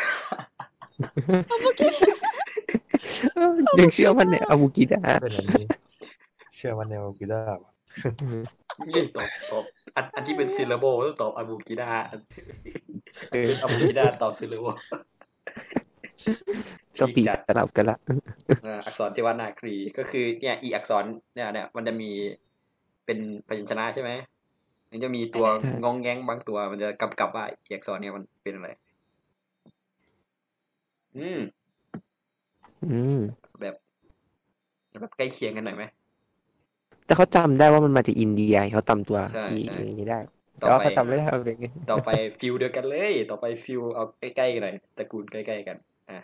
ยังเชื่อมันเนี่ยอาบูกิดา เป็นแบบนี้ เชื่อมันในวากิล่าปะ นี่ตอบตอบอันอันที่เป็นซิลโบต้องตอบอาบูกิดาอัน เออ อาบูกิดาตอบซิลโบ ก็ปี จัด สลับกันละ เอ่ออักษรเทวนาครีก็คือเนี่ยอีอักษรเนี่ยเนี่ยมันจะมีเป็นพยัญชนะใช่ไหมมันจะมีตัว ใช่ งองแงงบางตัว มันจะกำกับว่าอีอักษรเนี่ยมันเป็นอะไร อืม อืม แบบแบบใกล้เคียงกันหน่อยไหม แต่เขาจำได้ว่ามันมาจากอินเดียเขาจำตัว ใช่ ที่ ใช่ อย่างนี้ได้ ต่ แต่ อ ว่า ไป เขาจำไม่ได้เอาเป็นไง ต่อไปฟิลเดียวกันเลย ต่อไปฟิลเอาใกล้ๆกันหน่อยตระกูลใกล้ๆกัน อ่ะ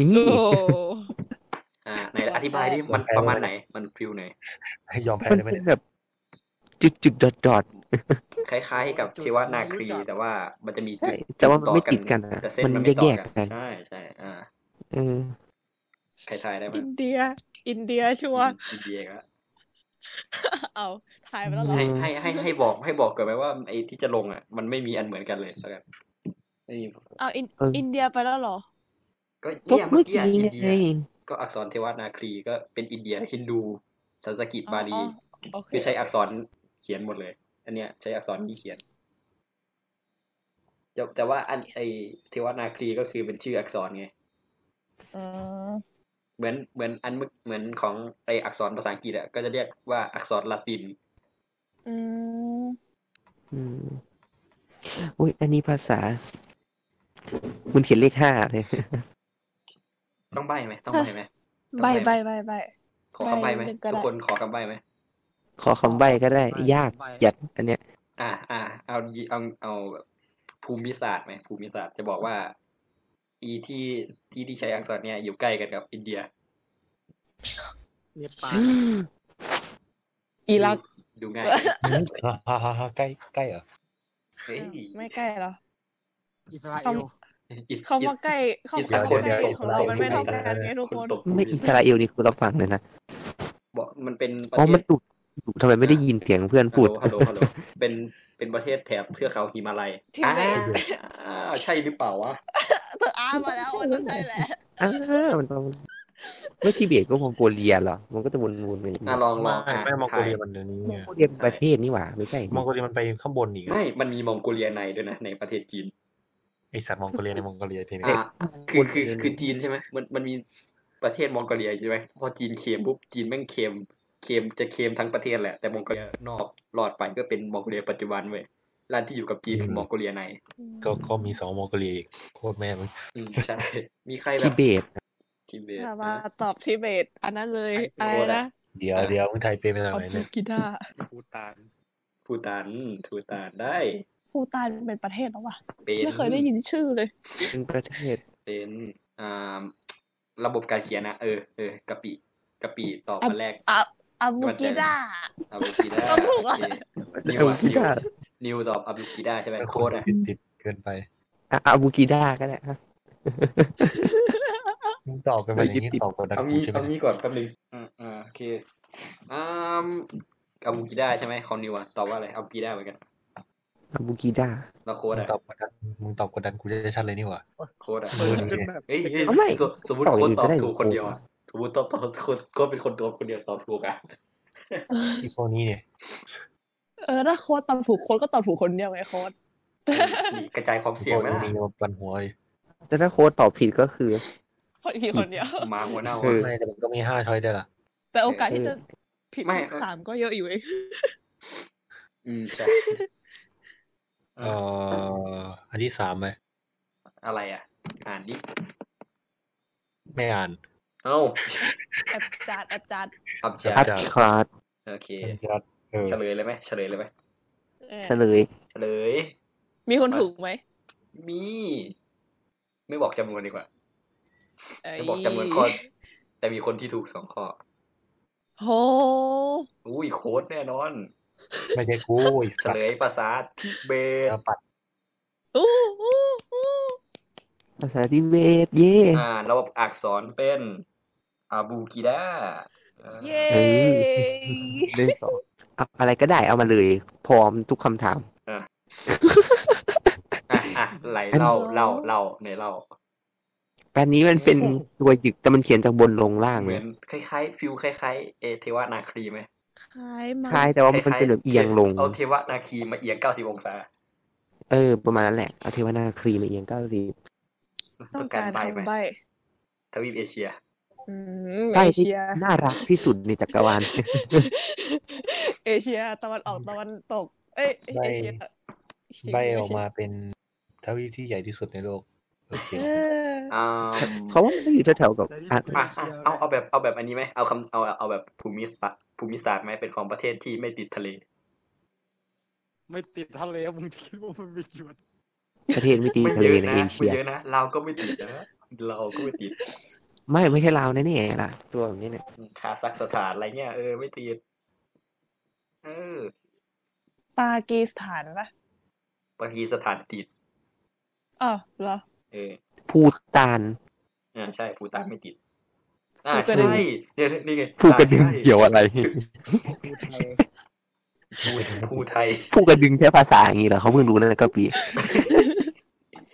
นี่ โอ้ อ่าไหนอธิบายดิมันประมาณไหน มันฟิลไหน ยอมแพ้ มัน ได้ไหม เป็นเนี่ย แบบจุดจุดดอทดอท คล้ายๆ กับเทวนาครี แต่ว่ามันจะมีจุด ใช่แต่ว่ามันไม่ อ ติดกันนะ แต่เส้น มัน มันไม่ต่อ แยก กัน ๆกัน ใช่ใช่อ่า เออ ใครทายได้ไหม อินเดีย อินเดียชัวร์ อินเดียอีกแล้ว เอาถ่ายไปแล้วเหรอ ให้ให้ให้ให้บอกให้บอกก่อนไหมว่าไอ้ที่จะลงอ่ะ มันไม่มีอันเหมือนกันเลยสักอันไม่มี เอาอินอินเดียไปแล้วเหรอ ก็ ก็ เนี่ย เมื่ เมื่ออกี้ กี้ อ่ะอินเดีย ไง ก็อักษรเทวานาครีก็เป็นอินเดียฮินดูสันสกฤอ๋อบตาลี อ๋อโอเค คือใช้อักษรเขียนหมดเลย อันเนี้ยใช้อักษรนี้เขียนแต่แต่ว่าอันไอเทวานาครีก็คือเป็นชื่ออักษรไง อืม เหมือนเหมือนอันเมื่อเหมือนของไออักษรภาษาอังกฤษอ่ะก็จะเรียกว่าอักษรละติน อืม อืมอุ้ยอันนี้ภาษา มันเขียนเลขห้าเลย ต้องใบ้ไหมต้องใบ้ไหม ใบใบใบใบ ขอคำใบ้ไหม ใบ้หนึ่งก็ได้ ทุกคนขอคำใบ้ไหม ขอคำใบ้ก็ได้ ใบ้ ยาก ใบ้ จัดอันเนี้ย อ่าอ่าเอาเอาเอาแบบภูมิศาสตร์ไหมภูมิศาสตร์จะบอกว่า อีที่ที่ที่ใช้อักษรเนี่ยอยู่ใกล้กันกับอินเดีย เนปาล อิรัก ดูง่าย ฮ่าฮ่าฮ่าใกล้ใกล้เหรอ เฮ้ย ไม่ใกล้เหรอ อิสราเอล อิส เขามาใกล้เขามาใกล้ของเรา มันไม่เท่ากันไงทุก คุณ คน ตบภู ไม่ มิ อิส ศาสตร์ ราเอลนี่คือเราฟังเลยนะ บอกมันเป็นประ อ๋อ เท มัน ศ ดุดุทำไมไม่ได้ยินเสียงเพื่อน ฮั พู ล ด โหลฮัลโหลฮัลโหลเป็นเป็นประเทศแถบเทือกเขาฮิมาลัย ที่ อ้า เบส วใช่หรือเปล่าวะ เธออ่านมาแล้วมันต้องใช่แหละ อ้าวมันต้องไม่ทิเบตก็มองโกเลียเหรอ มันก็จะวนๆไปอย่าง อ่ะ นี้ ลองลอง ไม่ อ่าน ไม่มองโก ถ่าย เลียมันเดี๋ยวนี้ มอง ไง โกเลียเป็นประเทศนี่หว่าไม่ใช่ มองโกเลียมันไปข้างบนอีกอะ ไม่มันมีมองโกเลียในด้วยนะในประเทศจีน ไอสัตว์มองโกเลียในมองโกเลียทีนี้ อ่าคือคือคือจีนใช่ไหมมันมันมีประเทศมองโกเลียใช่ไหมพอจีนเค็มปุ๊บจีนแม่งเค็มเค็มจะเค็มทั้งประเทศแหละแต่มองโกเลียนอกรอดไปก็เป็นมองโกเลียปัจจุบันเว้ยร้านที่อยู่กับจีนคือมองโกเลียใน ก็ก็มีสองมองโกเลียอีกโคตรแม่มึง อืมใช่ มีใครแบ ทิ บ เบต ทิเบต ถ้ามาตอบทิเบต อันนั้นเลยอะไรนะ เดี๋ยวเดี๋ยวมึงไทยเป็นมาจาก เอา ไหน พู เนี่ย กีตา พูตาน ภูตานภูตานได้ พูตานเป็นประเทศแล้ววะ เป็น ไม่เคยได้ยินชื่อเลย เป็นประเทศ เป็นอ่าระบบการเขียนนะเออเออกะปิกะปิตอบมาแรก อะอาบูกิด้า อาบูกิด้า ต้องถูกอะ โเคนิว อาบู อะ กิด้า นิวตอบอาบูกิด้าใช่ไหมโค้ดอะ ติดติดเกินไป อ่ะอาบูกิดาก็ได้ฮะ มึงตอบกันไปอย่างนี้ตอบกันดัก เอา กู งี้ ใช่ไหม เอางี้ก่อนแป๊บนึงอ่าอ่าโอเคอ่ามอาบูกิด้าใช่ไหมของนิวอะตอบว่าอะไรอาบูกิด้าเหมือนกัน อาบูกิดา แล้วโค้ดมึง อะ ตอบกดดันมึงตอบกดดันกูจะชัดเลยนี่หว่า โค้ดอะ เออ ขึ้นแบบ เฮ้ยเฮ้ย เอาไม่ สมสมมติ ตอบ โค้ด อีก ตอบ ไม่ได้ ถูก หรอ คนเดียวอะสมมติตอบตอบโค้ดโค้ดเป็นคนตอบคนเดียวตอบถูกอะ อีโซนี้เนี่ย เออถ้าโค้ดตอบถูกโค้ดก็ตอบถูกคนเดียวไงโค้ด นี่กระจายความ อี เสี่ยง โซ ไหมล่ะ นี้มาปันหัวอยู่ แต่ถ้าโค้ดตอบผิดก็คือ คนอีกคนเดี ยว หมาหัวเน่า เอ อะ อ ไม่แต่มันก็มีห้าช้อยได้ละ แต่โอกาสที่จะผิด ไม่ ทั้งสามก็เยอะอยู่เอง อืมใช่ เอ่ออันที่สามไหม อะไรอ่ะ อ่านดิ ไม่อ่าน เอ้า แอบจัดแอบจัด อับแช ครั อั ร์ บ ดคลาส โอเค เออ เฉลยเลยไหมเฉลยเลยไหม เออ เฉลย เฉลย มีคนถูกไหม มี ไม่บอกจำนวนดีกว่า เอ้ย ไม่บอกจำนวนข้อ แต่มีคนที่ถูกสองข้อ โห อุ้ยโค้ดแน่นอน ไม่ใช่กูอี เฉ สัต ล ว์ ยภาษาทิเบต แล้วปัด อู้อู้อู้ ภาษาทิเบตเย่ อ่า ระบบอักษรเป็น อาบูกิดาเออ เย้ เอ เรื่องสองเอาอะไรก็ได้เอามาเลย พร้อมทุกคำถาม อ่ะอ่ะไหลเล่าเล่าเล่าในเล่า อันนี้มันเป็นตัวหยึกแต่มันเขียนจากบนลงล่าง เห เล มือย นคล้ายๆฟิลคล้ายๆ เอเทวนาครีไหม คล้ายมา ใช่แต่ว่ามัน คล้า เป็นแบบเอียงลง เอาเทวนาครีมาเอียงเก้าสิบองศา เออ ประมาณนั้นแหละเอาเทวนาครีมาเอียงเก้าสิบ ต้องการ ใบไหม คำใบ ทวีปเอเชีย อืม ใกล้เอที่ เชีย น่ารักที่สุดในจักรวาล เอเชียตะวันออกตะวันตก เอ้ยเอเชีย ใบออกมาเป็นทวีปที่ใหญ่ที่สุดในโลกโอเค เออ อ่า เขาว่ามันก็อยู่แถวๆกับอ่ะ อ่ะอ่ะเอาเอาแบบเอาแบบอันนี้ไหมเอาคำเอาเอาแบบภูมิศาสตร์ภูมิศาสตร์ไหมเป็นของประเทศที่ไม่ติดทะเล ไม่ติดทะเลมึงคิดว่ามันมีกี่วัน ประเทศไม่ตี ไม่ ทะ เย เล อะ ใน นะ เอ ไม่ เชีย เยอะนะเราวก็ไม่ติดนะเราวก็ไม่ติด ไม่ไม่ใช่ลาวแน่ๆล่ะ ตัวแบบนี้เนี่ย คาซัคสถานอะไรเงี้ยเออไม่ติดเออ ปากีสถานปะ ปากีสถานติด อ๋อเหรอ เออ พูตาน อ่าใช่ภูตานไม่ติดอ่า ภูกระ ใช่ ดึง เนี่ยนี่ไง ผู้กระดึง อ่าใช่ เกี่ยวอะไร ภูไทย ผู้กระดึงใช้ภาษาอย่างนี้เหรอเขาเพิ่งรู้นั่นแหละก็ปี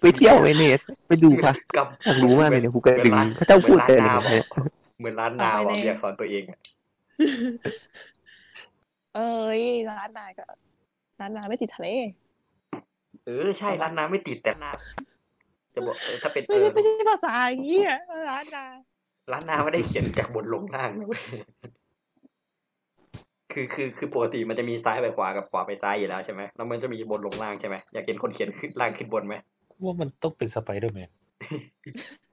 ไปเที่ยวไปเนสไปดูปะ กับ อยากรู้มากเลยเนี่ยภูกระดึง หมือน เขาต้องพูด เหมือนร้านนา เออ วะเหมือนร้านนาวอ่ะอยากสอนตัวเองอะ เอ้ยร้านนาก็ร้านนาไม่ติดทะเล เออใช่ร้านน้ำไม่ติดแต่น้ำจะบอกเออถ้าเป็นเอ ไม่ใช่ อ ไม่ใช่ภาษาอย่างนี้อะร้านนา ร้านน้ำไม่ได้เขียนจากบนลงล่างนะเว้ยคือคือคือปกติมันจะมีซ้ายไปขวากับขวาไปซ้ายอยู่แล้วใช่ไหมแล้วมันจะมีบนลงล่างใช่ไหมอยากเห็นคนเขียนขึ้นล่างขึ้นบนไหม กูว่ามันต้องเป็นสไปเดอร์แมน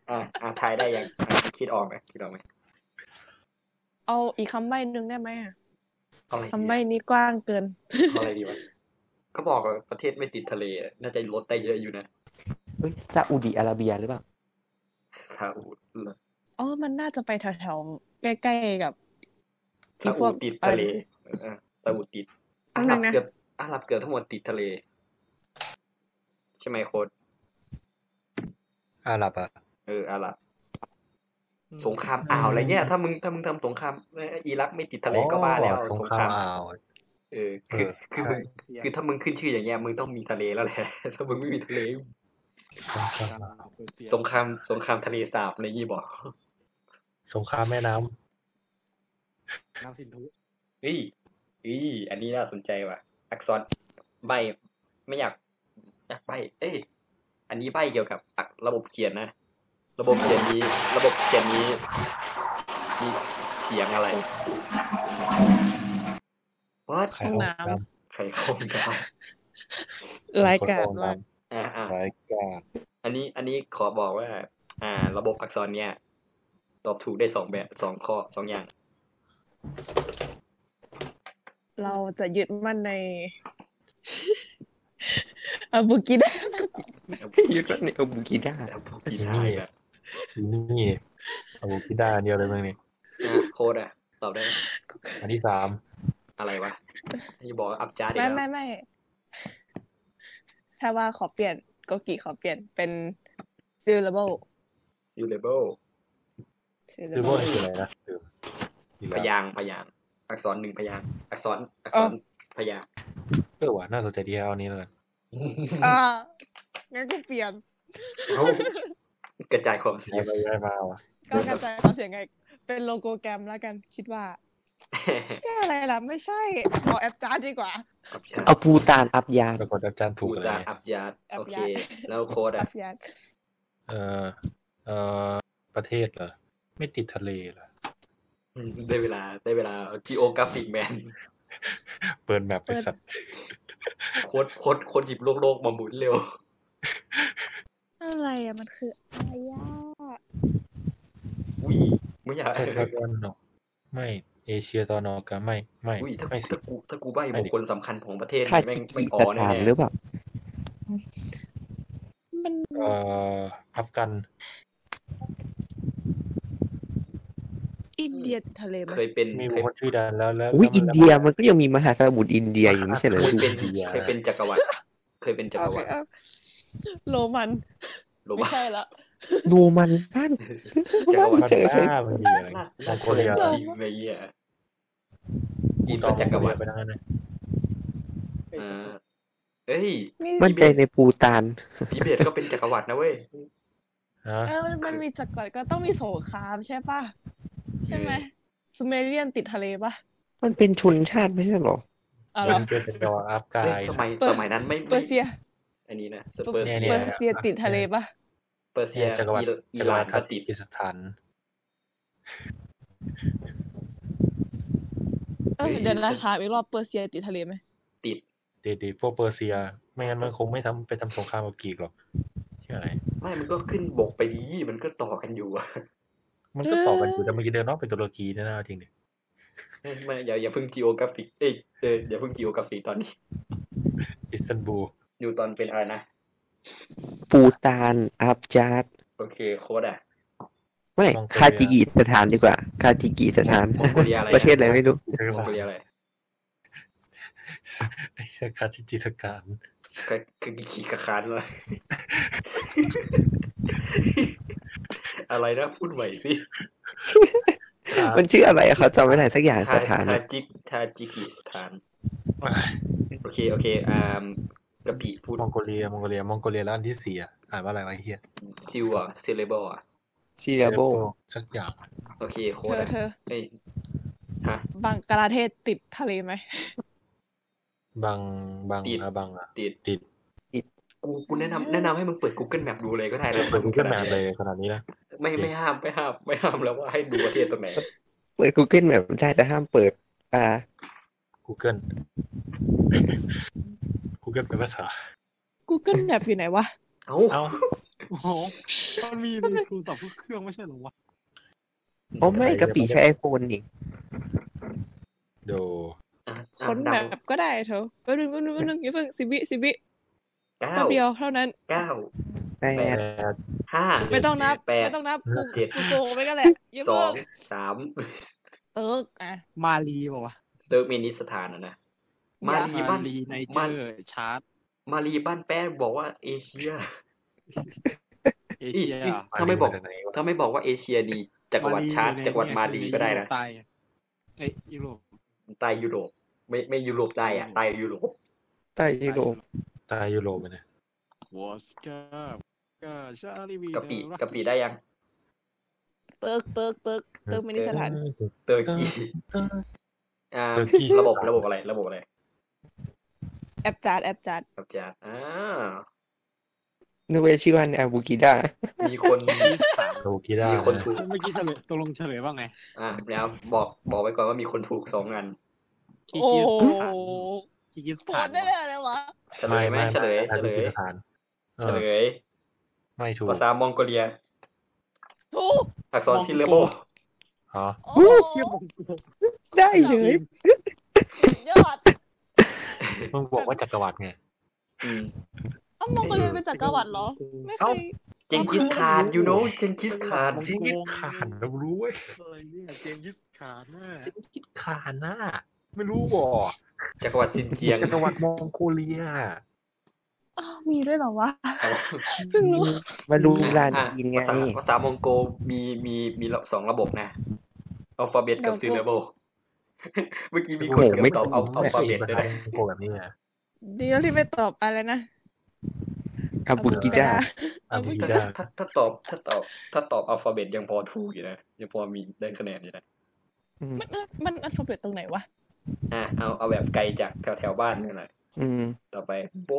อ่าอ่าทายได้ยังอ่ะคิดออกไหมคิดออกไหม เอาอีกคำใบ้หนึ่งได้ไหมอะ เอาอะไรดี คำใบ้ อะ นี้กว้างเกิน เอาอะไรดีวะเขาบอกว่าประเทศไม่ติดทะเลอะน่าจะลดได้เยอะอยู่นะ เฮ้ยซาอุดีอาระเบีย หรือเปล่า ซาอุดเหรอ อ๋อ มันน่าจะไปแถวๆ ใกล้ๆกับ ซาอุดติดทะเลเอออ่ะซาอุดติดอาหรับเกือบอาหรับเกือบทั้งหมดติดทะเล ใช่ไหมโค้ด อาหรับอ่ะ เอออาหรับสงครามอ่าวอะไรเงี้ยถ้ามึงถ้ามึงทำสงครามเอ่ออิรักไม่ติดทะเลก็บ้าแล้ว อ๋อส ส ง งครารคาม ม อ่าว เออคือ เออ คือ ใช่ มึงคือถ้ามึงขึ้นชื่ออย่างเงี้ยมึงต้องมีทะเลแล้วแหละ ถ้ามึงไม่มีทะเลสงครามสงครามทะเลสาบอะไรงี้บอก สงครามแม่น้ำ น้ำสินธุ เอ้ยเอ้ยอันนี้น่าสนใจว่ะ อักษรใบไม่อยากอยากใบเอ้ยอันนี้ใบเกี่ยวกับอักระบบเขียนนะระบบเขียนนี้ ระบบเขียนนี้มีเสียงอะไร What ใครเข้าห้องใครน้ำห้องน้ำเข้าห้องน้ รายการว่า ำอ่าอ่า รายการ อันนี้อันนี้ขอบอกว่า อ่า ระบบอักษรเนี่ย ตอบถูกได้สองแบบสองข้อสองอย่าง เราจะยึดมั่น ใน อาบุกิได้ ยึดในอบูกิด้า แล้วพวกกีฬาอีกอะ นี่เอาคิดได้อันเดียวเลยมึงนี่ อ่ะโคดอ่ะ ตอบได้ไหม อันที่สาม อะไรวะอย่าบอกว่าอัพจาร์ดอีก ไม่ แล้ ไม่ ว ไม่ถ้าว่าขอเปลี่ยนโกกิขอเปลี่ยนเป็น syllable ยูเลเบล คือพวกนี้คืออะไรนะลืมอีก พ แล้ว ยางค์พยางค์อักษรหนึ่งพยางค์อักษรอักษ เอ้า รพยางค์ เออว่ะน่าสนใจดีเอาอันนี้แล้วกัน อ่างั้นก็เปลี่ยน เอ้ากระจายความเสียง ไปย้ายมาวะ ก็กระจายความเสียงไง เป็นโลโกแกรมแล้วกันคิดว่าแค่อะไรล่ะ ไม่ใช่เอาแอปจาร์ดดีกว่า อับยา เอาปูตานอัพยา ปรากฏอาจารย์ถู ถู ก ก อะไร ตา เนี่ย อับยา อัพยา โอเค แล้วโค้ด แอ อ่ะ ปยาน เออเออประเทศเหรอไม่ติดทะเลเหรอ อืมได้เวลาได้เวลา Geo Graphic Man เปิดแมปไปสัตว์ โค้ดโค้ดโค้ดหยิบโลกโลกมาหมุนเร็ว อะไรอ่ะ มันคืออะไรอ่ะ อุ้ยไม่อยาก ภาคตะวันออกไม่เอเชียตะวันออกกลางไม่ไม่ อุ้ยถ้า ไม่สิ ถ้ากูถ้ากูใบ ไม่ บุ ดิ คคลสำคัญของประเทศ ค่า แม่ง จิ แม่ง กิ อ๋ ตา อแน่ ถานห แน่ รือเปล่า มัน เอ่ออัฟกัน อินเดีย ทะเลไหม เคยเป็น มี เค บุค ย คลชื่อดังแล้วแล้ว อุ้ย แล้ว อินเดียมันก็ยังมีมหาสมุทรอินเดียอยู่ไม่ใช่เหรอ เคย ดู เป็นเคยเป็นจักรวรรดิเคยเป็นจักร โอ ว เค รรดิ เอาโรมัน หรือ ไม่ ว่า ใช่ละ โนมันนั่น จักรวรรดิ มัน เฉย หน้ามันมีอะไร ลาด ม ลา อง ด โก คน เลีย จีนไปเหี้ยจีน ต่ เป็ อน จักรวรรดิ ไปทางนั้นนะ อ่าเอ้ย นี่ ๆมั่นใจในปูตาน ทิเบตก็เป็นจักรวรรดินะเว้ย ฮะ เออมันมีจักรวรรดิก็ต้องมีสงครามใช่ป่ะ ใช่ไหม เออ ซูเมเรียนติดทะเลป่ะ มันเป็นชนชาติไม่ใช่เหรอ อ๋อเหร มั อน เป็นจักรวรรดิอัฟกา เอ้ย น สมัยสมัยนั้นไม่ เปอ ไม่ ร์เซีย อันนี้นะส เปอ เปอร์เซีย นี่ ร์เซียติดทะเลป่ะ เปอร์เซีย จักรวรรดิ อิหร่าน จั ก็ กรวรรดิ ติด อิสถาน เออเดี๋ยวนะถามอีกรอบเปอร์เซียติดทะเลไหม ติด ติดๆพวกเปอร์เซีย ไม่งั้นมันคงไม่ทำไปทำสงครามกับกรีกหรอกใช่ไหม ไม่มันก็ขึ้นบกไปดีมันก็ต่อกันอยู่อะ มันก็ต่อกันอยู่แต่เมื่อกี้เดินนอกเป็นตุรกีแน่ๆจริงดิ ไม่อย่าอย่าเพิ่งจีโอกราฟิก เอ้ยเอออย่าเพิ่งจีโอกราฟิกตอนนี้ อิสตันบูล อยู่ตอนเป็นอะไรนะ ปูตานอับจาร์ด โอเคโค้ดอะ ไม่คาจิกิสถานดีกว่า คาจิกิสถาน มองโกเลียอะไรน ประเทศอะไรไม่รู้ มองโกเลียอะไร ไอ้เหี้ยคาทิจิตการ ก็คือขี่กระคาน เลย อะไรนะพูดใหม่สิ มันชื่ออะไรอะเขาจำไม่ได้สักอย่าง ทา สถาน ทา อะ จิกทาจิกิสถาน โอเค โอเคอ่ากะปิพูด มองโกเลียมองโกเลียมองโกเลียแล้วอันที่สี่อ่ะอ่านว่าอะไรวะไอ้เฮีย ซิลอ่ะเซเลบอลอ่ะ ซีเรโบ สักอย่าง โอเคโค้ดเธอ อะ เธอ เอ้ยฮะ บังกลาเทศติดทะเลไหม บางบาง ติด อะบางอะ ติด ติด กูกูแนะนำแนะนำให้มึงเปิด Google Map ดูเลยก็ได้แล้ว เปิดกูเกิลแมป ขนาด เล นี้ ยขนาดนี้นะ ไม่ไม่ห้ามไม่ห้ามไม่ห้ามแล้วว่าให้ดูประเทศตรงไหน เปิด Google แบบได้แต่ห้ามเปิด อ่า Google Google เป็นภาษา Google Map อยู่ไหนวะ เอ้า เอ้า โอ้โหมันมีมันมีครูสอนทุกเครื่องไม่ใช่เหรอวะ อ๋อไม่กะปิใช้ไอโฟนนี่ โด อ่ะอ่ะ ค้น ด แมปก็ได้เธอแป๊บนึงแป๊บนึงแป๊บนึงอย่าเพิ่งสิบิสิบิ ำเก้า แป๊บเดียวเท่านั้น เก้า ได้ แป อะ ด ห้า ไม่ต้องนับ แปด ไม่ต้องนับกู เจ็ด กูโกงไปก็แหละอย่า สอ เพิ่ ง ง สาม เติร์กอ่ะ มาลีบอกว่าวะ เติร์กเมนิสถานอะนะ มาลีบ้าน ลีไนเจ มา อร์ชาร์ต มาลีบ้านแป้งบอกว่าเอเชีย เอเชีย อีก ถ้าไม่บอก จหนวะ ถ้าไม่บอกว่าเอเชียนี่จักรวรรดิชาร์ตจักรวรรดิมาลีก็ได้นะ ใต้เอ้ยยุโรป ใต้ยุโรปไม่ไม่ยุโรปใต้อะใต้ยุโรป ใต้ยุโรป ใตายยุโรปไปนะ วอสกาก็ชาลีวี กะปิกะปิได้ยัง เติร์กเติร์กเติร์กเติร์กเมนิสถาน เตอร์กีอ่า เตอร์กี ระบบระบบอะไร ระบบอะไร แอปจาร์ดแอปจาร์ด ครับอาจารย์อ่า นึกว่าชื่อว่าแนวบูกิดา มีคน โตกีด้า มี มี คนถูก เมื่อกี้เฉลยตกลงเฉลยว่าไง อ่าแล้วบอกบอกไว้ก่อนว่ามีคนถูกสองอัน คี โอ้ กิส โห ถานคีกิส ป ถาว ด น ได้เลยเลยวะ เฉลยไหมเฉลยเฉลย สถานเอ เฉ อ ลย ไม่ถูก ภาษามองโกเลีย ถูก ภ อักษร มองกู ซิลเลโบ อ๋อ โอ้ เทียบมองกู ได้เฉย สุดยอด มึงบอกว่าจักรวรรดิไง อืม เอ้ามองโกเลียเป็นจักรวรรดิเหรอ ไม่เคย เจงกิสคานยูโนเจงกิสคาน เจงกิสขานเรารู้เว้ย อะไรเนี่ยเจมยิสขาดมาก เจงกิสขานน่ะไม่รู้บ่ จักรวรรดิซินเจียง จักรวรรดิมองโกเลีย อ้าวมีด้วยเหรอวะ อ่ะ เพิ่งรู้ มาดูลาน อ่ะ จีนไง ภาษาภาษามองโกมีมีมีสองระบบนะอัลฟาเบตกับซิลเลโบ เมื่อกี้มีคนเกือบตอบเอาอัลฟาเบตด้วยนะ มองโกแบบนี้ไง ดีแล้วที่ไปตอบอะไรนะ อาบุกิดา อ่ะ เอาไม่ มี ถ้า ได้ ถ้าถ้าตอบถ้าตอบถ้าตอบอัลฟาเบตยังพอถูกอยู่นะ ยังพอมีได้คะแนนอยู่นะ มันมันอัลฟาเบตตรงไหนวะ อ่ะเอาเอาแบบไกลจากแถวแถวๆบ้านนี่แหละ อืม ต่อไปโบ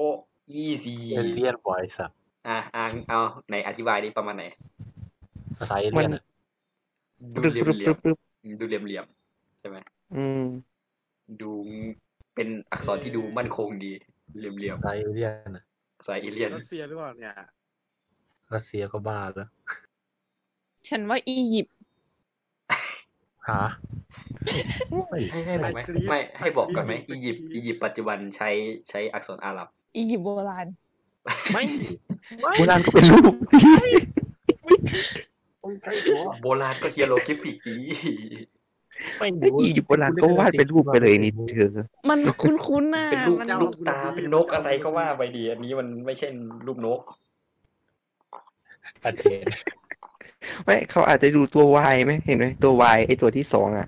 อีซี เอเลียนบอยสัตว์ อ่ะอ่ะเอาไหนอธิบายดิประมาณ ไหน ภาษาเอเลียนอะ ดู ปึ๊บ เหลี่ยม ปึ๊บ เหลี่ยมปึ๊บปึ๊บ ดูเหลี่ยมเหลี่ยมใช่ไหม อืม ดูเป็นอักษรที่ดูมั่นคงดีเหลี่ยมเหลี่ยม ภาษาเอเลียนอะ สายเอเลียน รัสเซียหรือเปล่าเนี่ย รัสเซียก็บ้าแล้ว ฉันว่าอียิปต์ หาเฮ้ย ให้ให้บอกไหมไม่ให้บอกก่อนไหมอียิปต์อียิปต์ปัจจุบันใช้ใช้อักษรอาหรับ อียิปต์โบราณ ไม่ โบราณก็เป็นรูปสิ ต้องใกล้ตัว โบราณก็เฮียโรกริฟิก อี ไม่ ไอ้อียิปต์โบราณก็วาดเป็นรูปไปเลยนี่เธอ มันคุ้นๆน่ะ เป็นรูป มัน ลูกตาเป็นนกอะไรก็ว่าไปดีอันนี้มันไม่ใช่รูปนก ประเทศ ไม่เขาอาจจะดูตัววายไหมเห็นไหมตัววายไอ้ตัวที่สองอ่ะ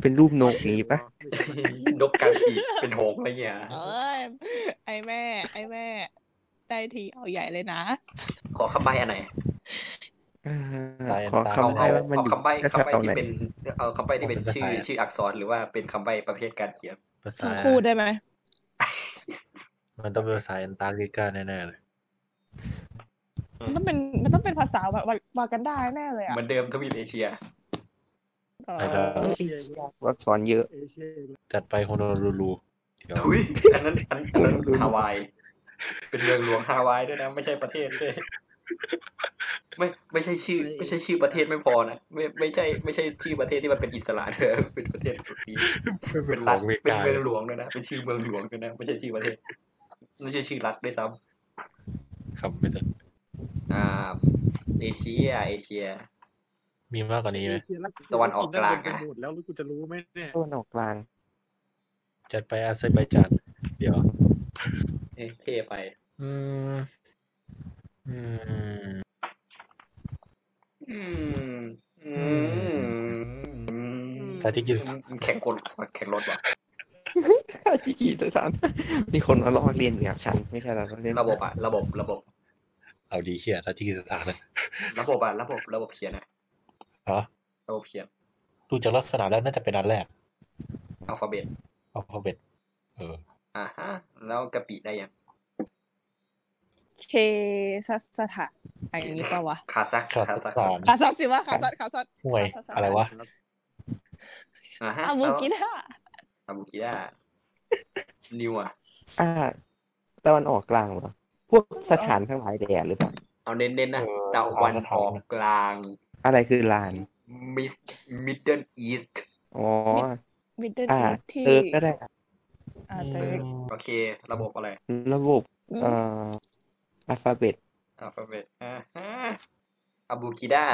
เป็นรูปนกอย่างนี้ปะ นกกางปีกเป็นหงส์อะไรเงี้ย เอ้ย ไอแม่ ไอแม่ ได้ทีเอาใหญ่เลยนะ ขอคำใบ้อันไหน เออขอ เอา คำ เอา ได้ว่ามัน เอา อยู่ คำใบ้ แถ คำใบ้ วๆไหน ที่เป็นเอาคำใบ้ที่เป็นชื่อชื่ออักษรหรือว่าเป็นคำใบ้ประเภทการเขียน ภาษา ทั้งคู่ได้ไหม มันต้องเป็นภาษาแอนตาร์กติกาแน่ๆเลย มันต้องเป็น มันต้องเป็นภาษาวาวากันดาแน่เลยอ่ะ เหมือนเดิมทวีปเอเชีย เออ อักษรเยอะ เอเชีย จัดไปโฮโนลูลูเดี๋ยว ถุยอันนั้นอันอันนั้นฮาวาย เป็นเมืองหลวงฮาวายด้วยนะ ไม่ใช่ประเทศด้วยไม่ไม่ใช่ชื่อ ไม่ใช่ชื่อประเทศไม่พอนะไม่ไม่ใช่ไม่ใช่ชื่อประเทศที่มันเป็นอิสระเด้อเป็นประเทศทีเป็นรัฐเป็นเมืองหลวงด้วยนะเป็นชื่อเมืองหลวงด้วยนะไม่ใช่ชื่อประเทศไม่ใช่ชื่อรัฐด้วยซ้ำ ครับไม่ต้อง อ่าเอเชียเอเชีย มีมากกว่านี้ไหม ตะวันออกกลางนะ หมดแล้วแล้วกูจะรู้ไหมเนี่ย ตะวันออกกลาง จัดไปอาเซอร์ไบจานเดี๋ยว เอ้ยเท่ไป อืม อืม อืมอืม ตาจิกิสถาน แข่งคนแข่งรถว่ะ ค่าจีกีสถานมีคนมาลอกเรียนแบบฉัน ไม่ใช่เราเรียน ระบบอะระบบระบบ เอาดีเฮียตาจิกิสถานนะ ระบบอะระบบระบบเขียนอะ ฮะ ระบบเขียน ดูจากลักษณะแล้วน่าจะเป็นอันแรก อัลฟาเบต เอาเขาเป็นเออ อ่าฮะ แล้วกะปิได้ยัง เคซัสสถานอะไรอย่างนี้ปะวะ คาซัก ครับ คาซัก สอน คาซัสสิวะคาซัสคาซัส ห่วย ครับ อะไรวะ อ่าฮะ อาบูกิดา อาบุกิด้านิวอะ อ่าตะวันออกกลางเหรอ พวกสถานทั้งหลายแดดหรือเปล่า เอาเน้นๆนะ เออ ตะวันออกกลาง อะไรคือลาน มิสมิดเดิลอีสต์ อ๋อ มิดเดิล อ่า ที่ เติร์กก็ได้อ่ะ อ่าเติร์ก โอเค ระบบอะไร ระบบ เอ่ออัลฟาเบต อัลฟาเบตอ่าฮะอาบูกิดา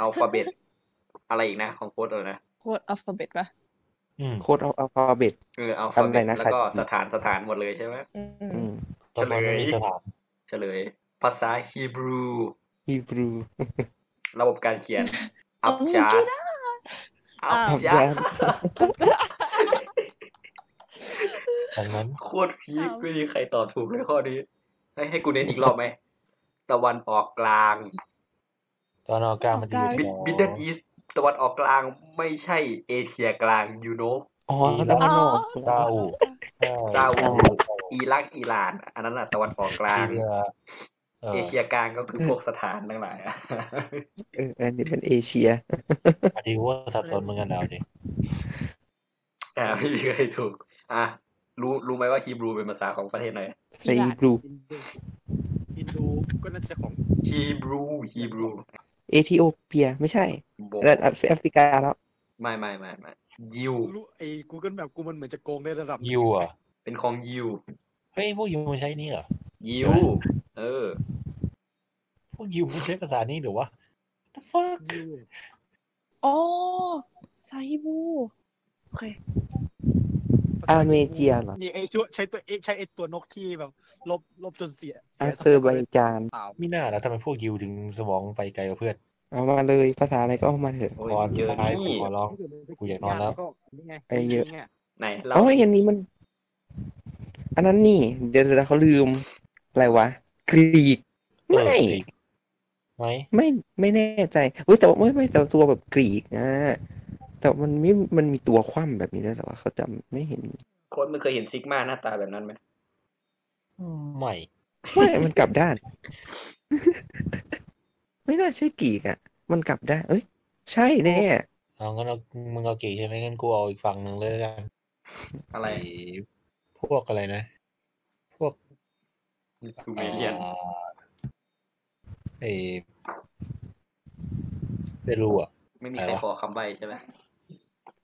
อัลฟาเบต อะไรอีกนะ ของโค้ดเลยนะ โคดอัลฟาเบตปะ อืม โคดเอาอัลฟาเบต เอออัลฟา จำ เบ ได้ ต นะ แล้ว ครับ ก็สถานสถานหมดเลยใช่ไหม อืม อืม ตอนนั้นมันมีสถาน เฉลย ภาษาฮีบรู ฮีบรู ระบบการเขียน อั อา บ บู จา กิดา อับ อ้าว จา แล้ว จากนั้น โคตรพีคไม่มีใครตอบถูกเลยข้อนี้ ให้ให้กูเน้นอีกรอบไหม ตะวันออกกลาง ตอนออกกลางมันจะอยู่ มิ ที่ ดมิดไหนเดิลอีสต์ตะวันออกกลางไม่ใช่เอเชียกลางยูโน อ๋อตะวันออก ซาอุ ซาอุ ซา อิรักอิหร่าน อันนั้นน่ะตะวันออกกลาง ซีเรียเออ เอเชียกลางก็คือพวกสถานทั้งหลายอะ เอออันนี้เป็นเอเชีย อาทิว่าสับสนเหมือนกันแล้วจริง อ่าไม่มีใครถูก อ่ะรู้รู้ไหมว่าฮีบรูเป็นภาษาของประเทศไหน ใส่ฮีบรู อินโดอินโดก็น่าจะของ ฮีบรูฮีบรู เอธิโอเปีย ไม่ใช่ โบอก แล้วแอฟริกาแล้ว ไม่ไม่ไม่ไม่ยิว รู้ไอ้กูเกิลแบบกูมันเหมือนจะโกงได้ระดับหนึ่ง ยูอ่ะ เป็นของยิว เฮ้ยพวกยูมันใช้นี่เหรอ ยิว เออ พวกยูมันใช้ภาษานี้หรือวะ the fuck ยิวเว้ย โอ้ซาฮิบูโอเค อาร์เมเจียเหรอ นี่ไอ้ตัวใช้ตัวเอะใช้ไอ้ตัวนกที่แบบ ลบลบจนเสีย อาเซอร์ไบจาน เปล่า มีหน้าแล้วทำไมพวกยูถึงสมองไปไกลกว่าเพื่อน เอามาเลยภาษาอะไรก็เอามาเถอะ โอ้ย ขอ เจ สุอดท้าย นี่ ขอร้อง กูอยากนอนแล้ว ก็นี่ไง ไอ้เยอะ นี่ไง ไหนเรา เอ้ยอันนี้มัน อันนั้นนี่ เดี๋ยวเดี๋ยวเขาลืม อะไรวะ กรีก ไม่ ไหม ไม่ไม่แน่ใจอุ้ยแต่ว่าไม่ไม่แต่ตัวแบบกรีกนะแต่มันไม่มันมีตัวคว่ำแบบนี้ด้วยเหรอวะเขาจำไม่เห็น โค้ดมันเคยเห็นซิกมาหน้าตาแบบนั้นไหม ไม่ ไม่ มันกลับด้าน ไม่น่าใช่กรีกอ่ะ มันกลับด้านเอ้ย ใช่แน่ เอางั้นเอามึงเอากี่ใช่ไหมงั้นกูเอาอีกฝั่งหนึ่งเลยละกัน อะไร อ้พวกอะไรนะ พวก ซูเมเรียน อ่าไอ้เปรูอ่ะ ไม่มีใครขอคำใบใช่ไหม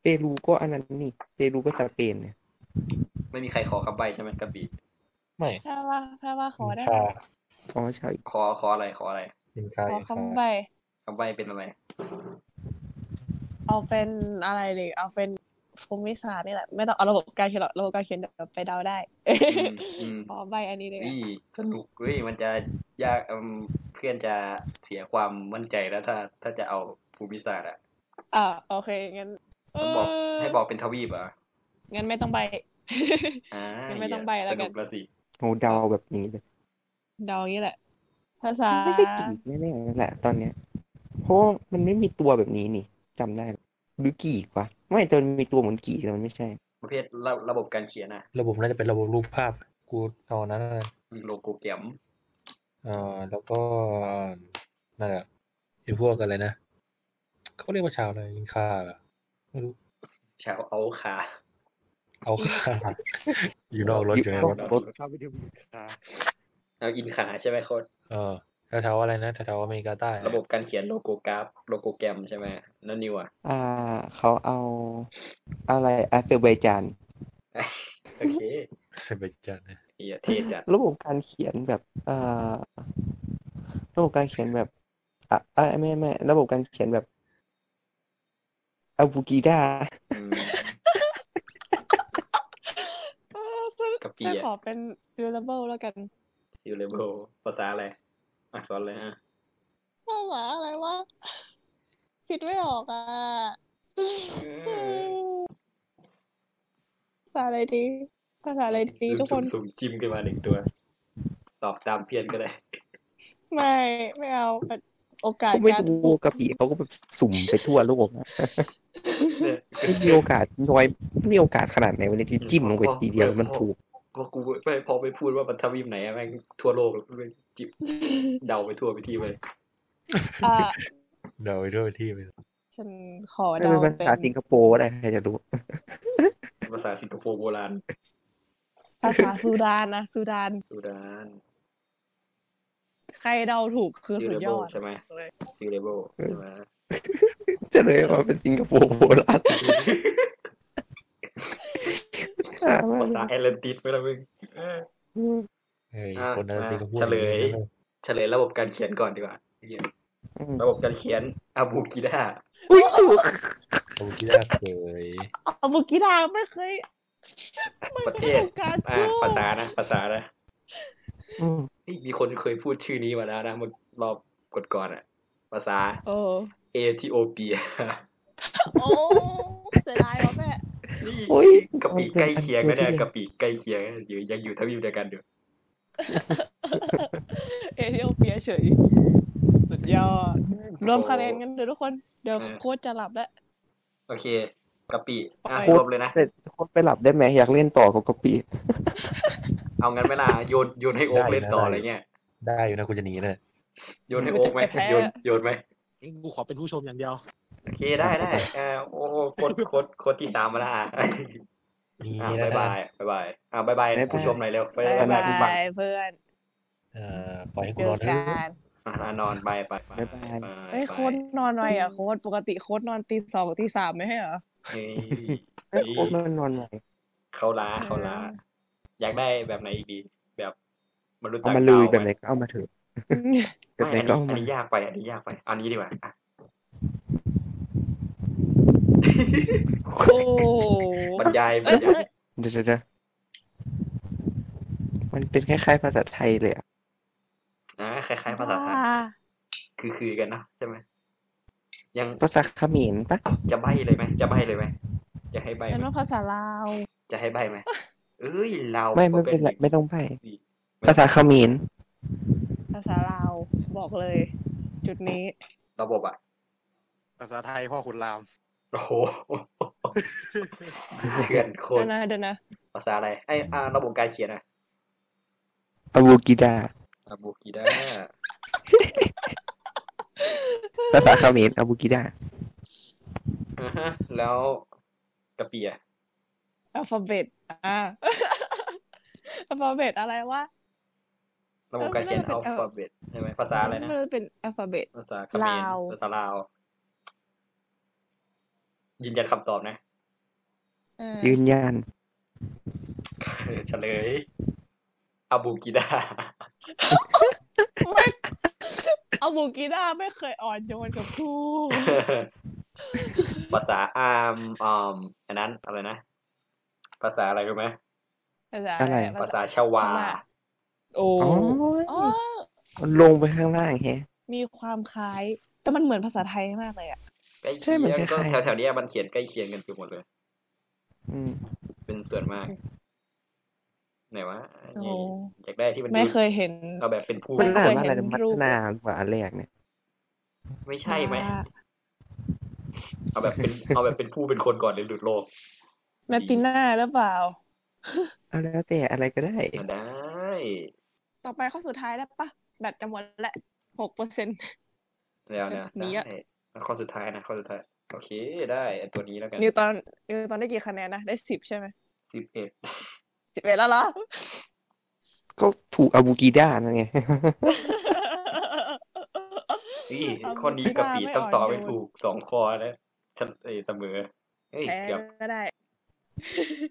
เปรูก็อันนั้นนี่เปรูก็สเปนเนี่ย ไม่มีใครขอคำใบใช่ไหมกระบี่ ไม่ แพรว่าแพรว่าขอได้ ชา อ๋อใช่ ขอขออะไรขออะไร สินค้า ขอ สินค้า คำใบ คำใบเป็นอะไร เอาเป็นอะไรดีเอาเป็นภูมิศาสตร์นี่แหละ ไม่ต้องเอาระบบการเขียนหรอกระบบการเขียนเดี๋ยวไปเดาได้ มอืม ขอใบอันนี้เลย นี่สนุกเว้ยมันจะยากอืมเพื่อนจะเสียความมั่นใจแล้วถ้า ถ้าจะเอาภูมิศาสตร์อะ อ่าโอเคงั้น ต้องบอก เ ให้บอกเป็นทวีปเหรอ่ะ งั้นไม่ต้องใบ อ่า ยังไม่ต้องใบ้แล้วกัน สนุกแล้วสิ โหเดาแบบอย่างนี้เลย เดาอย่างนี้แหละ ภาษา ไม่ใช่กรีกแน่ๆนั่นแหละ ตอนเนี้ย เพราะว่ามันไม่มีตัวแบบนี้นี่จำได้หรือกรีกวะไม่แต่มันมีตัวเหมือนกรีกแต่มันไม่ใช่ ประเภทระระบบการเขียนอะ ระบบน่าจะเป็นระบบรูปภาพ กูเอาอันนั้นแล้วกัน โลโก้แกรม เอ่อแล้วก็นั่นแหละไอ้พวกอะไรนะเขาเรียกว่าชาวอะไรสินค้าเหรอไม่รู้ ชาวเอาคา เอาค่า อยู่นอกรถอยู่ในรถ รถ เข้าไปดูมือถือนะ เอาอินขาใช่ไหมโค้ด เออแถวๆอะไรนะแถวๆอเมริกาใต้ ระบบการเขียนโลโก้กราฟโลโก้แกรมใช่ไหมนั่นนิวอะ อ่าเขาเอาอะไรอาเซอร์ไบจาน โอเค เซนเบจันนะ เฮียเท่จัด ระบบการเขียนแบบเอ่อระบบการเขียนแบบอ่ะเอ้ยไม่ไม่ระบบการเขียนแบบอาบูกีดา อืม เออฉัน กะปิ ฉัน อะ ขอเป็น durable แล้วกัน ซิลเลเบลภาษาอะไร อักษรอะไรอ่ะ ภาษาอะไรวะคิดไม่ออกอ่ะ เออ ภาษาอะไรดี ภาษาอะไรดีทุกคน สุ่มๆจิ้มขึ้นมาหนึ่งตัว ตอบตามเพี้ยนก็ได้ ไม่ไม่เอาโอกาส เขาไม่ การ ดูกะปิเขาก็แบบสุ่มไปทั่วโลกนะ เนี่ย ไม่มีโอกาสน้อยไม่มีโอกาสขนาดไหนวันนี้ที่จิ้มลงไปทีเดียวแล้วมันถูก พอกูไม่พอไปพูดว่ามันทวีปไหนอะแม่งทั่วโลกแล้วแม่งจิ้มเดาไปทั่วไปที่เลย อ่ะ เดาไปด้วยที่ไป ฉันขอ ไม่ เดา เป็นภา เป็น ษาสิงคโปร์ก็ได้ใครจะรู้ ภาษาสิงคโปร์โบราณ ภาษาซูดานนะซูดาน สุดาน ใครเดาถูกคือ ซิล สุ เลเบดย ล อด ใช่ไหม เลย ซิลเลเบลใช่ไหม จะเลยว่าเป็นสิงคโปร์โบราณ ภาษาแอตแลนติสไปแล้วมึง เฮ้ย อ่ะ คนนั้น มา ตีก็พูด เฉลย อย่างนี้ เฉลยระบบการเขียนก่อนดีกว่า ระบบการเขียนอาบูกิดา อุ้ยถูก ผมคิดว่าเคย อาบุกิดาไม่เคยไม่ ประ เค เท ย ศ ทำการ อ่า กู้ ภาษานะภาษานะ อืม เฮ้ยมีคนเคยพูดชื่อนี้มาแล้วนะมันรอบกดก่อนๆอะภาษา โอ้ เอธิโอเปี ย โอ้เสียดายวะแม่ นี่ อุ้ย กะปีใกล้เคียงนะเนี่ยกะปีใกล้เคียงนะอยู่ยังอยู่ทวีปเดียวกันอยู่ เอธิโอเปียเฉยสุดยอดรวมคะแนนกันเดี๋ยวทุกคนเดี๋ยวโค้ชจะหลับแล้ว โอเคกะปีอ่ะ โอ้ย รวมเลยนะ เสร็จโคตรไปหลับได้ไหมอยากเล่นต่อกับกะปิ เอางั้นเวลาโยนโยนให้โอ๊กเล่นต่ออะไรเงี้ย ได้อยู่นะกูจะหนีเลย โยนให้โอ๊กไหมโยนโยนไหม กูขอเป็นผู้ชมอย่างเดียว โอเคได้ได้อ่าโอ้โหโคตรโคตรโคตรที่สามมาและอ่ะ หนี อ่ะ แล้ว บาย นะ บายบายบายอ่ะบายบายผู้ชมหน่อยเร็ว บาย บายบายผู้ฟัง บายเพื่อน เอ่อปล่อยให้กู เจ ร อ อเถ กั อะ น อ่ะนอนไปไปไป บ๊ายบาย ไป เอ้ย ไป โค้ดนอนไวอ่ะโค้ดปกติโค้ดนอนตีสองตีสามไม่ใช่เหรอ เฮ้ย เอ้ยโอ๊ตมันนอนไหว เขาล้าเขาล้า อยากได้แบบไหนอีกดี แบบมนุษย์ เอา ต่าง มาลุย ดว แบบไหนก็เอามาเถอะแบบไหน ไม่อัน ก็ นี้อันเอามา นี้ยากไปอันนี้ยากไปเอาอันนี้ดีกว่าอ่ะ โอ้โห บรรยายบร เอ้ย รยาย เดี๋ยวเดี๋ยวเดี๋ยวมันเป็นคล้ายๆภาษาไทยเลยอะ อ่าคล้ายๆภาษาไทยคือคือกันนะใช่ไหมยัง ภาษาเขมรปะ จะใบ้เลยไหมจะใบ้เลยไหมจะให้ใบ้ ฉัน ไหม ว่าภาษาลาว จะให้ใบ้ไหมเอ้ยเรา ไม่ไม่เป็นไร ก็ ไม่ต้องไป อีก ภาษาเขมร ภาษาลาว บอกเลย จุดนี้ ระบบอ่ะ ภาษาไทยพ่อขุนราม โอ้ โหเถื่อนโคต เดี๋ ร ยวนะเดี๋ยวนะ ภาษาอะไรไอ้อ่าระบบการเขียนอ่ะ อาบูกิดา อาบูกีด้ า ภาษาเขมรอาบูกิดา อ่าฮะแล้วกระเปีย อัลฟาเบต อ่า อัลฟาเบตอะไรวะ ระบบการเขียน เอ อั อ ล ไม่ฟาเบตน่าจะเป็นใช่ไหมภาษาอะไรนะ มันเป็นอัลฟาเบต ภาษาเขมร ลาว ภาษาลาว ยืนยันคำตอบนะ เออ ยืนยัน เออเฉลยอาบูกีดา ไม่ เอาบูกิน่าไม่เคยอ่อนโยนกับครู ภาษาอามออมอันนั้นอะไรนะ ภาษาอะไรรู้ไหม ภาษาอะไรอะ ภาษาชาวา โอ้ อ๋อ อ๋อ ลงไปข้างล่างแฮะ มีความคล้าย แต่มันเหมือนภาษาไทยมากเลยอ่ะ ใกล้ ใช่ เคีย มัน ง คล้ายๆ ก็แถวแถวๆเนี้ยมันเขียนใกล้เคียงกันไปหมดเลย อืม เป็นส่วนมาก ไหนวะ โอ้ นี่อยากได้ที่มัน ไม่เคยเห็น เอาแบบเป็นผู้ มันอ่านว่าอะเคยไรนะ เห็น พั รู ฒ ป นากว่าอันแรกเนี่ย ไม่ใช่ไหม ว่า เอาแบบเป็นเอาแบบเป็นผู้เป็นคนก่อนเลยหลุดโลก แมตติน่าหรือเปล่า เอาแล้วแต่อะไรก็ได้ อ่ะได้ ต่อไปข้อสุดท้ายแล้วปะแบตจะหมดและหกเปอร์เซ็นต์ แล้วนะ จะหนีอะ ได้ข้อสุดท้ายนะข้อสุดท้าย โอเค ได้อันตัวนี้แล้วกัน นิวตอนนิวตอนได้กี่คะแนนนะ ได้สิบใช่ไหม สิบเอ็ด สิบเอ็ดแล้วเหรอ ก็ถูกอาบูกิดานั่นไง นี่ เอา ข้อนี้ ไม่ กับ ว่า ปี ไม่ ต้อง อ่อน ตอบไม่ โยน ถูกสองคอนะฉันเอยเสมอเอ้ย แพ้ เกือบ ก็ได้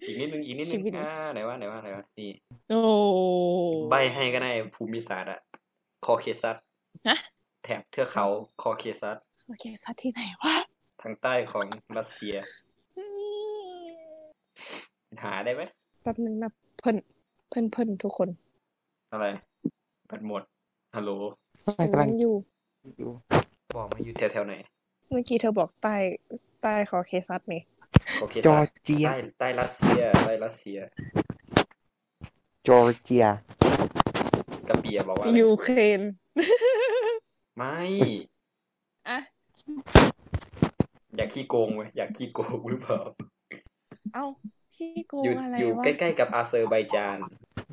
อีกนิดนึงอีกนิดนึชีง วิต อ่าไหนวะไหนวะไหนวะนี่ โอ้ ใบให้ก็ได้ภูมิศาสตร์อะคอเคซัส ฮะ แถบเทือกเขาคอเคซัส โอเคซัดที่ไหนวะ ทางใต้ของรัสเซีย หาได้ไหม แป๊บนึงนะเพิ่นเพิ่นเพิ่นทุกคน อะไรแบตหมดฮัลโหล ใช่กำลัง ฉันอยู่ ดู บอกมาอยู่แถวแถวๆไหน เมื่อกี้เธอบอกใต้ใต้ขอเคซัดนี่ คอเค จอ ซัส ร์เจีย ใต้ใต้รัสเซียใต้รัสเซีย จอร์เจีย กระเปียบอกว่าอะไร ยูเครน ไม่ อ่ะ อยากขี้โกงเว้ยอยากขี้โกงหรือเปล่า เอ้าพี่โก อยู่ งอะไร อยู่ วะ ใกล้ๆกับอาเซอร์ไบจาน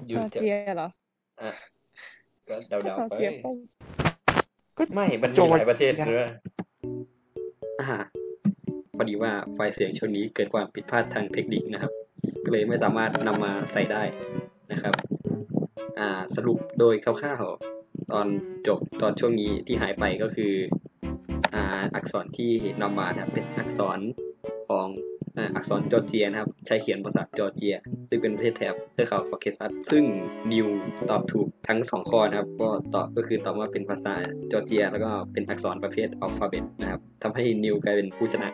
อ จ ยู่ อร์ แถว เจียเหรอ อ่ะก็เดา ถ้าจๆอร์ ไป เจียต้อง ไม่ มัน จ มี อ ห ย ลายประเทศด้วยอ่าพอดีว่าไฟล์เสียงช่วงนี้เกิดความผิดพลาดทางเทคนิคนะครับ ก็เลยไม่สามารถนำมาใส่ได้นะครับ อ่า สรุปโดยคร่าวๆตอนจบตอนช่วงนี้ที่หายไปก็คือ อ่า อักษรที่นำมานะครับเป็นอักษรของอ่าอักษรจอร์เจียนะครับ ใช้เขียนภาษาจอร์เจีย ซึ่งเป็นประเทศแถบเทือกเขาคอเคซัสซึ่งนิวตอบถูกทั้งสองข้อนะครับ ก็ตอบก็คือตอบว่าเป็นภาษาจอร์เจีย แล้วก็เป็นอักษรประเภทอัลฟาเบตนะครับทำให้นิวกลายเป็นผู้ชนะ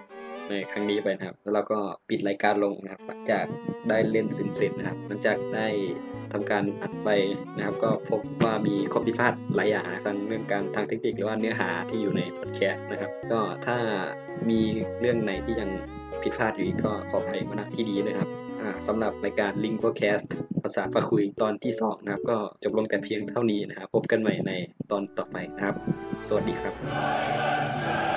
ในครั้งนี้ไปนะครับ แล้วเราก็ปิดรายการลงนะครับหลังจากได้เล่นสินเสร็จนะครับ หลังจากได้ทำการอัดไปนะครับ ก็พบว่ามีข้อผิดพลาดหลายอย่างนะทั้งเรื่องการทางเทคนิคหรือว่าเนื้อหาที่อยู่ในพอดแคสต์นะครับ ก็ถ้ามีเรื่องไหนที่ยังผิดพลาดอยู่อีกก็ขออภัยมาณที่ดีด้วยครับ อ่าสำหรับรายการ l i n g u a c a s t ภาษาพาคุยตอนที่ 2 นะครับ ก็จบลงแต่เพียงเท่านี้นะครับ พบกันใหม่ในตอนต่อไปนะครับ สวัสดีครับ